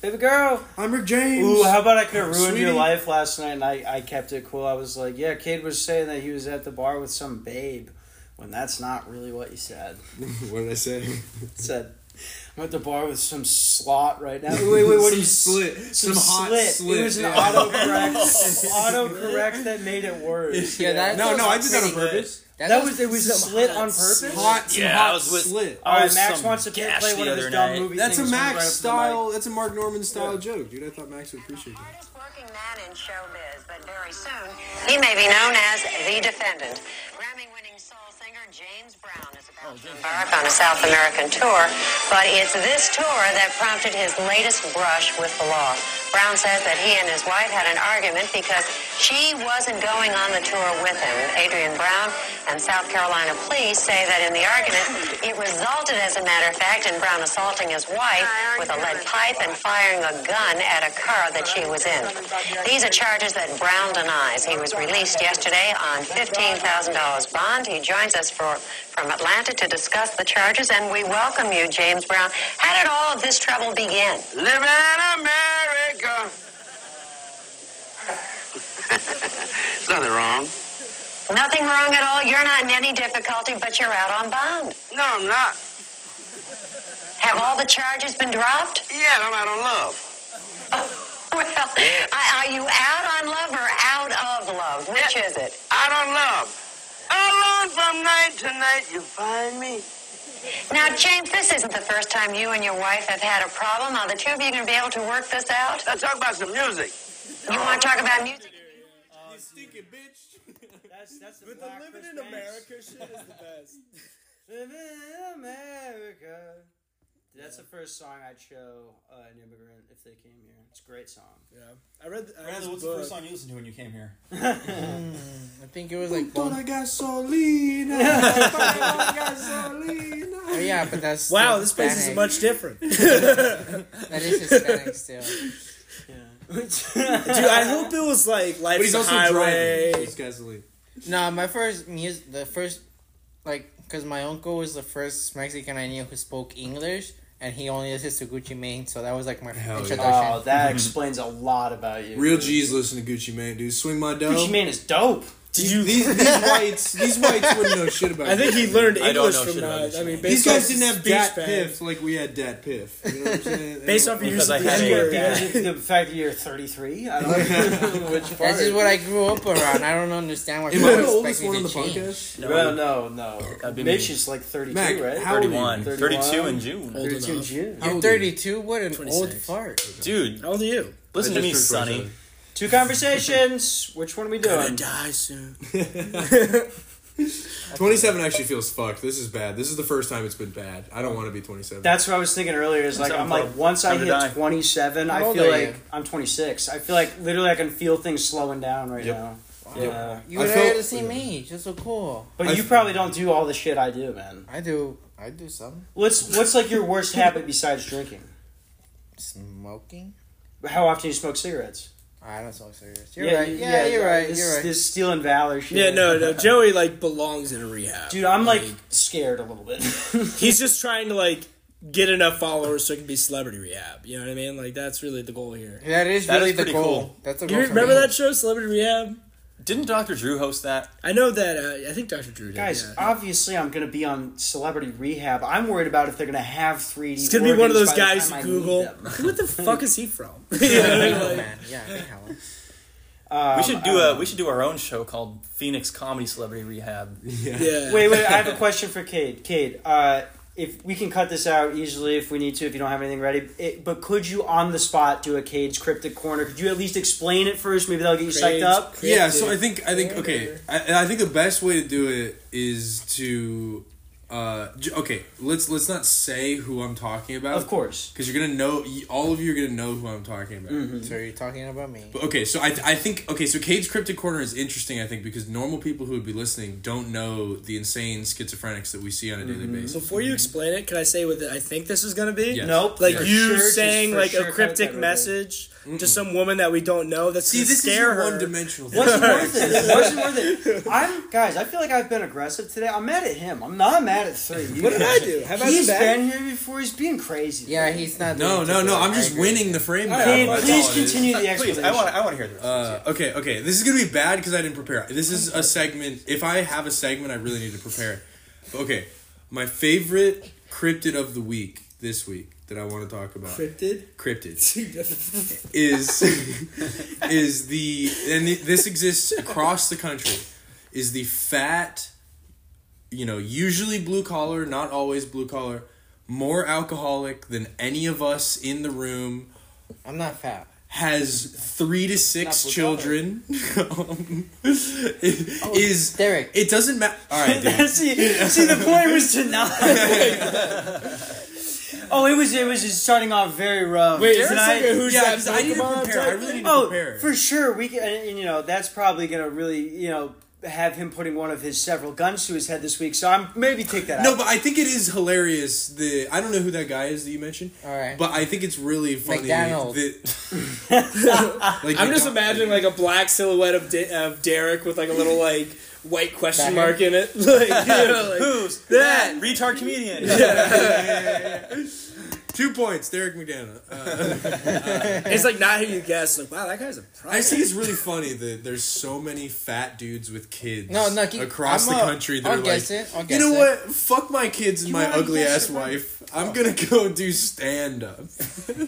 Speaker 3: Baby girl.
Speaker 7: I'm Rick James. Oh,
Speaker 3: Ooh, how about I could have ruined your
Speaker 7: Sweetie.
Speaker 3: life last night and I, I kept it cool. I was like, yeah, kid was saying that he was at the bar with some babe when that's not really what you said.
Speaker 7: what did I say?
Speaker 3: said, I'm at the bar with some slot right now. Wait, wait, what
Speaker 7: some
Speaker 3: did you
Speaker 7: slit, some, hot slit.
Speaker 3: It was an
Speaker 7: yeah.
Speaker 3: autocorrect, autocorrect that made it worse.
Speaker 4: Yeah, that's
Speaker 7: No, no, I did that on
Speaker 4: pretty good.
Speaker 7: purpose.
Speaker 4: That,
Speaker 3: That
Speaker 4: was
Speaker 3: was it was slit on purpose.
Speaker 7: Hot, some
Speaker 6: Yeah,
Speaker 7: hot
Speaker 6: I was with-
Speaker 7: slit.
Speaker 3: All
Speaker 6: I
Speaker 3: right,
Speaker 6: was
Speaker 3: Max
Speaker 6: some
Speaker 3: wants to play,
Speaker 6: gash
Speaker 3: play
Speaker 6: the
Speaker 3: one of his
Speaker 6: other
Speaker 3: dumb
Speaker 6: night.
Speaker 3: movie
Speaker 7: That's a
Speaker 3: things. right up
Speaker 7: Max
Speaker 3: to the
Speaker 7: style.
Speaker 3: mic.
Speaker 7: That's a Mark Norman style joke, dude. I thought Max would appreciate that.
Speaker 10: Hardest working man in showbiz, but very soon he may be known as the defendant. Grammy-winning soul singer James Brown is about to embark on a South American tour, but it's this tour that prompted his latest brush with the law. Brown says that he and his wife had an argument because she wasn't going on the tour with him. Adrian Brown and South Carolina police say that in the argument, it resulted, as a matter of fact, in Brown assaulting his wife with a lead pipe and firing a gun at a car that she was in. These are charges that Brown denies. He was released yesterday on $15,000 bond. He joins us for, from Atlanta to discuss the charges, and we welcome you, James Brown. How did all of this trouble begin? Live in America.
Speaker 11: nothing wrong.
Speaker 10: Nothing wrong at all. You're not in any difficulty, but you're out on bond.
Speaker 11: No, I'm not.
Speaker 10: Have all the charges been dropped?
Speaker 11: Yeah, I'm out on love.
Speaker 10: Well, I- are you out on love or out of love? Which is it?
Speaker 11: Out on love. Alone from night to night, you find me.
Speaker 10: Now, James, this isn't the first time you and your wife have had a problem. Are the two of you going to be able to work this out?
Speaker 11: Let's talk about some music.
Speaker 10: You want to talk about music?
Speaker 5: You stinky bitch.
Speaker 3: That's that's the
Speaker 5: But the
Speaker 3: black
Speaker 5: living
Speaker 3: Chris
Speaker 5: in
Speaker 3: Banks.
Speaker 5: America shit is the best.
Speaker 3: Living in America. That's the first song I'd show uh, an immigrant if they came here. It's a great song.
Speaker 5: Yeah, I read. I read
Speaker 6: Brandon,
Speaker 5: this
Speaker 6: what's
Speaker 5: book.
Speaker 6: the first song you listened to when you came here?
Speaker 4: I think it was like. Bon-
Speaker 7: I got Solina.
Speaker 4: oh, yeah, but that's.
Speaker 5: Wow,
Speaker 4: still
Speaker 5: this place is
Speaker 4: Hispanic.
Speaker 5: much different. Dude,
Speaker 4: That is Hispanic still.
Speaker 5: I hope it was like Life
Speaker 7: But he's
Speaker 5: is a
Speaker 7: also
Speaker 5: Highway.
Speaker 7: driving. This guy's the lead.
Speaker 4: No, my first music, the first, like, because my uncle was the first Mexican I knew who spoke English, and he only listens to Gucci Mane, so that was like my
Speaker 7: Hell yeah.
Speaker 4: introduction.
Speaker 3: Oh, that explains a lot about you.
Speaker 7: Real G's listen to Gucci Mane, dude. Swing my dough.
Speaker 3: Gucci Mane is dope.
Speaker 5: Did you?
Speaker 7: These, these whites, these whites wouldn't know shit about.
Speaker 5: I think he learned
Speaker 6: I don't
Speaker 5: English
Speaker 6: know
Speaker 5: from
Speaker 6: shit about
Speaker 5: that.
Speaker 6: this
Speaker 5: I mean,
Speaker 6: shit.
Speaker 7: These
Speaker 5: based
Speaker 7: guys
Speaker 5: off
Speaker 7: didn't
Speaker 5: his
Speaker 7: have
Speaker 5: speech
Speaker 7: Dat
Speaker 5: patterns.
Speaker 7: Piff like we had Dat Piff. You know what I'm saying?
Speaker 5: Based off your use
Speaker 6: Because
Speaker 5: of
Speaker 6: I
Speaker 5: the
Speaker 6: had
Speaker 5: N
Speaker 6: a-
Speaker 5: word.
Speaker 3: Because of the fact that you're 33, I don't know which part.
Speaker 4: That's just what I grew up around. I don't understand why
Speaker 7: Am I the
Speaker 4: people
Speaker 7: oldest
Speaker 4: expect me
Speaker 7: one
Speaker 4: to
Speaker 7: on the
Speaker 4: change.
Speaker 7: podcast?
Speaker 3: Well, no, no.
Speaker 6: That'd be
Speaker 3: Mitch
Speaker 6: me.
Speaker 3: is like 32,
Speaker 7: Mac,
Speaker 3: right?
Speaker 7: how old are you?
Speaker 6: 31. 32 in June.
Speaker 3: 32 in June.
Speaker 7: How
Speaker 4: You're
Speaker 7: old are you?
Speaker 4: 32? What an old
Speaker 9: 26.
Speaker 4: fart.
Speaker 6: Dude,
Speaker 5: How old are you?
Speaker 6: listen
Speaker 7: I
Speaker 6: to
Speaker 7: just
Speaker 6: me,
Speaker 7: turned
Speaker 6: Sonny.
Speaker 7: 27.
Speaker 3: Two conversations. Which one are we doing?
Speaker 9: die soon.
Speaker 7: Twenty-seven actually feels fucked. This is bad. This is the first time it's been bad. I don't want to be twenty-seven.
Speaker 3: That's what I was thinking earlier. Is like
Speaker 6: Seven
Speaker 3: I'm like
Speaker 6: club.
Speaker 3: once I
Speaker 6: Time to die.
Speaker 3: hit 27,
Speaker 4: How
Speaker 3: I
Speaker 4: old
Speaker 3: feel
Speaker 4: are
Speaker 3: like
Speaker 4: you?
Speaker 3: I'm 26. I feel like literally I can feel things slowing down right
Speaker 6: Yep.
Speaker 3: now. Yeah,
Speaker 4: You
Speaker 7: I
Speaker 4: and I
Speaker 7: felt-
Speaker 4: are the same age. That's so cool.
Speaker 3: but
Speaker 7: I-
Speaker 3: you probably don't do all the shit I do, man.
Speaker 4: I do. I do some.
Speaker 3: What's what's like your worst habit besides drinking?
Speaker 4: Smoking? Ah,
Speaker 3: How often do you smoke cigarettes?
Speaker 4: I don't smoke cigarettes. You're right.
Speaker 3: you-
Speaker 4: Yeah, you're right.
Speaker 3: This,
Speaker 4: you're right.
Speaker 3: This steel and valor shit.
Speaker 5: Yeah, no, no. Joey like belongs in a rehab.
Speaker 3: Dude, I'm like scared a little bit.
Speaker 5: he's just trying to like get enough followers so he can be celebrity rehab. You know what I mean? Like that's really the goal here.
Speaker 4: that is
Speaker 6: That
Speaker 4: really
Speaker 6: is
Speaker 4: the
Speaker 6: pretty
Speaker 4: goal.
Speaker 6: cool.
Speaker 4: That's the
Speaker 5: Do
Speaker 4: goal.
Speaker 5: you
Speaker 4: for
Speaker 5: remember
Speaker 4: me.
Speaker 5: that show, Celebrity Rehab?
Speaker 6: Didn't Dr. Drew host that?
Speaker 5: I know that. Uh, I think Dr. Drew did.
Speaker 3: Guys,
Speaker 5: yeah.
Speaker 3: obviously I'm going to be on Celebrity Rehab. I'm worried about if they're going to have 3D.
Speaker 5: He's gonna be one of
Speaker 3: organs
Speaker 5: those
Speaker 3: by the
Speaker 5: guys
Speaker 3: time
Speaker 5: you
Speaker 3: I need
Speaker 5: Google.
Speaker 3: them.
Speaker 5: What the fuck is he from? You know what I mean?
Speaker 4: Oh,
Speaker 5: Like,
Speaker 4: man. Yeah, I think I will.
Speaker 3: Um,
Speaker 6: we should do a we should do our own show called Phoenix Comedy Celebrity Rehab.
Speaker 5: yeah.
Speaker 3: Wait, wait. I have a question for Cade. Cade, uh, if we can cut this out easily, if we need to, if you don't have anything ready, it, but could you on the spot do a Cade's cryptic corner? Could you at least explain it first? Maybe that'll get you psyched
Speaker 5: Cade's
Speaker 3: up.
Speaker 7: yeah. So I think I think okay. I, and I think the best way to do it is to uh j- okay. Let's let's not say who I'm talking about.
Speaker 3: Of course.
Speaker 7: because you're gonna know y- all of you are gonna know who I'm talking about.
Speaker 4: So you're talking about me.
Speaker 7: But okay, so I I think okay, so Cade's cryptic corner is interesting. I think because normal people who would be listening don't know the insane schizophrenics that we see on a daily basis.
Speaker 5: Before you explain it, can I say what I think this is gonna be?
Speaker 7: Yes.
Speaker 3: Nope.
Speaker 5: Like
Speaker 3: for
Speaker 5: you
Speaker 3: sure, she's
Speaker 5: saying
Speaker 3: for
Speaker 5: like
Speaker 3: sure
Speaker 5: a
Speaker 3: cut that
Speaker 5: cryptic
Speaker 3: right
Speaker 5: message to some woman that we don't know. That's
Speaker 7: See,
Speaker 5: gonna
Speaker 7: this is
Speaker 5: scare
Speaker 7: your
Speaker 5: her.
Speaker 7: one-dimensional.
Speaker 3: there. Wasn't worth it. Wasn't worth it. I'm guys. I feel like I've been aggressive today. I'm mad at him. I'm not mad at three. You
Speaker 5: What did I
Speaker 3: guys-
Speaker 5: do? Have I been
Speaker 3: He's
Speaker 5: bad?
Speaker 3: been here before. He's being crazy.
Speaker 4: Yeah, he's not.
Speaker 7: No,
Speaker 4: doing
Speaker 7: no,
Speaker 4: too
Speaker 7: no.
Speaker 4: good.
Speaker 7: I'm
Speaker 4: I
Speaker 7: just
Speaker 4: agree.
Speaker 7: winning the frame.
Speaker 3: Cade,
Speaker 7: battle.
Speaker 3: please
Speaker 7: That's all it is.
Speaker 3: continue the
Speaker 6: Please,
Speaker 3: explanation.
Speaker 6: I want I want to hear the rest.
Speaker 7: Uh, okay, okay. This is gonna be bad because I didn't prepare. This is a segment. If I have a segment, I really need to prepare. But okay, my favorite cryptid of the week this week that I want to talk about.
Speaker 5: Cryptid.
Speaker 7: Cryptid is is the and this exists across the country. Is the fat, you know, usually blue collar, not always blue collar, more alcoholic than any of us in the room
Speaker 4: I'm not fat.
Speaker 7: has three to six
Speaker 4: Not
Speaker 7: children. Um, is
Speaker 4: Derek.
Speaker 7: It doesn't matter. All right, dude.
Speaker 3: see, see, the point was to not. oh, it was it was just starting off very rough.
Speaker 5: Wait, is
Speaker 3: Tonight-
Speaker 5: this like a who's
Speaker 7: yeah,
Speaker 5: that?
Speaker 7: 'cause I need to
Speaker 5: Pokemon
Speaker 7: prepare. I
Speaker 5: type
Speaker 7: really
Speaker 5: thing?
Speaker 7: need to
Speaker 3: oh,
Speaker 7: prepare.
Speaker 3: for sure. We can, and, and, you know that's probably gonna really you know have him putting one of his several guns to his head this week. So I'm maybe take that
Speaker 7: No,
Speaker 3: out.
Speaker 7: but I think it is hilarious. The I don't know who that guy is that you mentioned.
Speaker 4: All right.
Speaker 7: But I think it's really funny.
Speaker 4: McDonald.
Speaker 7: that- like
Speaker 5: I'm just
Speaker 7: McDonald-
Speaker 5: imagining like a black silhouette of, De- of Derek with like a little like white question
Speaker 4: That
Speaker 5: mark in it. Like, you know, like,
Speaker 6: Who's that retard comedian?
Speaker 7: Dude, Two points, Derek McDonough. Uh,
Speaker 5: it's like not who you guess. Like, wow, that guy's a pro.
Speaker 7: I see it's really funny that there's so many fat dudes with kids
Speaker 4: No, no, keep-
Speaker 7: across
Speaker 4: I'm
Speaker 7: the
Speaker 4: up.
Speaker 7: country that
Speaker 4: I'll
Speaker 7: are
Speaker 4: guess
Speaker 7: like,
Speaker 4: it, I'll
Speaker 7: you
Speaker 4: guess
Speaker 7: know
Speaker 4: it."
Speaker 7: what? Fuck my kids and my
Speaker 4: already
Speaker 7: ugly
Speaker 4: guessed
Speaker 7: ass wife. I'm gonna go do stand up.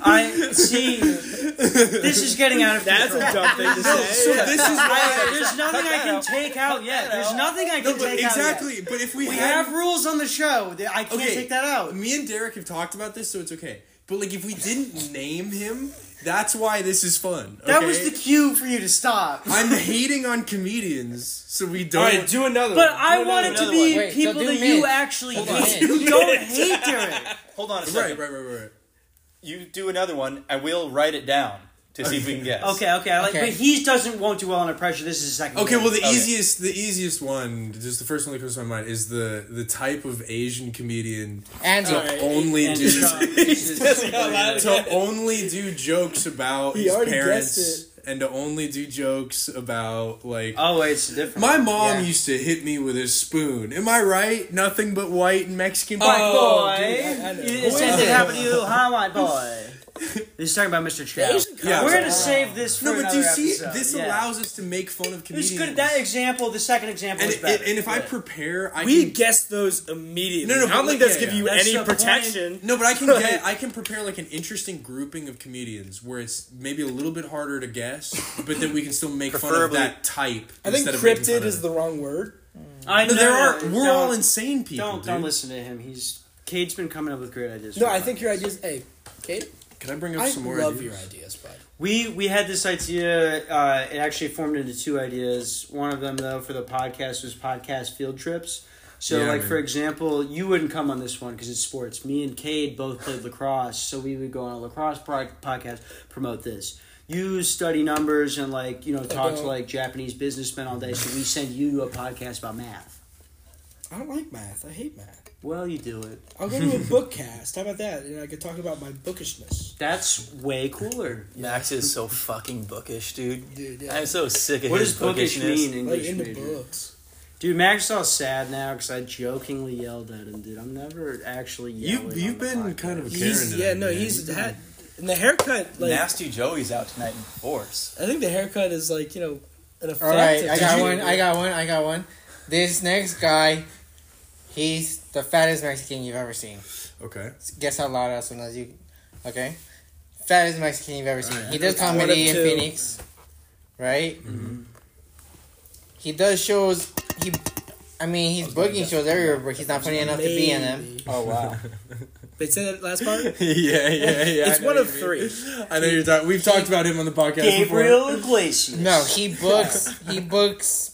Speaker 3: I see. This is getting out of
Speaker 5: That's
Speaker 3: control.
Speaker 5: a dumb thing to
Speaker 3: No,
Speaker 5: say.
Speaker 3: so this is why
Speaker 5: Cut
Speaker 3: there's nothing I can take out yet. There's nothing I can
Speaker 7: but
Speaker 3: take out.
Speaker 7: exactly. But if we,
Speaker 3: We
Speaker 7: had-
Speaker 3: have rules on the show. that I can't take that out.
Speaker 7: Me and Derek have talked about this, so it's okay. But like, if we didn't name him, that's why this is fun.
Speaker 3: That was
Speaker 7: okay?
Speaker 3: the cue for you to stop.
Speaker 7: I'm hating on comedians, so we don't.
Speaker 5: Alright, do another
Speaker 3: But
Speaker 5: one.
Speaker 3: I
Speaker 5: Do
Speaker 3: want it
Speaker 5: another-
Speaker 3: to
Speaker 5: another
Speaker 3: be
Speaker 5: one. Wait,
Speaker 3: people
Speaker 5: so do
Speaker 3: that you
Speaker 5: Mitch.
Speaker 3: actually
Speaker 6: Hold on.
Speaker 3: hate. You don't hate Derek.
Speaker 6: Hold on a
Speaker 7: Right,
Speaker 6: second.
Speaker 7: right, right, right, right.
Speaker 6: You do another one. I will write it down to see if we can guess.
Speaker 3: Okay, okay. I like,
Speaker 4: Okay.
Speaker 3: But he doesn't won't do well under pressure. This is his second.
Speaker 7: Okay,
Speaker 3: one.
Speaker 7: well the
Speaker 6: Okay.
Speaker 7: easiest the easiest one, just the first one that comes to my mind is the the type of Asian comedian
Speaker 4: Andy.
Speaker 7: to only
Speaker 3: And
Speaker 7: do
Speaker 3: Trump.
Speaker 7: to only do jokes about
Speaker 5: He
Speaker 7: his
Speaker 5: already
Speaker 7: parents
Speaker 5: guessed
Speaker 7: and to only do jokes about like
Speaker 3: oh wait, it's different.
Speaker 7: my mom
Speaker 4: Yeah.
Speaker 7: used to hit me with a spoon. Am I right? Nothing but white and Mexican
Speaker 3: Black
Speaker 7: people.
Speaker 3: boy.
Speaker 5: Oh, I know.
Speaker 3: You- It says it happened to you, huh, white boy? He's talking about Mr. Chow.
Speaker 7: Yeah.
Speaker 3: We're gonna save this for
Speaker 7: No, but do you
Speaker 3: another
Speaker 7: see?
Speaker 3: episode.
Speaker 7: This
Speaker 3: Yeah.
Speaker 7: allows us to make fun
Speaker 3: It
Speaker 7: of
Speaker 3: was
Speaker 7: comedians.
Speaker 3: good. That example, the second example,
Speaker 7: and,
Speaker 3: is
Speaker 7: it-
Speaker 3: better.
Speaker 7: and if I prepare, I
Speaker 5: We
Speaker 7: can
Speaker 5: guessed those immediately.
Speaker 7: No, no,
Speaker 5: I don't
Speaker 7: but
Speaker 5: think
Speaker 7: like,
Speaker 5: that's
Speaker 7: yeah,
Speaker 5: giving you
Speaker 3: That's the
Speaker 5: any
Speaker 3: point.
Speaker 5: protection.
Speaker 7: No, but I can
Speaker 5: Like-
Speaker 7: get I can prepare like an interesting grouping of comedians where it's maybe a little bit harder to guess, but then we can still make fun of
Speaker 6: Preferably-
Speaker 7: that type.
Speaker 5: I think
Speaker 7: instead of making fun
Speaker 5: cryptid
Speaker 7: of
Speaker 5: is
Speaker 7: it.
Speaker 5: the wrong word.
Speaker 3: I
Speaker 7: No,
Speaker 3: know
Speaker 7: there are.
Speaker 3: don't-
Speaker 7: We're all insane people.
Speaker 3: Don't don't
Speaker 7: dude.
Speaker 3: listen to him. He's Cade's been coming up with great ideas.
Speaker 5: No,
Speaker 3: for
Speaker 5: I
Speaker 3: us.
Speaker 5: think your ideas. Hey, Kate,
Speaker 7: Can I bring up
Speaker 5: I
Speaker 7: some more?
Speaker 5: love
Speaker 7: ideas?
Speaker 5: your ideas, bud.
Speaker 3: we we had this idea. Uh, it actually formed into two ideas. One of them, though, for the podcast was podcast field trips. So,
Speaker 7: Yeah,
Speaker 3: like
Speaker 7: man.
Speaker 3: for example, you wouldn't come on this one because it's sports. Me and Cade both played lacrosse, so we would go on a lacrosse pro- podcast promote this. You study numbers and like you know talk to
Speaker 5: don't.
Speaker 3: like Japanese businessmen all day, so we send you to a podcast about math.
Speaker 5: I don't like math. I hate math.
Speaker 3: Well, you do it.
Speaker 5: I'll go to a book cast. How about that? And I could talk about my bookishness.
Speaker 3: That's way cooler.
Speaker 6: Max is so fucking bookish, dude.
Speaker 5: Dude, yeah.
Speaker 6: I'm so sick of
Speaker 3: What
Speaker 6: his
Speaker 3: does bookish
Speaker 6: bookishness.
Speaker 3: mean?
Speaker 5: like
Speaker 3: English
Speaker 5: in the
Speaker 3: major.
Speaker 5: books.
Speaker 3: Dude, Max is all sad now because I jokingly yelled at him. Dude, I'm never actually
Speaker 7: You
Speaker 3: yelling.
Speaker 7: you've
Speaker 3: on the
Speaker 7: been
Speaker 3: podcast.
Speaker 7: kind of a Karen.
Speaker 5: He's,
Speaker 7: tonight,
Speaker 5: yeah, no,
Speaker 7: man.
Speaker 5: he's had. And the haircut, like,
Speaker 6: Nasty Joey's out tonight in force.
Speaker 5: I think the haircut is like, you know, an effect.
Speaker 4: All right,
Speaker 5: of-
Speaker 4: I got
Speaker 5: Did you-
Speaker 4: one. I got one. I got one. This next guy, he's the fattest Mexican you've ever seen.
Speaker 7: okay.
Speaker 4: Guess how loud as soon as you, okay? Fattest Mexican you've ever seen.
Speaker 7: Alright.
Speaker 4: He does
Speaker 5: One of
Speaker 4: comedy in
Speaker 5: two.
Speaker 4: Phoenix, right?
Speaker 7: Mm-hmm.
Speaker 4: He does shows. He, I mean, he's booking shows everywhere, but he's not funny enough to be in them.
Speaker 5: Maybe.
Speaker 4: Oh
Speaker 6: Uh,
Speaker 4: wow!
Speaker 5: They said that last part?
Speaker 7: yeah, yeah, yeah.
Speaker 5: It's
Speaker 7: I know
Speaker 5: one
Speaker 7: you
Speaker 5: of
Speaker 7: mean.
Speaker 5: three.
Speaker 7: I know you're talking. We've talked about him on the podcast.
Speaker 3: Gabriel Iglesias.
Speaker 4: No, he books. He books.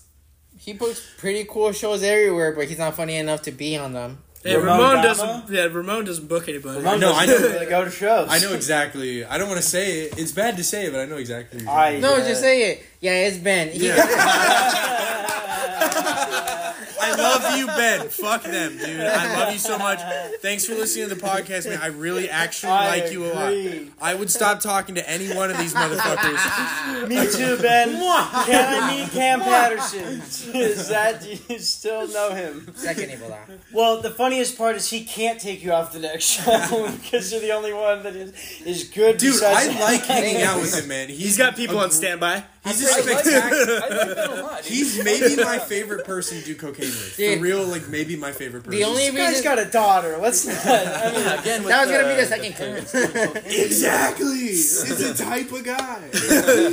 Speaker 4: He books pretty cool shows everywhere, but he's not funny enough to be on them.
Speaker 5: Hey,
Speaker 3: Ramon
Speaker 5: Ramon,
Speaker 3: Gama?
Speaker 5: doesn't. Yeah, Ramon doesn't book anybody.
Speaker 3: Ramon
Speaker 7: No,
Speaker 3: doesn't
Speaker 7: I know.
Speaker 3: really go to shows.
Speaker 7: I know exactly. I don't want to say it. It's bad to say it, but I know exactly. who you're
Speaker 3: I-
Speaker 7: talking
Speaker 4: No,
Speaker 3: Yeah.
Speaker 4: just say it. Yeah, it's Ben. He-
Speaker 7: I love you, Ben. Fuck them, dude. I love you so much. Thanks for listening to the podcast, man. I really actually
Speaker 3: I
Speaker 7: like you a lot.
Speaker 3: agree.
Speaker 7: I would stop talking to any one of these motherfuckers.
Speaker 3: Me too, Ben. Can I meet Cam Patterson? Is that do you still know him?
Speaker 4: Second Ebola.
Speaker 3: Well, the funniest part is he can't take you off the next show because you're the only one that is is good.
Speaker 7: Dude, I
Speaker 3: besides-
Speaker 7: like hanging out with him, man.
Speaker 5: He's got people on standby.
Speaker 7: He's a
Speaker 6: I
Speaker 7: spectacular.
Speaker 6: like that a lot. dude.
Speaker 7: He's maybe my favorite person to do cocaine with. For
Speaker 4: Dude.
Speaker 7: real, like maybe my favorite person.
Speaker 4: The only
Speaker 3: This guy's
Speaker 4: reason
Speaker 3: got a daughter. Let's not. I mean,
Speaker 6: Again, with
Speaker 4: that was gonna be the
Speaker 6: the
Speaker 4: second clue.
Speaker 7: exactly. It's the type of guy.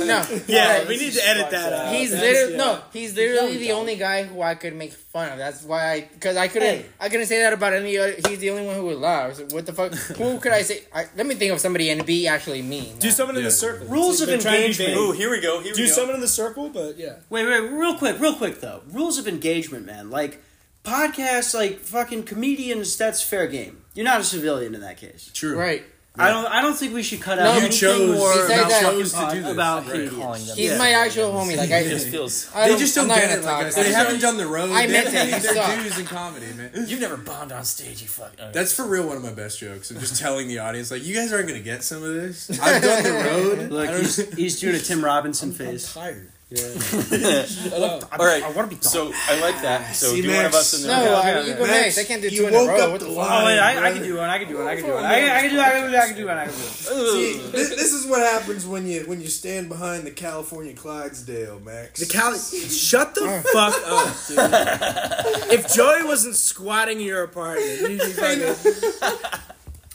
Speaker 4: No,
Speaker 5: Yeah,
Speaker 4: but
Speaker 5: we need to edit that out.
Speaker 4: He's
Speaker 5: That's-
Speaker 4: literally
Speaker 5: yeah.
Speaker 4: no. He's literally the only guy who I could make fun of. That's why I, because I couldn't,
Speaker 3: Hey.
Speaker 4: I couldn't say that about any other. He's the only one who would laugh. So what the fuck? who could I say? I, let me think of somebody and be actually mean.
Speaker 5: Do someone in
Speaker 7: Yeah.
Speaker 5: the circle.
Speaker 3: Rules
Speaker 5: It's
Speaker 3: of
Speaker 5: they're trying to be
Speaker 3: engagement.
Speaker 5: vague.
Speaker 6: Ooh, here we go. Here
Speaker 5: Do
Speaker 6: we go.
Speaker 5: someone in the circle, but yeah.
Speaker 3: Wait, wait, real quick, real quick though. Rules of engagement, man. Like podcasts, like fucking comedians. That's fair game. You're not a civilian in that case.
Speaker 7: True.
Speaker 4: right.
Speaker 3: I don't. I don't think we should cut out.
Speaker 4: No,
Speaker 7: You
Speaker 3: anything
Speaker 7: chose.
Speaker 3: more
Speaker 4: He said
Speaker 7: You
Speaker 3: about,
Speaker 4: that.
Speaker 7: chose to do this.
Speaker 3: about
Speaker 7: Right.
Speaker 3: comedians.
Speaker 6: Calling them.
Speaker 4: He's my actual homie. Like I,
Speaker 6: It just feels.
Speaker 4: I
Speaker 7: They
Speaker 4: don't-
Speaker 7: just don't
Speaker 4: I'm not
Speaker 7: get
Speaker 4: gonna
Speaker 7: it. Like I
Speaker 4: talk.
Speaker 7: said. They haven't done the road.
Speaker 4: I
Speaker 7: they
Speaker 4: meant
Speaker 7: haven't
Speaker 4: it.
Speaker 7: paid their
Speaker 4: Suck.
Speaker 7: dues in comedy, man.
Speaker 6: You've never bombed on stage, you fuck. Okay.
Speaker 7: That's for real one of my best jokes. I'm just telling the audience, like, you guys aren't gonna get some of this. I've done the road.
Speaker 3: Look, he's, he's doing a Tim Robinson face.
Speaker 5: Tired.
Speaker 6: Yeah. All right. Ah, I want to be So I like that. So
Speaker 3: See,
Speaker 6: do one of
Speaker 3: Max.
Speaker 6: us in the
Speaker 3: No,
Speaker 4: uh,
Speaker 3: I-
Speaker 6: Yeah,
Speaker 3: you
Speaker 6: yeah.
Speaker 3: go next. I can't do two in a row. What the fuck? Oh, wait, I- I can do one, I can do one, I can do one. I- I can do- I can do- I can do one, I can do one.
Speaker 7: See, thi- this, is what happens when you when you stand behind the California Clydesdale, Max.
Speaker 5: The Cali, shut the fuck up, dude. If Joey wasn't squatting in your apartment, you'd be fucking.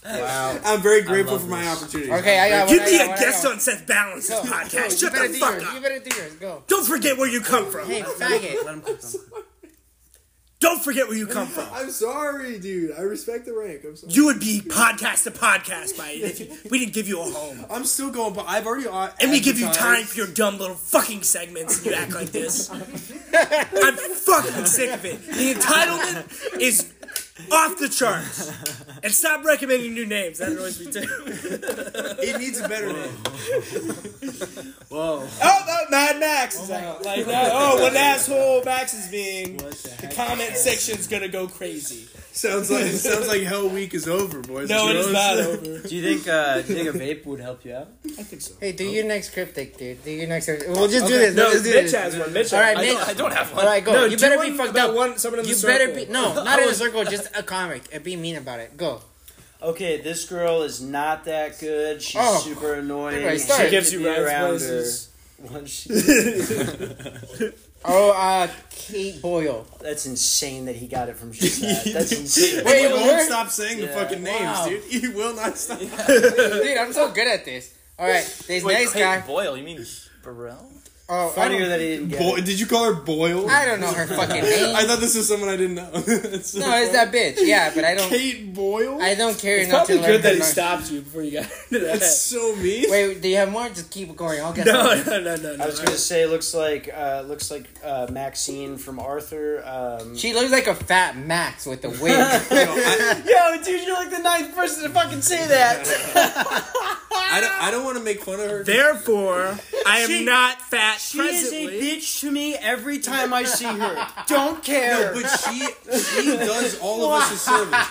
Speaker 4: Wow.
Speaker 7: I'm very grateful for my opportunity.
Speaker 4: Okay, I got one,
Speaker 5: You'd
Speaker 4: I
Speaker 5: be
Speaker 4: got
Speaker 5: a
Speaker 4: one, I
Speaker 5: guest
Speaker 4: got
Speaker 5: on Seth Balance
Speaker 4: Go,
Speaker 5: podcast.
Speaker 4: go, you
Speaker 5: shut
Speaker 4: better
Speaker 5: the
Speaker 4: do
Speaker 5: fuck
Speaker 4: yours,
Speaker 5: up.
Speaker 4: You better do yours. Go.
Speaker 5: Don't forget where you come from.
Speaker 4: Hey, faggot. Let him cook them.
Speaker 5: Don't forget where you come from.
Speaker 7: I'm sorry, dude. I respect the rank. I'm sorry.
Speaker 5: You would be podcast to podcast by if you, we didn't give you a home.
Speaker 7: I'm still going, but I've already. uh,
Speaker 5: And we give you time for your dumb little fucking segments, and you act like this. I'm fucking sick of it. The entitlement is off the charts. And stop recommending new names. That annoys me too.
Speaker 7: It needs a better name.
Speaker 5: Whoa.
Speaker 12: Oh, no, Mad Max is out. Like, that, oh, what an asshole Max is being. The, comment section's gonna go crazy.
Speaker 7: Sounds like sounds like Hell Week is over, boys.
Speaker 12: No, it
Speaker 7: You
Speaker 12: is
Speaker 7: know what
Speaker 12: not
Speaker 7: I'm
Speaker 12: over.
Speaker 7: saying?
Speaker 3: Do you think uh, do you think a vape would help you out? I think so.
Speaker 4: Hey, do your next cryptic, dude. Do your next. We'll just do
Speaker 3: Okay.
Speaker 4: this.
Speaker 3: No,
Speaker 4: Let's do
Speaker 3: Mitch
Speaker 4: this.
Speaker 3: has one. Mitch has
Speaker 4: All right,
Speaker 3: one. I
Speaker 4: Mitch.
Speaker 3: don't- I don't have one.
Speaker 4: All right, go.
Speaker 3: No,
Speaker 4: you
Speaker 3: do
Speaker 4: better
Speaker 3: one
Speaker 4: be fucked
Speaker 3: about
Speaker 4: up.
Speaker 3: one- someone in the
Speaker 4: you better
Speaker 3: circle.
Speaker 4: be no, not in a circle. Just a comic. And be mean about it. Go.
Speaker 3: Okay, this girl is not that good. She's
Speaker 4: Oh.
Speaker 3: super annoying.
Speaker 4: Where do I start? She gives
Speaker 3: Get
Speaker 4: you
Speaker 3: me
Speaker 4: round
Speaker 3: around
Speaker 4: roses.
Speaker 3: her. Once she-
Speaker 4: Oh, uh, Kate Boyle.
Speaker 3: That's insane that he got it from Shazad. That's
Speaker 7: And
Speaker 3: insane.
Speaker 7: you won't stop saying the
Speaker 3: Yeah.
Speaker 7: fucking names,
Speaker 4: Wow.
Speaker 7: dude. You will not stop.
Speaker 4: dude, I'm so good at this. All right, this
Speaker 6: Wait,
Speaker 4: next
Speaker 6: Clayton
Speaker 4: guy.
Speaker 6: Boyle, you mean Burrell?
Speaker 4: Oh, I
Speaker 6: Funnier
Speaker 4: don't-
Speaker 6: that he didn't get
Speaker 7: Boy, did you call her Boyle?
Speaker 4: I don't know her fucking name.
Speaker 7: I thought this was someone I didn't know. It's so
Speaker 4: No,
Speaker 7: funny.
Speaker 4: it's that bitch. Yeah, but I don't.
Speaker 7: Kate Boyle.
Speaker 4: I don't care
Speaker 7: It's
Speaker 4: enough to
Speaker 7: probably good
Speaker 4: learn
Speaker 7: that
Speaker 4: her
Speaker 7: he
Speaker 4: name.
Speaker 5: stopped you before you got into
Speaker 7: that. That's so mean.
Speaker 4: Wait, do you have more? Just keep going. I'll get.
Speaker 5: No,
Speaker 4: some.
Speaker 5: no, no, no, no.
Speaker 3: I was gonna say looks like uh, looks like uh, Maxine from Arthur. Um,
Speaker 4: She looks like a fat Max with a wig.
Speaker 3: Yo, dude, you're like the ninth person to fucking say that.
Speaker 7: I don't. I don't want to make fun of her.
Speaker 5: Therefore, I am
Speaker 3: She-
Speaker 5: not fat
Speaker 3: she
Speaker 5: presently.
Speaker 3: is a bitch to me every time I see her. Don't care.
Speaker 7: No, but she she does all of us a service.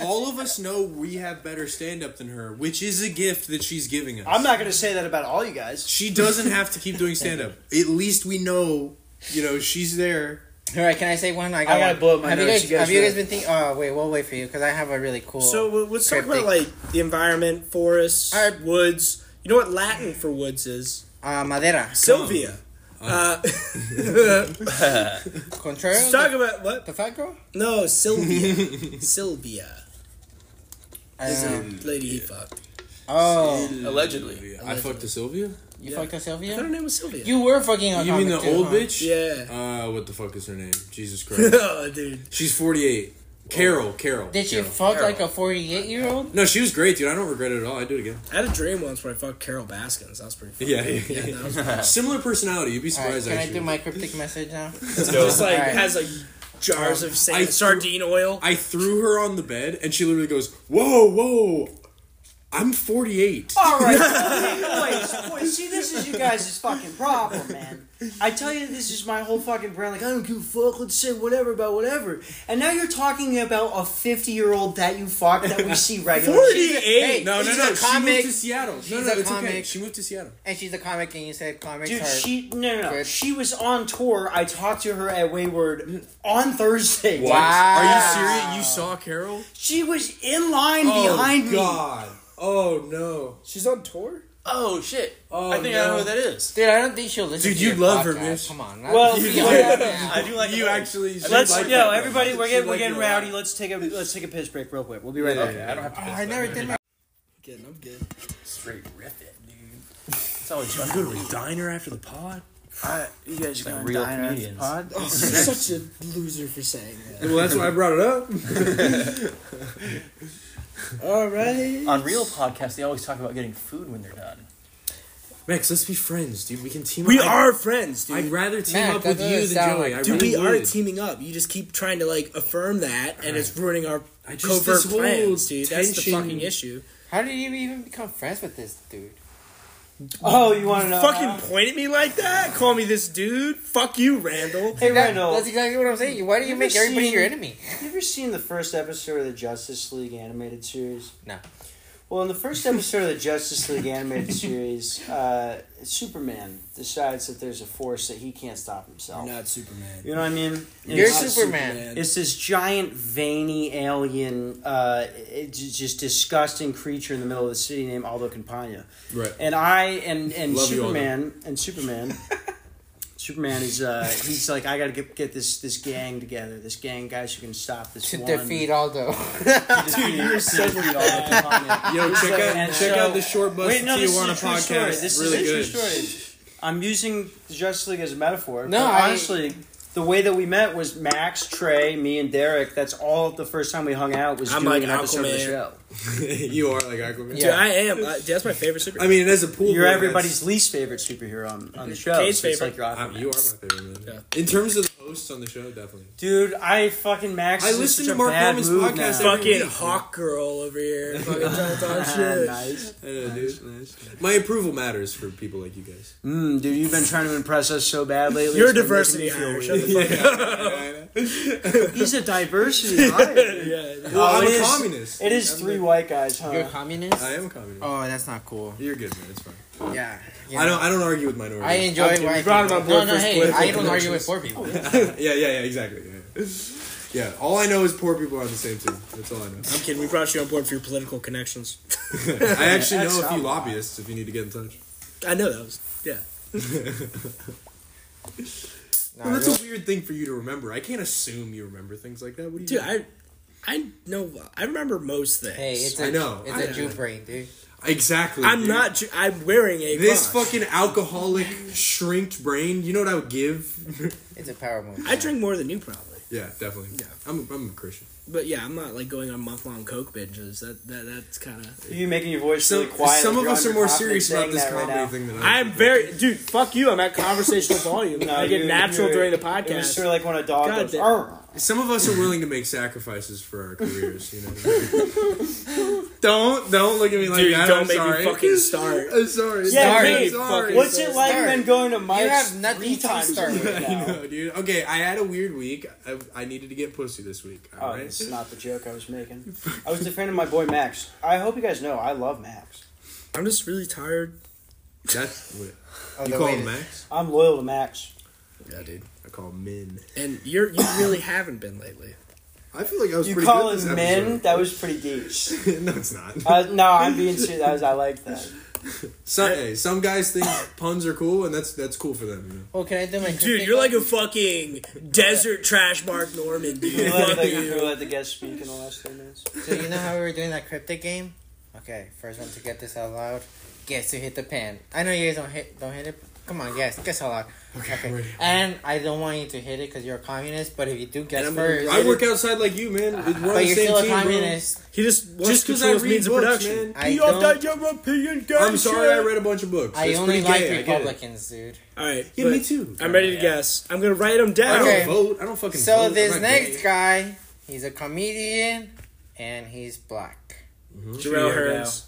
Speaker 7: All of us know we have better stand up than her, which is a gift that she's giving us.
Speaker 3: I'm not gonna say that about all you guys.
Speaker 7: She doesn't have to keep doing stand up. At least we know, you know, she's there.
Speaker 4: All right, can I say one? I,
Speaker 7: I gotta
Speaker 4: one.
Speaker 7: blow up my
Speaker 4: have
Speaker 7: nose,
Speaker 4: You guys,
Speaker 7: you guys
Speaker 4: have you guys
Speaker 7: ready?
Speaker 4: been thinking? Oh wait, we'll wait for you because I have a really cool.
Speaker 5: So w- let's talk about
Speaker 4: cryptic-
Speaker 5: like the environment, forests, woods. You know what Latin for woods is?
Speaker 4: Uh, madera.
Speaker 5: Sylvia. Uh,
Speaker 7: Oh.
Speaker 4: Contrario.
Speaker 5: Let's talk about what
Speaker 4: the fat girl.
Speaker 5: No, Sylvia. Sylvia is a
Speaker 4: Um,
Speaker 5: lady he fucked.
Speaker 4: Oh.
Speaker 6: Allegedly.
Speaker 7: I fucked a Sylvia?
Speaker 4: You fucked a Sylvia.
Speaker 5: I thought her name was Sylvia.
Speaker 4: You were fucking. A
Speaker 7: You mean the
Speaker 4: comic too,
Speaker 7: old
Speaker 4: huh?
Speaker 7: bitch?
Speaker 5: Yeah.
Speaker 7: Uh, what the fuck is her name? Jesus Christ.
Speaker 5: oh, dude.
Speaker 7: She's 48. Carol, Carol.
Speaker 4: Did she
Speaker 7: Carol.
Speaker 4: fuck like a forty-eight-year-old?
Speaker 7: No, she was great, dude. I don't regret it at all. I do it again.
Speaker 5: I had a dream once where I fucked Carol Baskins. That was pretty funny.
Speaker 7: Yeah, yeah, yeah.
Speaker 5: that was pretty-
Speaker 7: Similar personality. You'd be surprised,
Speaker 4: can
Speaker 7: actually.
Speaker 4: I do my cryptic message now?
Speaker 5: just like
Speaker 4: Alright.
Speaker 5: has like jars of sand,
Speaker 7: Um, I
Speaker 5: sardine oil.
Speaker 7: I threw her on the bed, and she literally goes, "Whoa, whoa, I'm 48."
Speaker 3: All right, boys, boys, see, this is you guys' fucking problem, man. I tell you, this is my whole fucking brand. Like, I don't give a fuck. Let's say whatever about whatever. And now you're talking about a 50 year old that you fuck that we see regularly.
Speaker 4: Hey,
Speaker 7: no, no,
Speaker 4: she's
Speaker 7: no.
Speaker 4: a
Speaker 7: She
Speaker 4: comic.
Speaker 7: moved to Seattle.
Speaker 4: She's
Speaker 7: No, no,
Speaker 4: a
Speaker 7: it's okay.
Speaker 4: comic.
Speaker 7: She moved to Seattle.
Speaker 4: And she's a comic, and you said comics
Speaker 3: Dude,
Speaker 4: are.
Speaker 3: she no no no. She was on tour. I talked to her at Wayward on Thursday.
Speaker 7: What? Are you serious? You saw Carol?
Speaker 3: She was in line
Speaker 7: oh,
Speaker 3: behind me.
Speaker 7: God. Oh no,
Speaker 5: She's on tour.
Speaker 6: Oh shit!
Speaker 7: Oh,
Speaker 6: I think I know who that is.
Speaker 4: Dude, I don't think she'll listen.
Speaker 7: dude,
Speaker 4: to
Speaker 7: you
Speaker 4: your
Speaker 7: love her,
Speaker 4: podcast.
Speaker 7: Mitch.
Speaker 4: Come on.
Speaker 3: Well,
Speaker 4: let's be
Speaker 3: you-
Speaker 4: honest now.
Speaker 6: I do like
Speaker 7: You actually. she
Speaker 3: Let's
Speaker 7: liked
Speaker 3: yo
Speaker 7: that.
Speaker 3: everybody. We're
Speaker 7: She
Speaker 3: getting we're
Speaker 7: liked
Speaker 3: getting
Speaker 7: you a lot.
Speaker 3: rowdy. Let's take a let's take a piss break real quick. We'll be right
Speaker 7: Yeah,
Speaker 3: back.
Speaker 7: yeah, I don't have to
Speaker 4: Oh, I never did my.
Speaker 5: Good, I'm good.
Speaker 6: Straight riff it, dude. It's always fun. Go to a diner after the pod.
Speaker 3: you guys
Speaker 6: Like real comedians.
Speaker 5: I'm such a loser for saying that.
Speaker 7: Well, that's why I brought it up.
Speaker 5: All right.
Speaker 6: On real podcasts, they always talk about getting food when they're done.
Speaker 7: Max, let's be friends, dude. We can team
Speaker 5: We
Speaker 7: up.
Speaker 5: are friends, dude.
Speaker 7: I'd rather team
Speaker 4: Max,
Speaker 7: up
Speaker 4: that
Speaker 7: with you
Speaker 4: doesn't
Speaker 7: than
Speaker 4: sound
Speaker 7: Joey.
Speaker 4: like-
Speaker 7: I
Speaker 5: Dude,
Speaker 7: really
Speaker 5: we are
Speaker 7: would.
Speaker 5: teaming up. You just keep trying to like affirm that, and it's ruining our
Speaker 7: I just-
Speaker 5: covert
Speaker 7: this whole
Speaker 5: plans, dude. That's the
Speaker 7: tension-
Speaker 5: fucking issue.
Speaker 4: How did you even become friends with this dude?
Speaker 3: Oh, you want to know?
Speaker 7: Uh,
Speaker 5: fucking
Speaker 3: how?
Speaker 5: point at me like that? Call me this dude? Fuck you, Randall.
Speaker 3: Hey,
Speaker 4: That-
Speaker 3: Randall.
Speaker 4: That's exactly what I'm saying. Why do you
Speaker 3: Never
Speaker 4: make everybody
Speaker 3: seen-
Speaker 4: your enemy?
Speaker 3: You ever seen the first episode of the Justice League animated series?
Speaker 4: No.
Speaker 3: Well, in the first episode of the Justice League animated series, uh, Superman decides that there's a force that he can't stop himself.
Speaker 5: You're not Superman.
Speaker 3: You know what I mean?
Speaker 4: You're
Speaker 3: It's-
Speaker 4: Superman.
Speaker 3: It's this giant, veiny alien, uh, it- it's just disgusting creature in the middle of the city named Aldo Campagna.
Speaker 7: Right.
Speaker 3: And I and and
Speaker 7: Love you,
Speaker 3: Superman and Superman. Superman is uh, he's like I gotta get, get this this gang together this gang of guys who can stop this
Speaker 4: To
Speaker 3: one.
Speaker 4: defeat Aldo.
Speaker 3: Dude, you're such a
Speaker 4: Yo, check out- check out the Short Bus
Speaker 3: Wait, no,
Speaker 4: to
Speaker 3: this is
Speaker 4: Tijuana
Speaker 3: a true
Speaker 4: podcast.
Speaker 3: story. This
Speaker 4: Really
Speaker 3: is a
Speaker 4: good.
Speaker 3: true story. I'm using the Justice League as a metaphor.
Speaker 4: No,
Speaker 3: but
Speaker 4: I-
Speaker 3: honestly, the way that we met was Max, Trey, me, and Derek. That's all the first time we hung out was
Speaker 5: I'm
Speaker 3: doing
Speaker 5: like
Speaker 3: an episode of the
Speaker 5: Aquaman.
Speaker 3: show.
Speaker 7: you are like Aquaman.
Speaker 5: Dude, I am. I, that's my favorite superhero.
Speaker 7: I mean, as a pool
Speaker 3: You're
Speaker 7: boy,
Speaker 3: everybody's least favorite superhero on, on the show.
Speaker 5: Kate's
Speaker 3: so it's
Speaker 5: favorite.
Speaker 3: Like
Speaker 7: Um,
Speaker 3: you're Aquaman.
Speaker 7: you are my favorite man. In terms of the hosts on the show, definitely.
Speaker 3: Dude, I fucking Max.
Speaker 7: I
Speaker 3: is in
Speaker 7: listen
Speaker 3: such
Speaker 7: to
Speaker 3: a
Speaker 7: Mark
Speaker 3: bad
Speaker 7: Norman's
Speaker 3: mood
Speaker 7: podcast
Speaker 3: now. Ah,
Speaker 7: every
Speaker 5: Fucking
Speaker 7: week.
Speaker 5: hawk girl over here. Fucking trying to talk shit.
Speaker 3: Nice.
Speaker 7: I know, dude. My approval matters for people like you guys.
Speaker 3: Mm, dude, you've been trying to impress us so bad lately.
Speaker 5: You're
Speaker 3: It's
Speaker 5: a
Speaker 3: been making
Speaker 5: diversity
Speaker 3: me feel
Speaker 5: hire.
Speaker 3: weird.
Speaker 5: Shut the fuck up.
Speaker 3: He's a diversity hire.
Speaker 5: Yeah.
Speaker 7: Well,
Speaker 3: Oh,
Speaker 7: I'm
Speaker 3: it
Speaker 7: a
Speaker 3: is-
Speaker 7: communist.
Speaker 3: It is three white guys, huh?
Speaker 4: You're a communist?
Speaker 7: I am a communist.
Speaker 4: Oh, that's not cool.
Speaker 7: You're good, man. It's fine.
Speaker 4: Yeah. yeah.
Speaker 7: I don't. I don't argue with minorities.
Speaker 4: I enjoy
Speaker 5: Okay, we
Speaker 4: white
Speaker 5: brought him
Speaker 4: people.
Speaker 5: on board for
Speaker 4: No, no,
Speaker 5: his
Speaker 4: hey,
Speaker 5: political
Speaker 4: I don't argue
Speaker 5: connections.
Speaker 4: with poor people.
Speaker 7: yeah, yeah, yeah. Exactly. Yeah. yeah. All I know is poor people are on the same team. That's all I know.
Speaker 5: I'm kidding. We brought you on board for your political connections.
Speaker 7: I actually
Speaker 3: That's
Speaker 7: know a
Speaker 3: not
Speaker 7: few
Speaker 3: why.
Speaker 7: lobbyists. If you need to get in touch.
Speaker 5: I know that was. Yeah.
Speaker 4: No,
Speaker 7: Well, that's
Speaker 4: you're-
Speaker 7: a weird thing for you to remember. I can't assume you remember things like that. What do
Speaker 5: Dude,
Speaker 7: you? do?
Speaker 5: I I know. I remember most things.
Speaker 4: hey, it's
Speaker 7: I
Speaker 4: a,
Speaker 7: know.
Speaker 4: It's
Speaker 7: I
Speaker 4: a
Speaker 7: know.
Speaker 4: Jew brain, dude.
Speaker 7: exactly.
Speaker 5: I'm
Speaker 7: dude.
Speaker 5: not. ju- I'm wearing a.
Speaker 7: This
Speaker 5: cross.
Speaker 7: fucking alcoholic shrinked brain. You know what I would give?
Speaker 4: It's a power move.
Speaker 5: I drink more than you probably,
Speaker 7: yeah, definitely.
Speaker 5: Yeah.
Speaker 7: I'm. I'm a Christian.
Speaker 5: but yeah, I'm not like going on month long coke binges. That, that that's kind of.
Speaker 3: You making your voice
Speaker 7: So,
Speaker 3: really quiet.
Speaker 7: some
Speaker 3: like
Speaker 7: of
Speaker 3: you're on
Speaker 7: us
Speaker 3: your
Speaker 7: are more
Speaker 3: coffin
Speaker 7: serious
Speaker 3: saying
Speaker 7: about this
Speaker 3: that right
Speaker 7: comedy
Speaker 3: now.
Speaker 7: thing than I.
Speaker 5: I'm very dude. Fuck you. I'm at conversational volume.
Speaker 3: No,
Speaker 5: I get
Speaker 3: you-
Speaker 5: natural
Speaker 3: you're-
Speaker 5: during the
Speaker 3: It was
Speaker 5: podcast.
Speaker 3: sort of like when a dog
Speaker 5: God
Speaker 3: goes.
Speaker 5: damn.
Speaker 3: "Arr."
Speaker 7: Some of us are willing to make sacrifices for our careers. You know. don't don't look at me like
Speaker 5: Dude,
Speaker 7: that.
Speaker 5: don't
Speaker 7: I'm
Speaker 5: make me
Speaker 7: sorry.
Speaker 5: fucking start.
Speaker 7: I'm sorry.
Speaker 3: Yeah,
Speaker 7: Sorry,
Speaker 3: dude,
Speaker 7: sorry.
Speaker 3: What's it like
Speaker 4: Start.
Speaker 3: then going to Mike's
Speaker 4: have nothing
Speaker 3: three
Speaker 4: to
Speaker 3: times
Speaker 4: start
Speaker 3: a week
Speaker 4: with.
Speaker 7: I
Speaker 3: now?
Speaker 7: know, dude. Okay, I had a weird week. I, I needed to get pussy this week. All
Speaker 3: Oh,
Speaker 7: right.
Speaker 3: it's not the joke I was making. I was defending my boy Max. I hope you guys know I love Max.
Speaker 5: I'm just really tired.
Speaker 7: That's what
Speaker 4: Oh,
Speaker 7: you
Speaker 4: the
Speaker 7: call
Speaker 4: way
Speaker 7: him
Speaker 4: to-
Speaker 7: Max.
Speaker 3: I'm loyal to Max.
Speaker 5: Yeah, dude.
Speaker 7: I call him Min.
Speaker 5: And you're you really haven't been lately.
Speaker 7: I feel like I was
Speaker 3: You
Speaker 7: pretty
Speaker 3: call
Speaker 7: good this
Speaker 3: him men?
Speaker 7: episode.
Speaker 3: That was pretty deep.
Speaker 7: no, it's not.
Speaker 3: Uh, no, I'm being serious. That was, I like that.
Speaker 7: some, hey, some guys think puns are cool, and that's that's cool for them. You know?
Speaker 4: Oh, can I do my
Speaker 5: Dude,
Speaker 4: critique
Speaker 5: you're like
Speaker 4: now?
Speaker 5: a fucking desert trash Mark Norman, dude.
Speaker 3: You let
Speaker 5: Fuck
Speaker 3: the, you
Speaker 5: you.
Speaker 3: let the guest speak in the last three minutes.
Speaker 4: So you know how we were doing that cryptic game? Okay, first one to get this out loud gets to hit the pan. I know you guys don't hit don't hit it. Come on, guess guess how loud. Okay, and I don't want you to hit it because you're a communist. But if you do guess
Speaker 7: And I'm,
Speaker 4: first,
Speaker 7: I work outside like you, man. We're on
Speaker 4: but
Speaker 7: the
Speaker 4: you're
Speaker 7: same
Speaker 4: still a
Speaker 7: team, bro.
Speaker 4: communist.
Speaker 5: He just wants
Speaker 7: Just
Speaker 5: to
Speaker 7: because I
Speaker 5: control his
Speaker 7: read
Speaker 5: means of
Speaker 7: books,
Speaker 5: production.
Speaker 7: man.
Speaker 4: I
Speaker 5: Be off
Speaker 4: don't-
Speaker 5: that European gang
Speaker 7: I'm sorry, I
Speaker 5: shit.
Speaker 7: read a bunch of books.
Speaker 4: I
Speaker 7: That's
Speaker 4: only
Speaker 7: pretty
Speaker 4: like
Speaker 7: gay, I get it.
Speaker 4: Republicans, dude.
Speaker 5: All right.
Speaker 7: Yeah, me
Speaker 5: but
Speaker 7: too.
Speaker 5: I'm ready to guess. I'm gonna write them
Speaker 7: I
Speaker 5: down.
Speaker 7: don't
Speaker 4: Okay.
Speaker 7: vote. I don't fucking. vote.
Speaker 4: So
Speaker 7: I'm
Speaker 4: this
Speaker 7: not
Speaker 4: next
Speaker 7: gay.
Speaker 4: guy, he's a comedian, and he's black.
Speaker 5: Jarrell Hearns.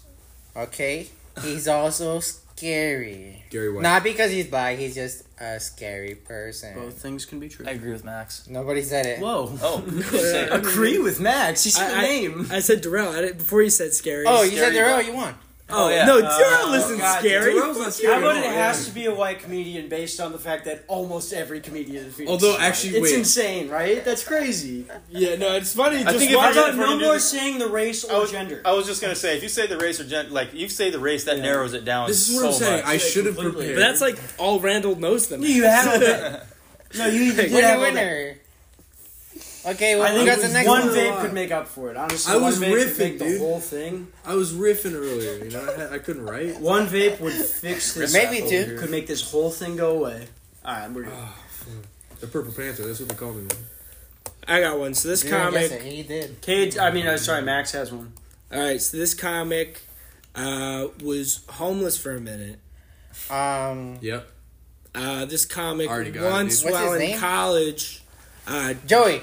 Speaker 4: Okay, he's also scary.
Speaker 7: Gary White.
Speaker 4: Not because he's black. He's just a scary person.
Speaker 3: Both things can be true.
Speaker 6: I agree with Max.
Speaker 4: Nobody said it.
Speaker 3: Whoa.
Speaker 6: Oh,
Speaker 3: Agree with Max. He said the
Speaker 5: I-
Speaker 3: name.
Speaker 5: I said Darrell I didn't, before he said scary.
Speaker 4: oh, you said
Speaker 6: Scary
Speaker 4: Darrell.
Speaker 6: black.
Speaker 4: You won.
Speaker 5: Oh,
Speaker 6: Oh, yeah.
Speaker 5: no,
Speaker 6: Uh,
Speaker 5: Darrell isn't
Speaker 3: God,
Speaker 5: scary.
Speaker 7: Darrell's not scary
Speaker 3: How about
Speaker 7: at
Speaker 3: it
Speaker 7: all,
Speaker 3: has
Speaker 7: yeah.
Speaker 3: to be a white comedian based on the fact that almost every comedian is Phoenix.
Speaker 7: Although, actually,
Speaker 3: it's
Speaker 7: wait.
Speaker 3: insane, right? That's crazy.
Speaker 5: Yeah, no, it's funny.
Speaker 6: I think if
Speaker 3: Why not
Speaker 6: we're gonna-
Speaker 3: no
Speaker 6: we're
Speaker 3: more
Speaker 6: gonna do
Speaker 3: saying the race
Speaker 6: I
Speaker 3: or
Speaker 4: Oh,
Speaker 6: was,
Speaker 3: gender?
Speaker 6: I was just gonna say, if you say the race or gender, like you say the race, that narrows it down.
Speaker 7: This is what
Speaker 6: so
Speaker 7: I'm saying.
Speaker 6: Much.
Speaker 7: I should have
Speaker 3: completely.
Speaker 7: prepared.
Speaker 5: but that's like all Randall knows them.
Speaker 3: you have all that. No, you even did
Speaker 4: Winner,
Speaker 3: have all that.
Speaker 4: winner. Okay, well,
Speaker 3: I
Speaker 4: we
Speaker 3: think
Speaker 4: got oh, the next
Speaker 3: one
Speaker 4: one.
Speaker 3: vape could make up for it. Honestly,
Speaker 7: I was
Speaker 3: one vape could
Speaker 7: riffing,
Speaker 3: make the
Speaker 7: dude.
Speaker 3: whole thing.
Speaker 7: I was riffing earlier. You know, I, had- I couldn't write.
Speaker 3: One vape would fix this.
Speaker 4: Maybe
Speaker 3: up.
Speaker 4: two.
Speaker 3: could make this whole thing go away. All right, we're good.
Speaker 7: The Purple Panther. That's what they call me. man.
Speaker 5: I got one. So this
Speaker 4: You didn't guess
Speaker 5: comic.
Speaker 4: it, He did.
Speaker 3: Cage. I mean, I'm sorry. Max has one.
Speaker 5: All right. So this comic uh, was homeless for a minute.
Speaker 4: Um,
Speaker 7: Yep.
Speaker 5: Uh, this comic
Speaker 7: Already got it,
Speaker 5: once
Speaker 4: dude. What's
Speaker 5: while
Speaker 4: his
Speaker 5: in
Speaker 4: name?
Speaker 5: college, uh,
Speaker 4: Joey.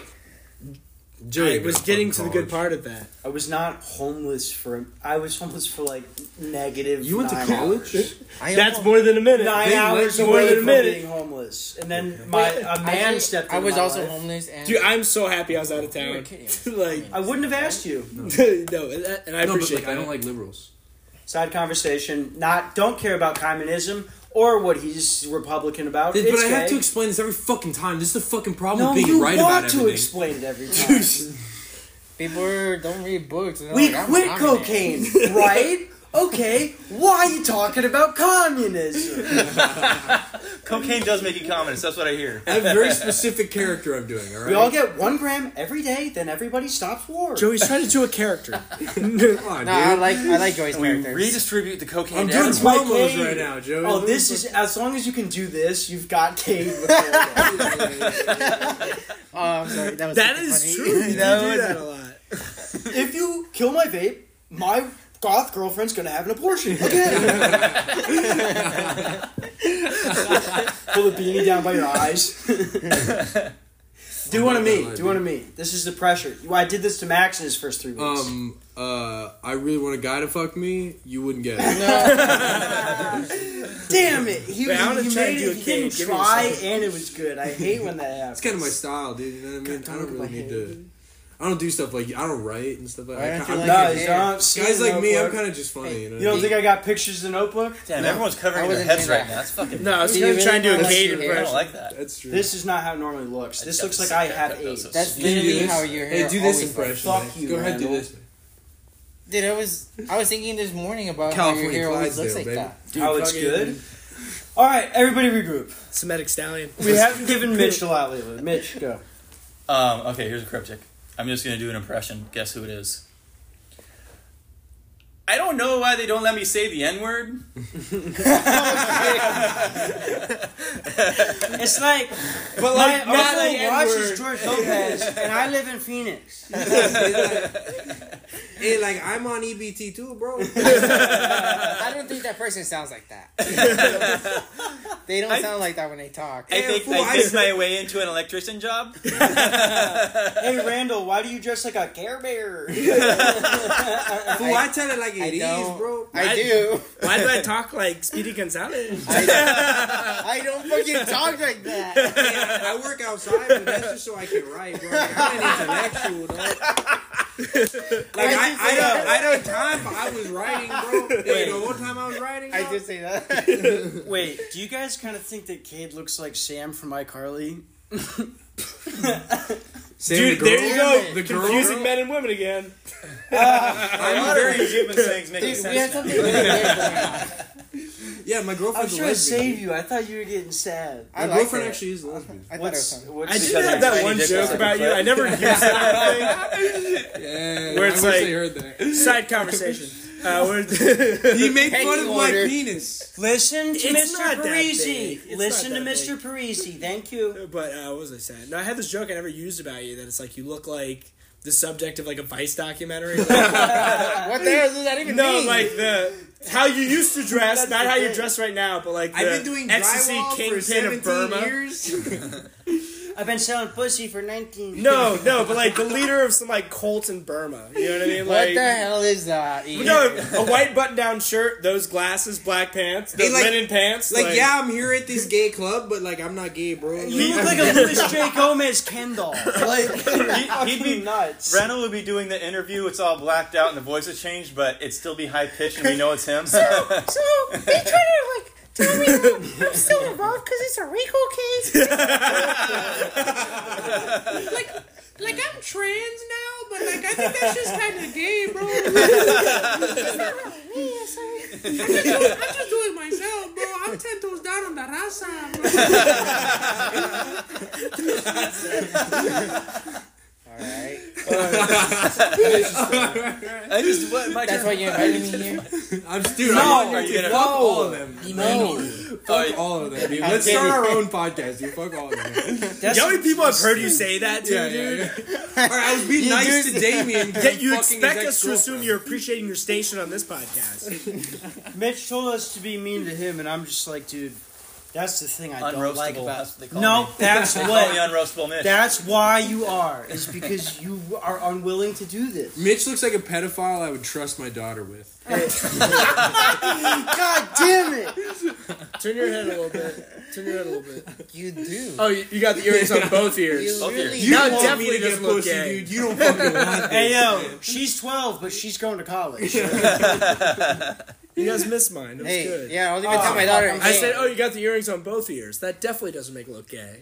Speaker 7: Joey
Speaker 5: I was
Speaker 7: got
Speaker 5: getting to
Speaker 7: fucking
Speaker 5: the good
Speaker 7: college.
Speaker 5: part of that.
Speaker 3: I was not homeless for. I was homeless for like negative.
Speaker 7: You went to
Speaker 3: nine
Speaker 7: college?
Speaker 3: hours.
Speaker 4: I
Speaker 5: That's
Speaker 4: almost-
Speaker 5: more than a minute.
Speaker 3: Nine
Speaker 7: They
Speaker 3: hours
Speaker 7: let you
Speaker 3: away
Speaker 7: wait
Speaker 3: from
Speaker 5: a minute.
Speaker 3: being homeless, and then my a man
Speaker 4: Actually,
Speaker 3: stepped.
Speaker 4: I
Speaker 3: into
Speaker 4: was
Speaker 3: my
Speaker 4: also
Speaker 3: life.
Speaker 4: homeless and
Speaker 5: Dude, I'm so happy I was out of
Speaker 4: You were
Speaker 5: town.
Speaker 4: kidding.
Speaker 5: like,
Speaker 3: I wouldn't have asked you.
Speaker 5: no, that, and I
Speaker 7: No, but
Speaker 5: appreciate
Speaker 7: like, I
Speaker 5: that.
Speaker 7: don't like liberals.
Speaker 3: Side conversation. Not don't care about communism or what he's Republican about.
Speaker 7: But
Speaker 3: It's
Speaker 7: I have
Speaker 3: gay.
Speaker 7: to explain this every fucking time. This is the fucking problem
Speaker 3: No,
Speaker 7: with being
Speaker 3: you
Speaker 7: right
Speaker 3: want
Speaker 7: about
Speaker 3: to
Speaker 7: everything.
Speaker 3: explain it every time.
Speaker 4: People are- don't read books. and they're
Speaker 3: We
Speaker 4: like, I'm
Speaker 3: quit
Speaker 4: dominant.
Speaker 3: cocaine, right? Okay, why are you talking about communism?
Speaker 6: Cocaine does make you communist. That's what I hear.
Speaker 7: I have a very specific character I'm doing. All right.
Speaker 3: We all get one gram every day, then everybody stops war.
Speaker 5: Joey's trying to do a character.
Speaker 7: Come on,
Speaker 3: No, I
Speaker 7: dude.
Speaker 3: like- I like Joey's
Speaker 7: And we
Speaker 3: characters.
Speaker 6: Redistribute the cocaine.
Speaker 7: I'm
Speaker 3: to
Speaker 7: doing
Speaker 3: everybody.
Speaker 7: promos
Speaker 3: Cocaine.
Speaker 7: right now, Joey.
Speaker 3: Oh, this is as long as you can do this, you've got Cade. oh, I'm sorry. That, was
Speaker 5: That is true. You do do that a lot.
Speaker 3: If you kill my vape, my goth girlfriend's gonna have an abortion again. Pull the beanie down by your eyes. do one of me. Do one of me. This is the pressure. I did this to Max in his first three weeks.
Speaker 7: Um, uh, I really want a guy to fuck me. You wouldn't get it.
Speaker 3: Damn it! He,
Speaker 7: Man, I
Speaker 3: he,
Speaker 7: wanna
Speaker 3: he
Speaker 7: try to
Speaker 3: made
Speaker 7: do a
Speaker 3: it. He didn't
Speaker 7: Cade. Give me a
Speaker 3: try,
Speaker 7: second.
Speaker 3: and it was good. I hate when that happens.
Speaker 7: It's kind of my style, dude. You know what I mean? I don't really need to. I don't do stuff like I don't write and stuff like
Speaker 3: Why
Speaker 7: that.
Speaker 3: don't you like
Speaker 7: I'm kinda-
Speaker 3: your hair? No, it's not-
Speaker 7: guys like me, I'm
Speaker 3: notebook.
Speaker 7: kind of just funny. you know?
Speaker 3: You don't think I got pictures in the notebook?
Speaker 7: Damn, No. everyone's covering I their wasn't heads doing right that. now. That's fucking-
Speaker 3: No, I was
Speaker 7: Do
Speaker 3: gonna
Speaker 7: you
Speaker 3: try and do
Speaker 7: really
Speaker 3: a
Speaker 7: not like
Speaker 3: Cade
Speaker 7: your hair?
Speaker 3: impression.
Speaker 7: I don't like that. That's true.
Speaker 3: This is not how it normally looks. This looks like I have eight.
Speaker 4: That's literally how your hair
Speaker 7: Hey, do this
Speaker 4: always
Speaker 7: impression.
Speaker 4: looks.
Speaker 7: man. Go ahead, do this.
Speaker 4: Dude, I was I was thinking this morning about how
Speaker 7: California
Speaker 4: your hair always looks like
Speaker 7: Clydesdale,
Speaker 4: that.
Speaker 7: baby. Dude, fucking-
Speaker 3: All right, everybody regroup.
Speaker 5: Semitic stallion.
Speaker 3: We haven't given Mitch a lot lately. Mitch, go.
Speaker 6: Um, okay, here's a cryptic. I'm just gonna do an impression. Guess who it is? I don't know why they don't let me say the N word.
Speaker 3: It's like,
Speaker 6: But, like,
Speaker 3: my
Speaker 6: not
Speaker 3: uncle
Speaker 6: like N-word.
Speaker 3: watches George Lopez, and I live in Phoenix.
Speaker 7: Hey, like I'm on EBT too, bro.
Speaker 4: I don't think that person sounds like that. they don't sound like that when they talk.
Speaker 6: I think I think my way into an electrician job.
Speaker 3: hey, Randall, why do you dress like a Care Bear?
Speaker 7: Fool, I tell it like it is, bro.
Speaker 4: I do.
Speaker 5: Why do I talk like Speedy Gonzalez?
Speaker 4: I don't fucking talk like that.
Speaker 7: I work outside, but that's just so I can write, bro. Like, I'm an intellectual, dog. Like I, I, don't, I don't time. but I was writing, bro.
Speaker 3: Wait.
Speaker 7: You know what time I was writing?
Speaker 4: I
Speaker 7: dog?
Speaker 4: did say that.
Speaker 3: Wait, do you guys kind of think that Cade looks like Sam from iCarly?
Speaker 7: Sam,
Speaker 13: Dude,
Speaker 7: the girl?
Speaker 13: there you go.
Speaker 7: The girl?
Speaker 13: Confusing men and women again.
Speaker 6: I'm very human things making
Speaker 13: Dude, we
Speaker 6: sense.
Speaker 13: had
Speaker 6: now.
Speaker 13: something
Speaker 7: Yeah, my
Speaker 3: I
Speaker 7: girlfriend's
Speaker 3: was trying
Speaker 7: a
Speaker 3: to
Speaker 7: lesbian.
Speaker 3: save you. I thought you were getting sad.
Speaker 7: My girlfriend actually is a lesbian.
Speaker 4: I
Speaker 3: What's, what's
Speaker 5: I did have that one joke about you. I never used that thing.
Speaker 7: Yeah,
Speaker 5: where it's
Speaker 7: I wish
Speaker 5: like
Speaker 7: they heard that.
Speaker 5: side conversation. Uh, where
Speaker 7: He made fun of my penis.
Speaker 3: Listen to
Speaker 5: It's
Speaker 3: Mr.
Speaker 5: not that
Speaker 3: Parisi.
Speaker 5: big. It's
Speaker 3: Listen to
Speaker 5: not that
Speaker 3: Mr. Parisi. Thank you.
Speaker 5: But uh, what was I saying? No, I had this joke I never used about you that it's like you look like the subject of like a Vice documentary. what the
Speaker 4: hell does that even
Speaker 5: no,
Speaker 4: mean?
Speaker 5: No, like the how you used to dress,
Speaker 4: That's
Speaker 5: not
Speaker 4: the
Speaker 5: how you
Speaker 4: thing.
Speaker 5: dress right now, but like
Speaker 7: I've
Speaker 5: the
Speaker 7: been doing
Speaker 5: ecstasy
Speaker 7: drywall for
Speaker 5: kingpin
Speaker 7: 17
Speaker 5: of Burma.
Speaker 7: years.
Speaker 3: I've been selling pussy for 19.
Speaker 5: No, no, but like the leader of some like cult in Burma. You know what I mean?
Speaker 4: What
Speaker 5: Like
Speaker 4: the hell is that? Ian?
Speaker 5: No, a white button-down shirt, those glasses, black pants,
Speaker 7: Hey,
Speaker 5: those
Speaker 7: like-
Speaker 5: linen pants.
Speaker 7: Like, yeah, I'm here at this gay club, but like, I'm not gay, bro.
Speaker 3: You look like a Louis J. Gomez Ken doll. Like,
Speaker 6: He- he'd be
Speaker 3: fucking nuts.
Speaker 6: Reynolds would be doing the interview. It's all blacked out and the voice has changed, but it'd still be high pitched, and we know it's him.
Speaker 14: So they try to like tell me I'm still involved because it's a Rico case. like, like I'm trans now, but like I think that's just kind of gay, bro. it's not really me. It's like, I'm, just doing, I'm just doing myself, bro. I'm ten toes down on the raza. Bro.
Speaker 6: I just what my
Speaker 4: That's why you invited me here.
Speaker 7: I'm dude.
Speaker 6: No,
Speaker 7: I want
Speaker 6: are
Speaker 7: you
Speaker 6: you
Speaker 7: to
Speaker 6: gonna-
Speaker 7: fuck all of them.
Speaker 4: No.
Speaker 7: Fuck all of them. Dude. Let's start our own podcast. Dude, fuck all of them.
Speaker 5: You know how many people have heard you say that to,
Speaker 7: Yeah, yeah,
Speaker 5: dude?
Speaker 7: yeah. All right, I was being nice to Damien. 'cause
Speaker 5: Yet
Speaker 7: I'm
Speaker 5: you
Speaker 7: fucking his
Speaker 5: expect us to
Speaker 7: ex-girlfriend.
Speaker 5: assume you're appreciating your station on this podcast.
Speaker 3: Mitch told us to be mean to him, and I'm just like, dude, That's the thing I don't like
Speaker 6: Unroastable,
Speaker 3: about.
Speaker 6: that's what they call
Speaker 3: No,
Speaker 6: me.
Speaker 3: that's
Speaker 6: They
Speaker 7: Oh,
Speaker 3: what.
Speaker 6: call me Unroastable Mitch.
Speaker 3: That's why you are. Is because you are unwilling to do this.
Speaker 7: Mitch looks like a pedophile I would trust my daughter with.
Speaker 3: God damn it!
Speaker 5: Turn your head a little bit. Turn your head a little bit.
Speaker 4: You do.
Speaker 5: Oh, you, you got the earrings on both ears.
Speaker 4: You Both ears. really
Speaker 5: You now
Speaker 4: do.
Speaker 5: definitely
Speaker 4: You want me to
Speaker 5: doesn't
Speaker 4: get
Speaker 5: look
Speaker 4: pussy,
Speaker 5: gay.
Speaker 4: dude. You don't fucking want
Speaker 3: Hey yo, she's twelve, but she's going to college.
Speaker 5: You guys missed mine. It was
Speaker 3: Hey,
Speaker 5: good.
Speaker 3: yeah, I was gonna tell my daughter,
Speaker 5: I
Speaker 3: hey.
Speaker 5: said, "Oh, you got the earrings on both ears. That definitely doesn't make it look gay."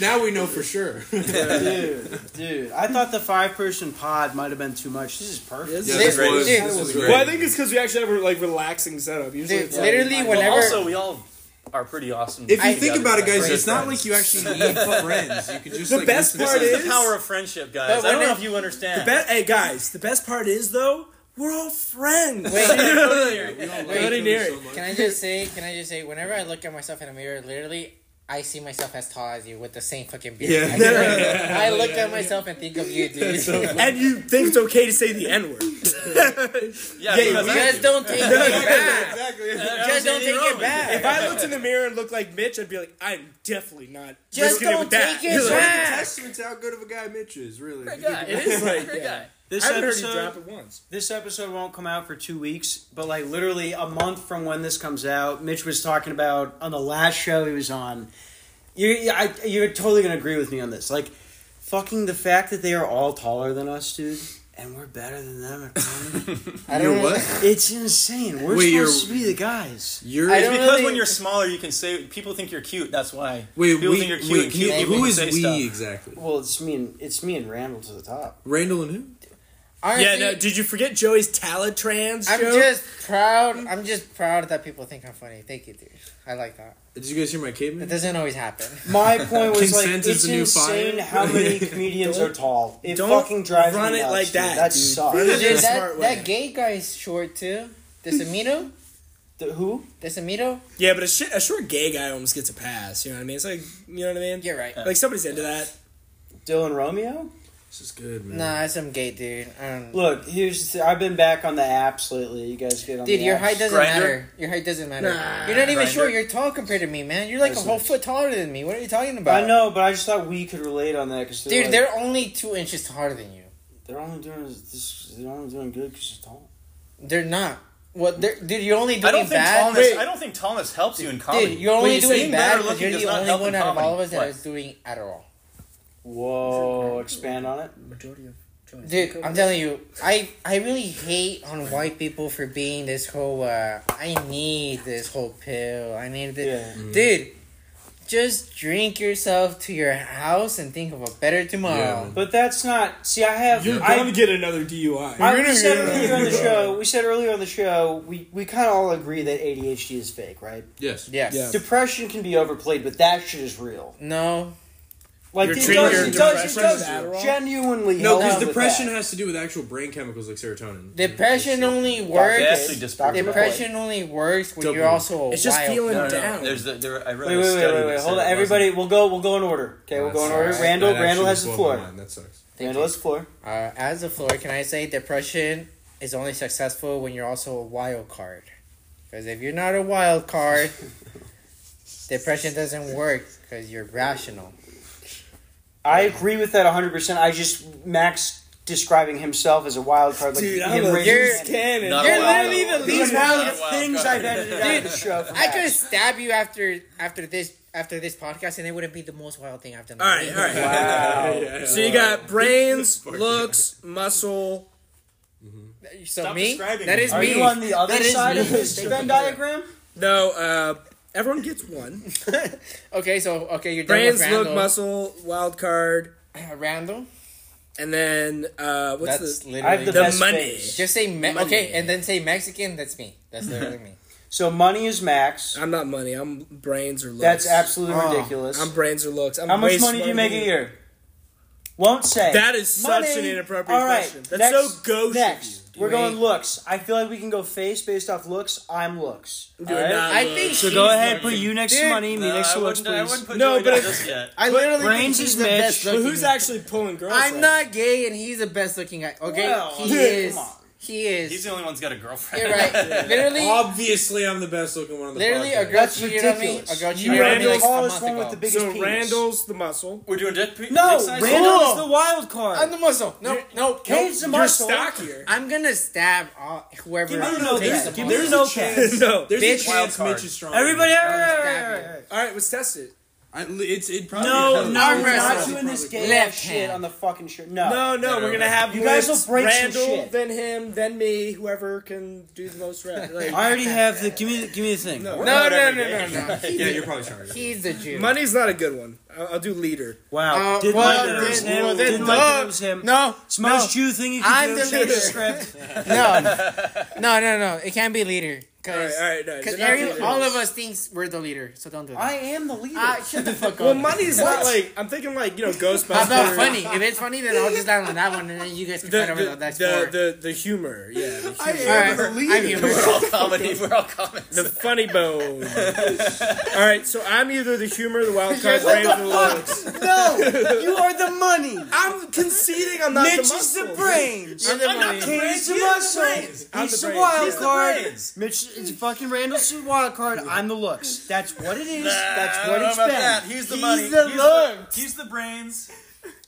Speaker 7: now we know for sure.
Speaker 3: dude, dude, I thought the five person pod might have been too much. This is perfect.
Speaker 7: Yeah, this was- Dude, this was
Speaker 14: Well, I think it's because we actually have a like relaxing setup. Usually,
Speaker 6: Dude,
Speaker 14: it's like-
Speaker 6: literally Well, whenever- also, we all are pretty awesome.
Speaker 14: If you
Speaker 6: together,
Speaker 14: think about it, guys,
Speaker 6: great
Speaker 14: it's not
Speaker 6: friends.
Speaker 14: like you actually need friends. You could just, The like, best listen to part
Speaker 6: this is
Speaker 14: is-
Speaker 6: the power of friendship, guys.
Speaker 5: But
Speaker 6: I don't
Speaker 5: when
Speaker 6: know
Speaker 5: it-
Speaker 6: if you understand.
Speaker 5: The best, hey guys, the best part is though, we're all friends.
Speaker 4: Wait,
Speaker 5: Go to Derek.
Speaker 4: Can I just say? Can I just say? Whenever I look at myself in a mirror, literally, I see myself as tall as you with the same fucking beard.
Speaker 5: Yeah.
Speaker 4: I, just- I look at myself and think of you, dude.
Speaker 5: and you think it's okay to say the N word?
Speaker 4: Yeah, because I Just do. don't take it back.
Speaker 14: Exactly.
Speaker 4: Just don't take it back.
Speaker 14: If I looked in the mirror and looked like Mitch, I'd be like, I'm definitely not.
Speaker 4: Just
Speaker 14: risking it
Speaker 4: don't
Speaker 14: with that.
Speaker 4: take it
Speaker 14: Like,
Speaker 4: back.
Speaker 7: Testament to how good of a guy Mitch is, really.
Speaker 14: Great
Speaker 3: guy. It is.
Speaker 7: Right,
Speaker 3: Great
Speaker 7: yeah.
Speaker 3: This
Speaker 7: I haven't heard you
Speaker 3: episode,
Speaker 7: drop it once.
Speaker 3: This episode won't come out for two weeks, but like literally a month from when this comes out, Mitch was talking about on the last show he was on. You, I, you're totally gonna agree with me on this. Like, fucking the fact that they are all taller than us, dude, and we're better than them at climbing.
Speaker 6: I don't- You're what?
Speaker 3: It's insane. We're
Speaker 6: Wait,
Speaker 3: supposed to
Speaker 6: you're-
Speaker 3: be the guys.
Speaker 7: You're
Speaker 6: it's because when you're smaller, you can say people think you're cute. That's why.
Speaker 7: Wait,
Speaker 6: people
Speaker 7: we-
Speaker 6: think you're cute.
Speaker 7: wait,
Speaker 6: and
Speaker 7: can
Speaker 6: cute
Speaker 7: you-
Speaker 6: people
Speaker 7: who
Speaker 6: can
Speaker 7: is
Speaker 6: say
Speaker 7: we
Speaker 6: stuff.
Speaker 7: exactly?
Speaker 3: Well, it's me and it's me and Randall to the top.
Speaker 7: Randall and who?
Speaker 5: yeah, no. Did you forget Joey's talent trans?
Speaker 4: I'm
Speaker 5: joke?
Speaker 4: just proud. I'm just proud that people think I'm funny. Thank you, dude. I like that.
Speaker 7: Did you guys hear my caveman?
Speaker 4: It doesn't always happen.
Speaker 3: My point was like
Speaker 7: Consent
Speaker 3: it's
Speaker 7: is the new
Speaker 3: insane
Speaker 7: fire.
Speaker 3: how many comedians
Speaker 4: Don't-
Speaker 3: are tall. It
Speaker 4: don't
Speaker 3: fucking drives
Speaker 4: run
Speaker 3: me
Speaker 4: it
Speaker 3: nuts,
Speaker 4: like
Speaker 3: dude.
Speaker 4: that,
Speaker 3: That
Speaker 4: dude.
Speaker 3: sucks.
Speaker 4: Dude, that, that gay guy's short too. Desamito.
Speaker 3: the who?
Speaker 4: Desamito.
Speaker 5: Yeah, but a, sh- a short gay guy almost gets a pass. You know what I mean? It's like, you know what I mean?
Speaker 4: You're right.
Speaker 6: Uh,
Speaker 5: Like somebody's into that.
Speaker 3: Dylan Romeo.
Speaker 7: This is good,
Speaker 4: Nah, it's some gay dude. Um,
Speaker 3: Look, here's the, I've been back on the apps lately. You guys get on
Speaker 4: Dude,
Speaker 3: the
Speaker 4: your
Speaker 3: apps.
Speaker 4: height doesn't matter. Your height doesn't matter.
Speaker 3: Nah.
Speaker 4: you're not even
Speaker 3: Grindr?
Speaker 4: short. You're tall compared to me, man. You're like
Speaker 3: That's
Speaker 4: a whole
Speaker 3: nice.
Speaker 4: foot taller than me. What are you talking about?
Speaker 3: I know, but I just thought we could relate on that because
Speaker 4: Dude, they're only two inches taller than you.
Speaker 3: they're only doing this. They're only doing good because you're tall.
Speaker 4: They're not. What? They're, dude, you're only doing
Speaker 6: I don't think
Speaker 4: bad.
Speaker 6: tallness. I don't think tallness helps you in comedy.
Speaker 4: Dude, you're only
Speaker 6: Wait,
Speaker 4: doing
Speaker 6: being
Speaker 4: bad
Speaker 6: better
Speaker 4: because
Speaker 6: looking
Speaker 4: you're
Speaker 6: does
Speaker 4: the only
Speaker 6: not help
Speaker 4: one
Speaker 6: in
Speaker 4: out of
Speaker 6: comedy.
Speaker 4: all of us that
Speaker 6: What?
Speaker 4: is doing Adderall.
Speaker 3: Whoa! Expand on it. Majority of
Speaker 4: Dude, I'm telling you, I I really hate on white people for being this whole. Uh, I need this whole pill. I need this,
Speaker 3: Yeah.
Speaker 4: dude. Just drink yourself to your house and think of a better tomorrow.
Speaker 3: But that's not. See, I have.
Speaker 4: You're
Speaker 3: I,
Speaker 4: gonna
Speaker 14: get another DUI.
Speaker 3: I, we said earlier on the show. We said earlier on the show. We we kind of all agree that ADHD is fake, right?
Speaker 7: Yes.
Speaker 4: Yes. Yeah.
Speaker 3: Depression can be overplayed, but that shit is real.
Speaker 4: No.
Speaker 3: Like
Speaker 7: You're
Speaker 3: it
Speaker 7: treating
Speaker 3: does,
Speaker 7: your
Speaker 3: it does, it
Speaker 7: depression
Speaker 3: does,
Speaker 7: with Adderall?
Speaker 3: genuinely.
Speaker 7: No,
Speaker 3: help
Speaker 7: because
Speaker 3: with
Speaker 7: depression
Speaker 3: that.
Speaker 7: has to do with actual brain chemicals like serotonin.
Speaker 4: Depression only
Speaker 7: Dr.
Speaker 4: works.
Speaker 7: Ashley just proved
Speaker 4: Depression only works when you're
Speaker 7: Dopamine.
Speaker 4: also.
Speaker 7: It's just
Speaker 4: wild.
Speaker 7: feeling
Speaker 6: No, no, no. There's the, there, I read
Speaker 3: Wait,
Speaker 6: a
Speaker 3: wait, wait,
Speaker 6: study
Speaker 3: wait, wait.
Speaker 6: that said
Speaker 3: Hold
Speaker 6: it
Speaker 3: on,
Speaker 6: wasn't-
Speaker 3: everybody. We'll go. We'll go in order. Okay, we'll go in order.
Speaker 4: Alright.
Speaker 3: Randall.
Speaker 4: That
Speaker 3: Randall
Speaker 4: actually
Speaker 3: has the
Speaker 4: blew my
Speaker 3: floor.
Speaker 4: mind.
Speaker 7: That sucks.
Speaker 3: Randall has the floor.
Speaker 4: Uh, as a floor, can I say depression is only successful when you're also a wild card? Because if you're not a wild card, depression doesn't work because you're rational.
Speaker 3: I agree with that 100. percent I just Max describing himself as a wild card. Like
Speaker 14: Dude,
Speaker 3: him
Speaker 14: I'm a
Speaker 3: raising
Speaker 14: loose
Speaker 3: his hand.
Speaker 14: cannon.
Speaker 4: Not a You're wild literally card. the
Speaker 3: The
Speaker 4: least
Speaker 3: amount
Speaker 4: wild
Speaker 3: of
Speaker 4: card.
Speaker 3: things I've edited out of the show. for
Speaker 4: I
Speaker 3: Max.
Speaker 4: could stab you after after this after this podcast, and it wouldn't be the most wild thing I've done.
Speaker 5: All right, all right. So you got brains, looks, muscle.
Speaker 4: So me? That is
Speaker 5: Are
Speaker 4: me.
Speaker 5: you on the other
Speaker 4: That is
Speaker 5: side
Speaker 4: me.
Speaker 5: of this Venn diagram? No, uh, everyone gets one.
Speaker 4: okay, so okay, you're done
Speaker 5: brains,
Speaker 4: with
Speaker 5: look,
Speaker 4: Randall.
Speaker 5: muscle, wild card,
Speaker 4: Randall,
Speaker 5: and then uh, what's
Speaker 4: That's
Speaker 5: the
Speaker 4: literally
Speaker 5: the, money?
Speaker 4: Just say me-
Speaker 5: Money.
Speaker 4: okay, and then say Mexican. That's me. That's literally me.
Speaker 3: So money is Max.
Speaker 5: I'm not money. I'm brains or looks.
Speaker 3: That's absolutely
Speaker 5: Oh.
Speaker 3: ridiculous.
Speaker 5: I'm brains or looks. I'm
Speaker 3: How
Speaker 5: way
Speaker 3: much money do you
Speaker 5: smarter
Speaker 3: make
Speaker 5: than
Speaker 3: a year? Won't say.
Speaker 5: That is such an
Speaker 3: Money.
Speaker 5: inappropriate
Speaker 3: All right,
Speaker 5: question. That's
Speaker 3: next-
Speaker 5: so gauche.
Speaker 3: Next,
Speaker 5: of you.
Speaker 3: we're going looks. I feel like we can go face based off looks. I'm looks.
Speaker 5: Dude, nah, I think
Speaker 3: Uh, so.
Speaker 5: she's
Speaker 3: Go ahead,
Speaker 5: looking.
Speaker 3: put you next to
Speaker 5: Dude.
Speaker 3: money, me
Speaker 5: No,
Speaker 3: next to
Speaker 5: I
Speaker 3: looks,
Speaker 5: wouldn't- I
Speaker 3: please.
Speaker 5: wouldn't put No, Joey but down if- just
Speaker 6: yet.
Speaker 4: I literally
Speaker 3: brains
Speaker 4: think
Speaker 3: is
Speaker 4: he's the
Speaker 3: Mitch.
Speaker 4: best
Speaker 3: But
Speaker 4: looking.
Speaker 3: who's
Speaker 5: actually pulling girls?
Speaker 4: I'm not gay, and he's the best looking guy. Okay,
Speaker 3: Well,
Speaker 4: he
Speaker 3: dude,
Speaker 4: is.
Speaker 3: come on.
Speaker 4: He is.
Speaker 6: He's the only one's got a girlfriend.
Speaker 4: You're right. Literally-
Speaker 7: obviously, I'm the best looking one on the
Speaker 4: Literally,
Speaker 7: podcast.
Speaker 4: a girl cheated on me. A girl cheated on me like a month ago.
Speaker 14: so Randall's the muscle.
Speaker 6: We're doing dick. Pre-
Speaker 4: No, dick size? Randall's the
Speaker 3: wild card.
Speaker 4: I'm the muscle. No, no,
Speaker 14: Cade's the
Speaker 4: no.
Speaker 14: muscle. You're stockier.
Speaker 4: I'm gonna stab all, whoever.
Speaker 14: Give me-
Speaker 4: takes
Speaker 14: no, there's-
Speaker 4: the
Speaker 14: give me-
Speaker 4: ball.
Speaker 14: there's no chance. No.
Speaker 7: There's
Speaker 14: Bitch.
Speaker 7: a chance
Speaker 14: Wild
Speaker 7: Mitch
Speaker 14: card.
Speaker 7: is strong.
Speaker 14: Everybody-
Speaker 4: All
Speaker 14: right, let's test it.
Speaker 7: I, it's it probably
Speaker 3: No,
Speaker 7: kinda-
Speaker 3: no, we're not doing this game Left shit on the fucking shirt. No,
Speaker 14: No, no, we're gonna have
Speaker 3: you guys will
Speaker 14: Lawrence,
Speaker 3: break
Speaker 14: Randall,
Speaker 3: some shit.
Speaker 14: then him, then me, whoever can do the most reps. Like,
Speaker 3: I already have the give me the, give me the thing.
Speaker 14: No,
Speaker 3: We're
Speaker 14: no,
Speaker 3: not
Speaker 14: no,
Speaker 3: every
Speaker 14: no,
Speaker 3: day.
Speaker 14: no, no.
Speaker 7: Yeah, you're probably stronger.
Speaker 4: He's a Jew.
Speaker 14: Money's not a good one. I'll, I'll do leader.
Speaker 3: Wow.
Speaker 14: Uh,
Speaker 3: did
Speaker 14: well,
Speaker 3: my dinner was
Speaker 14: did-
Speaker 3: him.
Speaker 14: well,
Speaker 3: did
Speaker 14: did-
Speaker 3: my
Speaker 14: no,
Speaker 3: dinner was him.
Speaker 4: no,
Speaker 3: It's the most
Speaker 4: no.
Speaker 3: Jew thing you can
Speaker 4: I'm
Speaker 3: do.
Speaker 4: the
Speaker 3: Change the
Speaker 4: leader.
Speaker 3: script.
Speaker 4: No, no, no. It can't be leader. Cause,
Speaker 14: All right, all right, no,
Speaker 4: Because
Speaker 14: they're not
Speaker 4: every-
Speaker 14: leaders.
Speaker 4: all of us thinks we're the leader, so don't do that.
Speaker 3: I am the leader.
Speaker 4: Ah, shut the fuck up.
Speaker 14: Well, money's not like I'm thinking like you know Ghostbusters.
Speaker 4: How about funny? If it's funny, then I'll just down on that one, and then you guys
Speaker 14: The,
Speaker 4: can
Speaker 14: the,
Speaker 4: fight over the next
Speaker 14: the,
Speaker 4: four.
Speaker 14: the, the humor, yeah. The,
Speaker 4: I
Speaker 14: humor.
Speaker 4: am the Alright, leader. I'm humor.
Speaker 6: We're all comedy. We're all comedy.
Speaker 14: The funny bone. All right, so I'm either the humor, the wild card,
Speaker 3: What
Speaker 14: Randall,
Speaker 3: the
Speaker 14: or
Speaker 3: fuck?
Speaker 14: Lawrence.
Speaker 3: No, you are the money.
Speaker 14: I'm conceding I'm not
Speaker 3: Mitch
Speaker 14: the muscle.
Speaker 3: is the brains.
Speaker 4: You're the
Speaker 3: I'm not
Speaker 4: brains.
Speaker 3: the brains.
Speaker 14: You're
Speaker 3: the
Speaker 14: the
Speaker 3: muscle.
Speaker 14: brains. I'm
Speaker 3: He's
Speaker 14: the
Speaker 3: the,
Speaker 14: brains.
Speaker 3: wild
Speaker 14: He's the
Speaker 3: card.
Speaker 6: brains.
Speaker 3: Mitch is fucking Randall's the wild card. I'm the looks. That's what it is. That's
Speaker 6: I
Speaker 3: what
Speaker 6: don't know
Speaker 3: it's
Speaker 6: about
Speaker 3: been.
Speaker 6: that. He's the money.
Speaker 3: He's the
Speaker 6: He's
Speaker 3: look.
Speaker 6: The, he's the brains.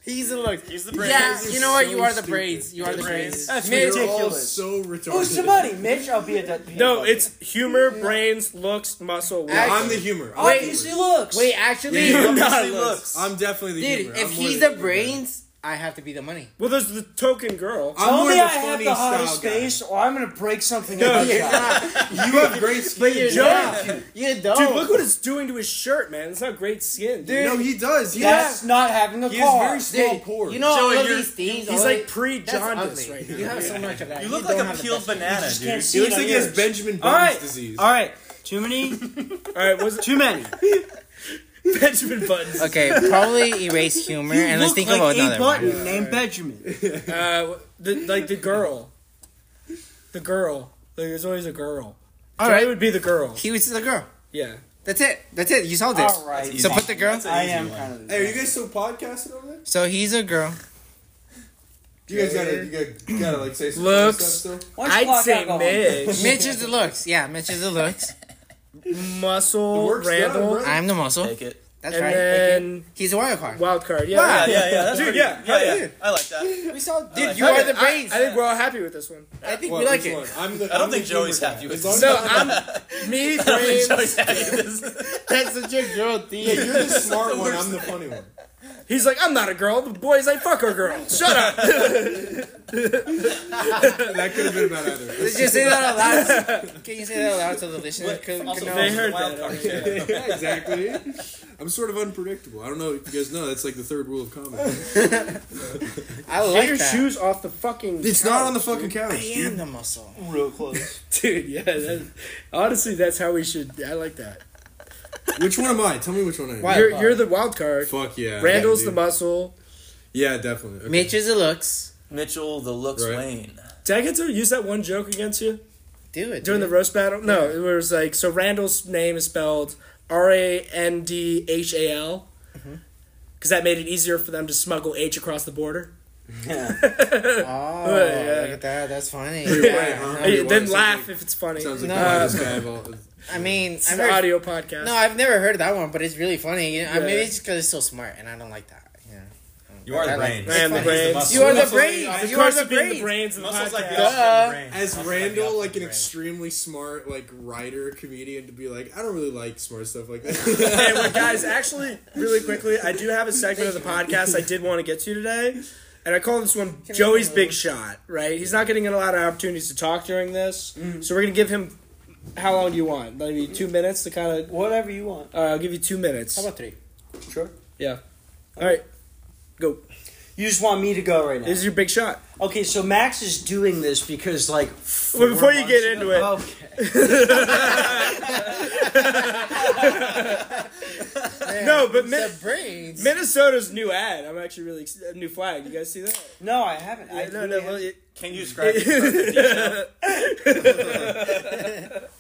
Speaker 4: He's a look.
Speaker 6: He's the brains.
Speaker 4: Yeah, you know what? You are the braids. You are the braids.
Speaker 3: That's
Speaker 4: Mitch,
Speaker 7: You're all
Speaker 3: ridiculous. Oh,
Speaker 7: so retarded.
Speaker 3: Who's the money, Mitch? I'll be at that.
Speaker 14: No, it's humor, brains, looks, muscle. will.
Speaker 7: I'm the humor. I'm
Speaker 3: obviously
Speaker 7: the
Speaker 3: looks.
Speaker 4: Wait, actually,
Speaker 7: humor.
Speaker 14: You're not
Speaker 7: Obviously
Speaker 14: looks.
Speaker 7: looks. I'm definitely the
Speaker 4: dude,
Speaker 7: humor.
Speaker 4: if
Speaker 7: I'm
Speaker 4: he's
Speaker 7: more
Speaker 4: the brains, I have to be the money.
Speaker 14: Well, there's the token girl.
Speaker 7: I'm
Speaker 3: Tell
Speaker 7: more
Speaker 3: me
Speaker 7: the
Speaker 3: I have
Speaker 7: funny
Speaker 3: the
Speaker 7: style
Speaker 3: hottest
Speaker 7: guy.
Speaker 3: face, or I'm gonna break something.
Speaker 14: No,
Speaker 3: up.
Speaker 14: you're
Speaker 7: You have great skin.
Speaker 4: You're dumb. You're dumb.
Speaker 14: Dude, look what it's doing to his shirt, man. It's not great skin. Oh. Dude.
Speaker 7: No, he does. He has,
Speaker 3: That's not having a
Speaker 7: he has
Speaker 3: car.
Speaker 7: very small pores.
Speaker 4: You know all
Speaker 6: Joey,
Speaker 4: of
Speaker 6: you're-
Speaker 4: these things.
Speaker 14: He's
Speaker 4: all
Speaker 14: like
Speaker 4: of-
Speaker 14: pre
Speaker 4: that's
Speaker 14: jaundice
Speaker 4: ugly.
Speaker 14: right
Speaker 4: You
Speaker 14: now.
Speaker 4: have so much of that.
Speaker 6: You look
Speaker 4: don't
Speaker 6: like a
Speaker 4: have the
Speaker 6: peeled
Speaker 4: best of it.
Speaker 6: banana,
Speaker 3: just
Speaker 6: dude.
Speaker 3: can't see it
Speaker 7: he looks
Speaker 3: on
Speaker 7: like he has
Speaker 3: yours.
Speaker 7: Benjamin
Speaker 3: All
Speaker 7: Button's
Speaker 3: right,
Speaker 7: disease.
Speaker 3: all right. Too many,
Speaker 14: All right, was it
Speaker 3: too many.
Speaker 14: Benjamin Buttons?
Speaker 4: Okay, probably erase humor
Speaker 3: You
Speaker 4: and let's
Speaker 3: look
Speaker 4: think
Speaker 3: like
Speaker 4: about
Speaker 3: a
Speaker 4: another one.
Speaker 3: button named Benjamin.
Speaker 14: Uh, the, like the girl, the girl. Like, there's always a
Speaker 4: All
Speaker 14: girl. All
Speaker 4: right.
Speaker 14: right, would be the girl.
Speaker 4: He was the girl.
Speaker 14: Yeah.
Speaker 4: That's it. That's it. You solved it.
Speaker 3: All right.
Speaker 4: So put the girl.
Speaker 3: I am kind of.
Speaker 7: Hey, are you guys still podcasting over there?
Speaker 4: So he's a girl.
Speaker 7: You guys gotta, you gotta, you gotta like say some
Speaker 14: Looks.
Speaker 7: stuff still.
Speaker 3: Why don't you
Speaker 14: I'd
Speaker 3: clock
Speaker 14: say
Speaker 3: out going?
Speaker 14: Mitch,
Speaker 4: Mitch is the looks. Yeah, Mitch is the looks.
Speaker 14: muscle,
Speaker 7: work's done,
Speaker 14: Randall,
Speaker 7: bro.
Speaker 4: I'm the muscle.
Speaker 6: Take it.
Speaker 4: That's
Speaker 14: and
Speaker 4: right.
Speaker 14: then
Speaker 4: He's a wild card.
Speaker 14: wild card. Yeah.
Speaker 4: Wow.
Speaker 6: Yeah, yeah, yeah. That's
Speaker 14: Dude,
Speaker 6: pretty-
Speaker 14: yeah,
Speaker 6: yeah,
Speaker 14: hell
Speaker 6: yeah. I like that.
Speaker 4: We saw, dude.
Speaker 6: like
Speaker 4: you
Speaker 6: that.
Speaker 4: are the
Speaker 14: I, I
Speaker 4: brains. I,
Speaker 14: think we're all happy with this one.
Speaker 4: think
Speaker 7: What,
Speaker 4: we like
Speaker 7: which
Speaker 4: it.
Speaker 7: one? I'm the,
Speaker 6: I
Speaker 7: I'm
Speaker 6: don't
Speaker 7: the
Speaker 6: think Joey's
Speaker 7: humor guy.
Speaker 6: happy with
Speaker 7: As long
Speaker 14: No,
Speaker 7: as I'm,
Speaker 14: I'm me, brains.
Speaker 6: Joey's happy with this.
Speaker 4: That's such a girl
Speaker 7: yeah,
Speaker 4: thing.
Speaker 7: you're the smart one. I'm the funny one.
Speaker 14: He's like, I'm not a girl. The boys, I fuck are girls. Shut up.
Speaker 7: That could have been about either.
Speaker 4: Let's just say that out loud. Can you say that out loud to the listeners? Could-
Speaker 6: Also,
Speaker 4: could know?
Speaker 14: they heard
Speaker 6: wild
Speaker 14: that
Speaker 6: card.
Speaker 7: yeah, exactly. I'm sort of unpredictable. I don't know if you guys know. That's like the third rule of comedy.
Speaker 4: I
Speaker 14: Get
Speaker 4: like
Speaker 14: your
Speaker 4: that.
Speaker 14: shoes off the fucking.
Speaker 7: It's not on the fucking couch.
Speaker 4: I
Speaker 7: dude.
Speaker 4: am the muscle.
Speaker 3: Real close.
Speaker 14: dude. Yeah. That, honestly, that's how we should. I like that.
Speaker 7: Which one am I? Tell me which one I am.
Speaker 4: Wild
Speaker 14: You're,
Speaker 4: card.
Speaker 14: you're the wild card.
Speaker 7: Fuck yeah.
Speaker 14: Randall's
Speaker 7: yeah,
Speaker 14: the
Speaker 7: dude.
Speaker 14: muscle.
Speaker 7: Yeah, definitely. Okay.
Speaker 4: Mitch is the looks.
Speaker 6: Mitchell, the looks
Speaker 7: Right.
Speaker 6: Wayne.
Speaker 14: Did I get to use that one joke against you
Speaker 4: Do it.
Speaker 14: during the
Speaker 4: dude.
Speaker 14: roast battle? No, it was like so. Randall's name is spelled R A N D H A L
Speaker 7: Mm-hmm.
Speaker 14: because that made it easier for them to smuggle H across the border.
Speaker 4: Oh,
Speaker 14: Yeah.
Speaker 4: look at that. That's funny.
Speaker 7: You're right, huh?
Speaker 14: Hey,
Speaker 7: Why
Speaker 14: then
Speaker 7: sounds
Speaker 14: laugh
Speaker 7: like-
Speaker 14: if it's funny.
Speaker 7: Sounds like
Speaker 4: No.
Speaker 7: why this guy evolved-
Speaker 4: I mean,
Speaker 14: It's
Speaker 4: I've
Speaker 14: an
Speaker 4: heard-
Speaker 14: audio podcast.
Speaker 4: No, I've never heard that one, but it's really funny. You know,
Speaker 14: Yeah.
Speaker 4: Maybe it's because it's so smart, and I don't like that. Yeah.
Speaker 6: You are the
Speaker 4: I like-
Speaker 6: brains.
Speaker 14: I am the brains.
Speaker 4: You are the
Speaker 7: Muscle-
Speaker 4: brains.
Speaker 14: Of
Speaker 4: You are
Speaker 14: course,
Speaker 4: the
Speaker 14: being the
Speaker 4: brains.
Speaker 14: brains of the
Speaker 6: Muscles like
Speaker 14: podcast.
Speaker 6: the opposite of the brains.
Speaker 7: As
Speaker 6: Muscles
Speaker 7: Randall, like
Speaker 6: the
Speaker 7: an
Speaker 6: opposite
Speaker 7: extremely smart, like writer comedian, to be like, I don't really like smart stuff like
Speaker 14: Hey,
Speaker 7: that.
Speaker 14: well, guys, actually, really quickly, I do have a segment of the podcast I did want to get to today, and I call this one Joey's Big Shot. Right? He's not getting a lot of opportunities to talk during this, so we're gonna give him. How long do you want? Maybe two minutes to kind of.
Speaker 3: Whatever you want.
Speaker 14: All right, I'll give you two minutes.
Speaker 4: How about three?
Speaker 3: Sure.
Speaker 14: yeah. All right, go.
Speaker 3: You just want me to go right now.
Speaker 14: This is your big shot.
Speaker 3: Okay, so Max is doing this because like.
Speaker 14: Well, before
Speaker 3: four
Speaker 14: you get
Speaker 3: months
Speaker 14: into
Speaker 3: ago-
Speaker 14: it.
Speaker 4: Oh.
Speaker 3: Okay.
Speaker 14: no, but Min-
Speaker 4: The brains.
Speaker 14: Minnesota's new ad. I'm actually really ex- new flag. You guys see that?
Speaker 3: No, I haven't. I
Speaker 14: Yeah, no, no. Well,
Speaker 3: really
Speaker 14: it,
Speaker 6: Can you describe it in perfect detail?
Speaker 3: haven't.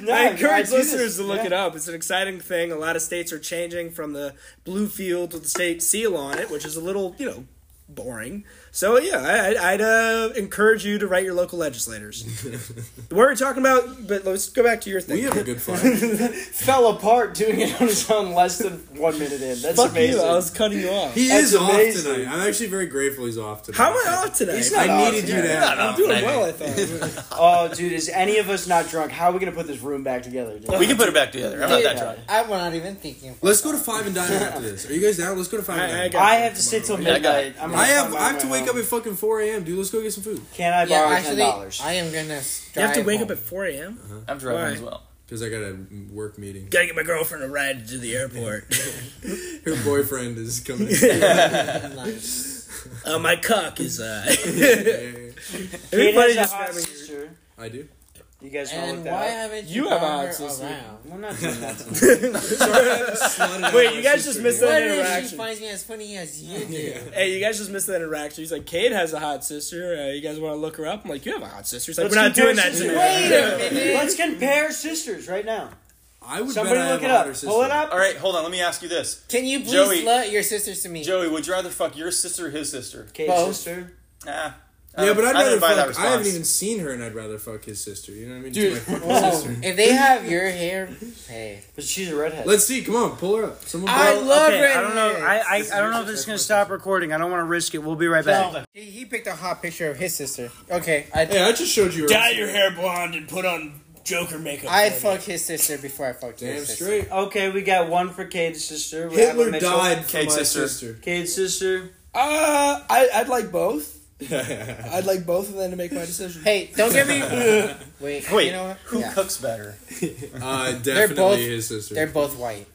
Speaker 3: No,
Speaker 14: I encourage
Speaker 3: do this.
Speaker 14: listeners to look
Speaker 3: Yeah.
Speaker 14: it up. It's an exciting thing. A lot of states are changing from the blue field with the state seal on it, which is a little, you know, boring.
Speaker 5: So yeah, I, I'd, I'd uh, encourage you to write your local legislators. what were we talking about? But let's go back to your thing. We have a good
Speaker 3: Fell apart doing it on his own less than one minute in. That's
Speaker 5: Fuck you,
Speaker 3: amazing.
Speaker 5: I was cutting you off.
Speaker 7: He
Speaker 3: That's
Speaker 7: is off
Speaker 3: amazing.
Speaker 7: tonight. I'm actually very grateful he's off tonight.
Speaker 5: How am I off today?
Speaker 3: He's not
Speaker 7: I
Speaker 3: off
Speaker 7: needed you
Speaker 3: tonight.
Speaker 7: to have.
Speaker 6: Um,
Speaker 3: I'm doing well, I thought. oh, dude, is any of us not drunk? How are we gonna put this room back together? Dude?
Speaker 6: We can put it back together. I'm not that
Speaker 4: Dude,
Speaker 6: drunk.
Speaker 4: I'm not even thinking.
Speaker 7: Let's go to five and dine after this. Are you guys down? Let's go to five. and
Speaker 3: I-
Speaker 7: dine.
Speaker 3: I got- I have to sit till
Speaker 7: Tomorrow.
Speaker 3: midnight.
Speaker 7: I,
Speaker 3: I'm
Speaker 7: I
Speaker 3: gonna
Speaker 7: have.
Speaker 3: find
Speaker 7: I have
Speaker 3: my
Speaker 7: to wake
Speaker 3: own.
Speaker 7: up at fucking four a.m. Dude, let's go get some food.
Speaker 3: Can I
Speaker 4: Yeah,
Speaker 3: borrow ten
Speaker 4: actually,
Speaker 3: dollars?
Speaker 4: I am gonna.
Speaker 5: You have to
Speaker 4: drive
Speaker 5: wake
Speaker 4: home.
Speaker 5: up at 4 a.m.
Speaker 6: I'm
Speaker 5: driving Why? as
Speaker 6: well
Speaker 7: because I got a work meeting.
Speaker 5: Gotta get my girlfriend a ride to the airport.
Speaker 7: Her boyfriend is coming.
Speaker 5: uh, my cock is. Uh...
Speaker 3: Kate has
Speaker 5: Everybody just
Speaker 3: a hot
Speaker 5: grabbing-
Speaker 3: sister.
Speaker 7: I do.
Speaker 3: You guys want to
Speaker 4: And
Speaker 3: look that
Speaker 4: why
Speaker 3: up?
Speaker 4: haven't
Speaker 5: You
Speaker 4: you,
Speaker 5: have
Speaker 4: brought
Speaker 5: a
Speaker 4: her
Speaker 5: sister.
Speaker 4: around?
Speaker 3: I'm not doing that. tonight.
Speaker 5: Wait, you guys just missed
Speaker 4: What
Speaker 5: that
Speaker 4: if she
Speaker 5: interaction.
Speaker 4: finds me as funny as you do?
Speaker 5: Hey, you guys just missed that interaction. He's like, Kate has a hot sister. Uh, you guys want to look her up? I'm like, you have a hot sister. He's like,
Speaker 3: Let's
Speaker 5: we're not
Speaker 3: compare
Speaker 5: doing that
Speaker 3: sisters.
Speaker 5: tonight.
Speaker 4: Wait a minute.
Speaker 3: Let's compare sisters right now.
Speaker 7: I would
Speaker 3: Somebody
Speaker 7: bet I
Speaker 3: look it
Speaker 7: have a hotter
Speaker 3: up.
Speaker 7: sister.
Speaker 3: Pull it up.
Speaker 6: All right, hold on. Let me ask you this,
Speaker 4: Can you please
Speaker 6: Joey.
Speaker 4: let your sisters to me?
Speaker 6: Joey. Would you rather fuck your sister or his sister?
Speaker 3: Kate's
Speaker 4: Both.
Speaker 3: sister.
Speaker 6: Ah. I
Speaker 7: Yeah,
Speaker 6: don't-
Speaker 7: but I'd
Speaker 6: I
Speaker 7: rather
Speaker 6: didn't buy that
Speaker 7: fuck. I haven't
Speaker 6: response.
Speaker 7: even seen her, and I'd rather fuck his sister. You know what I mean?
Speaker 4: Dude,
Speaker 7: Just my fucking
Speaker 4: whoa.
Speaker 7: sister.
Speaker 4: if they have your hair, hey,
Speaker 3: But she's a redhead.
Speaker 7: Let's see. Come on, pull her up. Someone. pull
Speaker 4: I
Speaker 7: her up.
Speaker 4: love
Speaker 3: okay, I don't know.
Speaker 4: redheads.
Speaker 3: I, I, I don't know if this is gonna stop recording. I don't want to risk it. We'll be right back.
Speaker 4: No, he, he picked a hot picture of his sister. Okay, I'd,
Speaker 7: Hey, I just showed you. her
Speaker 14: Dye
Speaker 7: sister.
Speaker 14: your hair blonde and put on Joker makeup.
Speaker 4: I'd fuck his sister before I fucked
Speaker 7: Damn
Speaker 4: his sister.
Speaker 7: straight.
Speaker 3: Okay, we got one for Kate's sister. We have a
Speaker 7: Hitler
Speaker 3: Mitchell.
Speaker 7: died for
Speaker 6: Kate's
Speaker 7: my
Speaker 6: sister.
Speaker 7: sister.
Speaker 3: Kate's sister.
Speaker 14: Uh, I, I'd like both.
Speaker 7: Uh,
Speaker 14: I'd like both of them to make my decision.
Speaker 4: Hey, don't get me. Wait,
Speaker 6: Wait,
Speaker 4: you know what?
Speaker 6: who
Speaker 4: Yeah.
Speaker 6: cooks better?
Speaker 7: uh,
Speaker 4: They're
Speaker 7: definitely
Speaker 4: both-
Speaker 7: his sister.
Speaker 4: They're both white.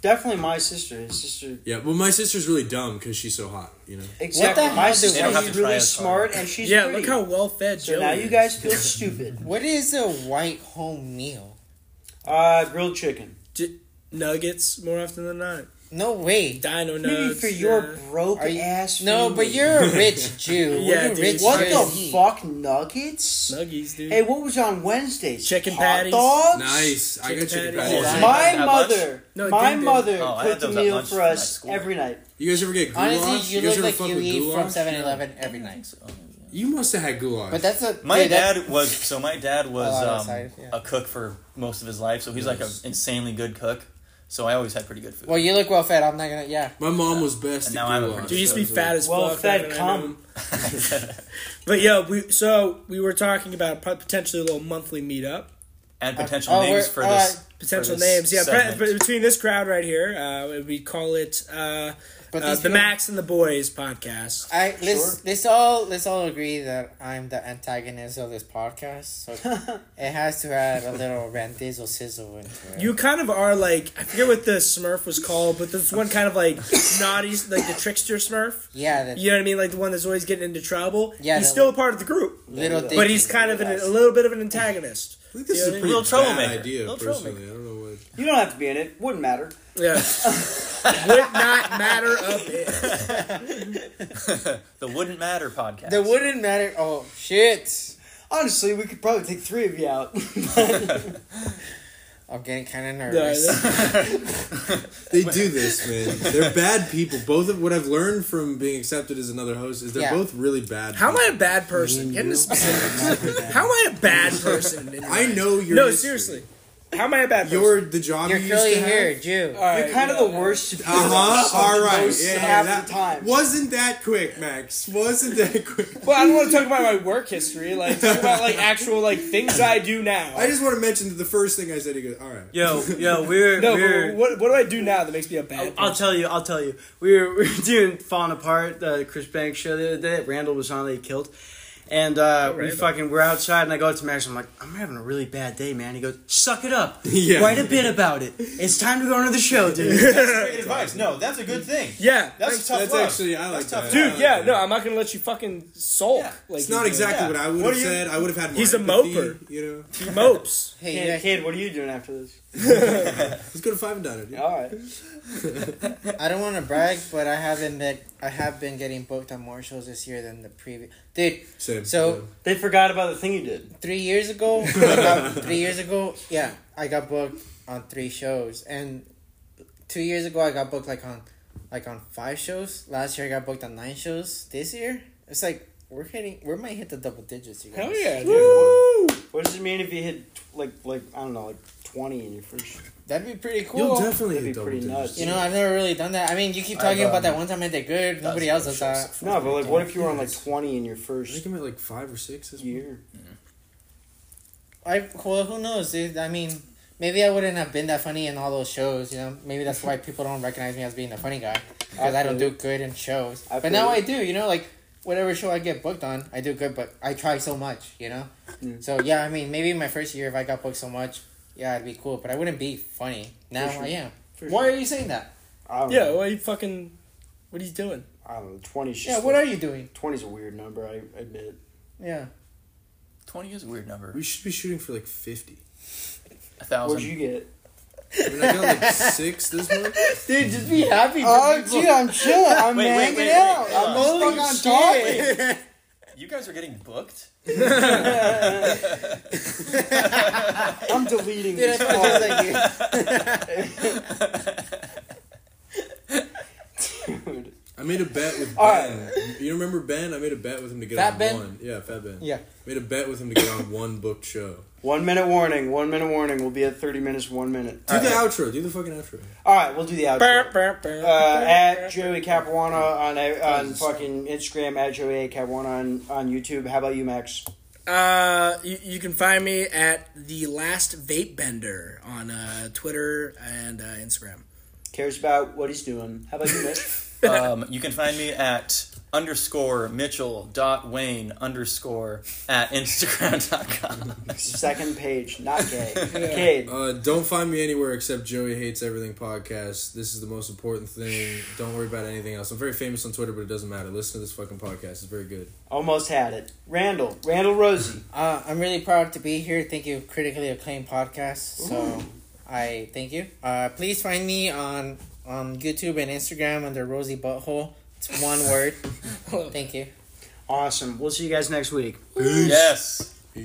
Speaker 3: Definitely my sister. His sister.
Speaker 7: Yeah, well, my sister's really dumb because she's so hot. You know.
Speaker 3: Exactly.
Speaker 4: hell
Speaker 3: my
Speaker 4: do
Speaker 3: sister
Speaker 4: they
Speaker 6: have
Speaker 3: is
Speaker 6: to try
Speaker 3: really
Speaker 6: as
Speaker 3: smart
Speaker 6: hard?
Speaker 3: and she's
Speaker 5: Yeah,
Speaker 3: pretty.
Speaker 5: look how well fed
Speaker 3: So
Speaker 5: Joey
Speaker 3: now you
Speaker 5: is.
Speaker 3: guys feel stupid.
Speaker 4: What is a white home meal?
Speaker 3: Uh, grilled chicken.
Speaker 5: Nuggets more often than not.
Speaker 4: No way.
Speaker 5: Dino nuggets.
Speaker 3: Maybe for your
Speaker 5: yeah.
Speaker 3: broke
Speaker 4: Are you-
Speaker 3: ass.
Speaker 4: No,
Speaker 3: food.
Speaker 4: but you're a rich Jew.
Speaker 5: Yeah,
Speaker 4: what
Speaker 5: dude.
Speaker 4: do rich
Speaker 3: What
Speaker 4: Jews
Speaker 3: the
Speaker 4: eat?
Speaker 3: fuck nuggets?
Speaker 5: Nuggies, dude.
Speaker 3: Hey, what was on Wednesdays?
Speaker 5: Chicken
Speaker 3: Hot
Speaker 5: patties.
Speaker 3: Dogs?
Speaker 7: Nice. I got you. Oh,
Speaker 5: Chicken
Speaker 7: patties.
Speaker 4: patties.
Speaker 3: My
Speaker 6: At lunch?
Speaker 3: mother,
Speaker 5: No, it
Speaker 3: my
Speaker 5: didn't, did it?
Speaker 3: mother
Speaker 6: Oh, I had
Speaker 3: cooked a
Speaker 6: those at
Speaker 3: meal
Speaker 6: lunch
Speaker 3: for
Speaker 6: at
Speaker 3: us
Speaker 6: school.
Speaker 3: every night.
Speaker 7: You guys ever get goulash?
Speaker 4: Honestly, you,
Speaker 7: guys
Speaker 4: look
Speaker 7: ever
Speaker 4: like
Speaker 7: fuck
Speaker 4: you
Speaker 7: with
Speaker 4: eat from
Speaker 7: goulash?
Speaker 4: 7 Eleven every night.
Speaker 7: You must have had goulash.
Speaker 4: But that's a.
Speaker 6: My
Speaker 4: dude, that's-
Speaker 6: dad was so. My dad was
Speaker 4: Oh,
Speaker 6: um,
Speaker 4: outside, yeah.
Speaker 6: a cook for most of his life, so he's like an
Speaker 7: Nice.
Speaker 6: insanely good cook. So I always had pretty good food.
Speaker 4: Well, you look well fed. I'm not gonna. Yeah.
Speaker 7: my mom was best
Speaker 6: And
Speaker 7: at
Speaker 6: now I'm a
Speaker 7: goulash.
Speaker 5: Dude, you used to be fat as
Speaker 3: Well
Speaker 5: fuck.
Speaker 3: fed
Speaker 5: man.
Speaker 3: cum.
Speaker 5: But yeah, we so we were talking about pot- potentially a little monthly meetup,
Speaker 6: and potential
Speaker 4: oh,
Speaker 6: names
Speaker 4: we're-
Speaker 6: for
Speaker 4: all
Speaker 6: this.
Speaker 4: right.
Speaker 5: potential
Speaker 6: For
Speaker 5: names.
Speaker 6: this
Speaker 5: Yeah, pre-
Speaker 6: segment.
Speaker 5: but between this crowd right here, uh, we call it uh,
Speaker 4: But
Speaker 5: uh,
Speaker 4: these
Speaker 5: the
Speaker 4: people-
Speaker 5: Max and the Boys podcast.
Speaker 4: I let's let's all let's all agree that I'm the antagonist of this podcast, so it has to add a little randizzle sizzle into it.
Speaker 5: You kind of are like I forget what the Smurf was called, but there's one kind of like naughty, like the trickster Smurf.
Speaker 4: yeah, that
Speaker 5: You know what I mean? Like the one that's always getting into trouble.
Speaker 4: Yeah,
Speaker 5: he's
Speaker 4: the-
Speaker 5: still a part of the group,
Speaker 4: little thing.
Speaker 5: but he's kind of an, a little bit of an antagonist.
Speaker 7: I think this
Speaker 5: Yeah,
Speaker 7: is a pretty
Speaker 6: little
Speaker 7: bad
Speaker 6: troublemaker.
Speaker 7: idea,
Speaker 6: Little
Speaker 7: personally. I don't know what.
Speaker 3: You don't have to be in it. Wouldn't matter.
Speaker 5: Yeah, would not matter a bit.
Speaker 6: The Wouldn't Matter podcast.
Speaker 4: the wouldn't matter. Oh shit!
Speaker 3: Honestly, we could probably take three of you out.
Speaker 4: I'm getting kind of
Speaker 5: Yeah,
Speaker 4: nervous.
Speaker 5: that's-
Speaker 7: They do this, man. They're bad people. Both of what I've learned from being accepted as another host is they're
Speaker 4: Yeah.
Speaker 7: both really bad.
Speaker 5: How am
Speaker 7: people.
Speaker 5: I a bad person? Get into specifics. How am I a bad person? in
Speaker 7: I know you're.
Speaker 5: no, seriously. How am I a bad person?
Speaker 7: You're the job
Speaker 4: You're
Speaker 7: you
Speaker 4: curly
Speaker 7: used to
Speaker 4: haired Jew.
Speaker 5: All right,
Speaker 3: You're kind of
Speaker 5: yeah.
Speaker 3: the worst.
Speaker 7: Uh huh. All right.
Speaker 3: most
Speaker 7: Yeah,
Speaker 3: half
Speaker 7: that-
Speaker 3: the time.
Speaker 7: Wasn't that quick, Max? Wasn't that quick?
Speaker 14: Well, I don't want to talk about my work history. Like, talk about like actual like things I do now.
Speaker 7: I just want to mention that the first thing I said, he goes, "All right."
Speaker 3: Yo, yo, we're
Speaker 14: no,
Speaker 3: we're.
Speaker 14: but what what do I do now that makes me a
Speaker 5: Oh,
Speaker 14: bad?
Speaker 3: I'll tell you. I'll tell you. We were, we were doing "Falling Apart," the Chris Banks show the other day. Randall was on. They killed, and uh, we fucking we're outside, and I go up to Max. I'm like, I'm having a really bad day, man. He goes, "Suck it up.
Speaker 7: Yeah.
Speaker 3: Write a bit about it. It's time to go on to the show, dude."
Speaker 6: Great advice. No, that's a good thing.
Speaker 5: yeah,
Speaker 6: That's tough.
Speaker 7: That's
Speaker 6: love.
Speaker 7: actually I like that. I
Speaker 5: dude.
Speaker 7: like
Speaker 5: Yeah,
Speaker 7: that.
Speaker 5: no, I'm not gonna let you fucking sulk. Like
Speaker 7: It's not
Speaker 5: you do.
Speaker 7: exactly
Speaker 6: Yeah.
Speaker 7: what I would
Speaker 6: What
Speaker 7: have
Speaker 6: do you-
Speaker 7: said. I would have had more.
Speaker 5: He's a
Speaker 7: empathy,
Speaker 5: moper.
Speaker 7: You know,
Speaker 5: He mopes.
Speaker 4: Hey,
Speaker 3: Kid,
Speaker 4: you
Speaker 3: kid, what are you doing after this?
Speaker 7: let's go to five and diner. Dude.
Speaker 3: All right.
Speaker 4: guys- I don't want to brag, but I haven't been I have been getting booked on more shows this year than the previous. Dude,
Speaker 7: Same.
Speaker 4: So-
Speaker 7: yeah.
Speaker 3: They forgot about the thing you did.
Speaker 4: three years ago, I got, three years ago, yeah, I got booked on three shows, and two years ago I got booked like on, like on five shows. Last year I got booked on nine shows. This year, It's like we're hitting. We might hit the double digits. You guys.
Speaker 3: Hell yeah, dude. What does it mean if you hit like like I don't know like twenty in your first?
Speaker 4: That'd be pretty cool.
Speaker 3: You'll definitely That'd hit be double pretty digits. nuts.
Speaker 4: You know, I've never really done that. I mean, you keep
Speaker 3: I've,
Speaker 4: talking about that
Speaker 3: um,
Speaker 4: one time I did good. Nobody else does that.
Speaker 3: No, but like, what if you were on like twenty in your first? I think
Speaker 7: I'm at like five or six this
Speaker 3: year.
Speaker 4: I well, who knows, dude? I mean, maybe I wouldn't have been that funny in all those shows. You know, maybe that's why people don't recognize me as being the funny guy because I don't do good in shows.
Speaker 3: I
Speaker 4: but now I
Speaker 3: feel
Speaker 4: do. You know, like whatever show I get booked on, I do good. But I try so much. You know,
Speaker 3: Mm.
Speaker 4: so yeah. I mean, maybe my first year if I got booked so much, yeah, it'd be cool. But I wouldn't be funny. Now
Speaker 3: sure.
Speaker 4: I am.
Speaker 3: For
Speaker 4: why are you saying that?
Speaker 5: yeah, well, you fucking. What are you doing?
Speaker 3: I don't know. Twenty.
Speaker 4: Yeah, what are you doing?
Speaker 3: Twenty's a weird number. I admit.
Speaker 4: Yeah.
Speaker 6: Twenty is a weird number.
Speaker 7: We should be shooting for like fifty.
Speaker 6: A thousand.
Speaker 3: What'd you get?
Speaker 7: I mean, I got like six this month.
Speaker 4: Dude, just be happy.
Speaker 3: Uh,
Speaker 7: Oh, gee, I'm
Speaker 4: chilling.
Speaker 7: I'm Wait, wait, hanging wait, wait. out. I'm
Speaker 6: Holy
Speaker 7: just
Speaker 6: shit.
Speaker 7: fucking on
Speaker 6: Wait. You guys are getting booked.
Speaker 3: I'm deleting
Speaker 6: Dude,
Speaker 3: this
Speaker 6: I thought it
Speaker 3: Dude.
Speaker 7: I made a bet with
Speaker 3: All
Speaker 7: Ben. You remember Ben? I made a bet with him to get
Speaker 3: Fat
Speaker 7: on
Speaker 3: Ben?
Speaker 7: one. Yeah, Fat Ben.
Speaker 3: Yeah.
Speaker 7: Made a bet with him to get on one booked show.
Speaker 3: One minute warning. One minute warning. We'll be at thirty minutes. One minute.
Speaker 7: Do the outro. Do the fucking outro.
Speaker 3: All right, we'll do the outro.
Speaker 5: Uh,
Speaker 3: at Joey Capuano on uh, on fucking Instagram. At Joey Capuano on on YouTube. How about you, Max?
Speaker 5: Uh, you, you can find me at the last vape bender on uh, Twitter and uh, Instagram.
Speaker 3: Cares about what he's doing. How about you, Nick?
Speaker 6: um, you can find me at underscore Mitchell dot Wayne underscore at Instagram.com.
Speaker 3: Second page, not gay.
Speaker 7: Uh, don't find me anywhere except Joey Hates Everything podcast. This is the most important thing. Don't worry about anything else. I'm very famous on Twitter, but it doesn't matter. Listen to this fucking podcast. It's very good.
Speaker 3: Almost had it. Randall. Randall Rosie.
Speaker 4: Uh, I'm really proud to be here. Thank you, critically acclaimed podcast. So I thank you. Uh, please find me on on YouTube and Instagram under Rosie Butthole. It's one word. thank you.
Speaker 3: Awesome. We'll see you guys next week.
Speaker 6: Yes.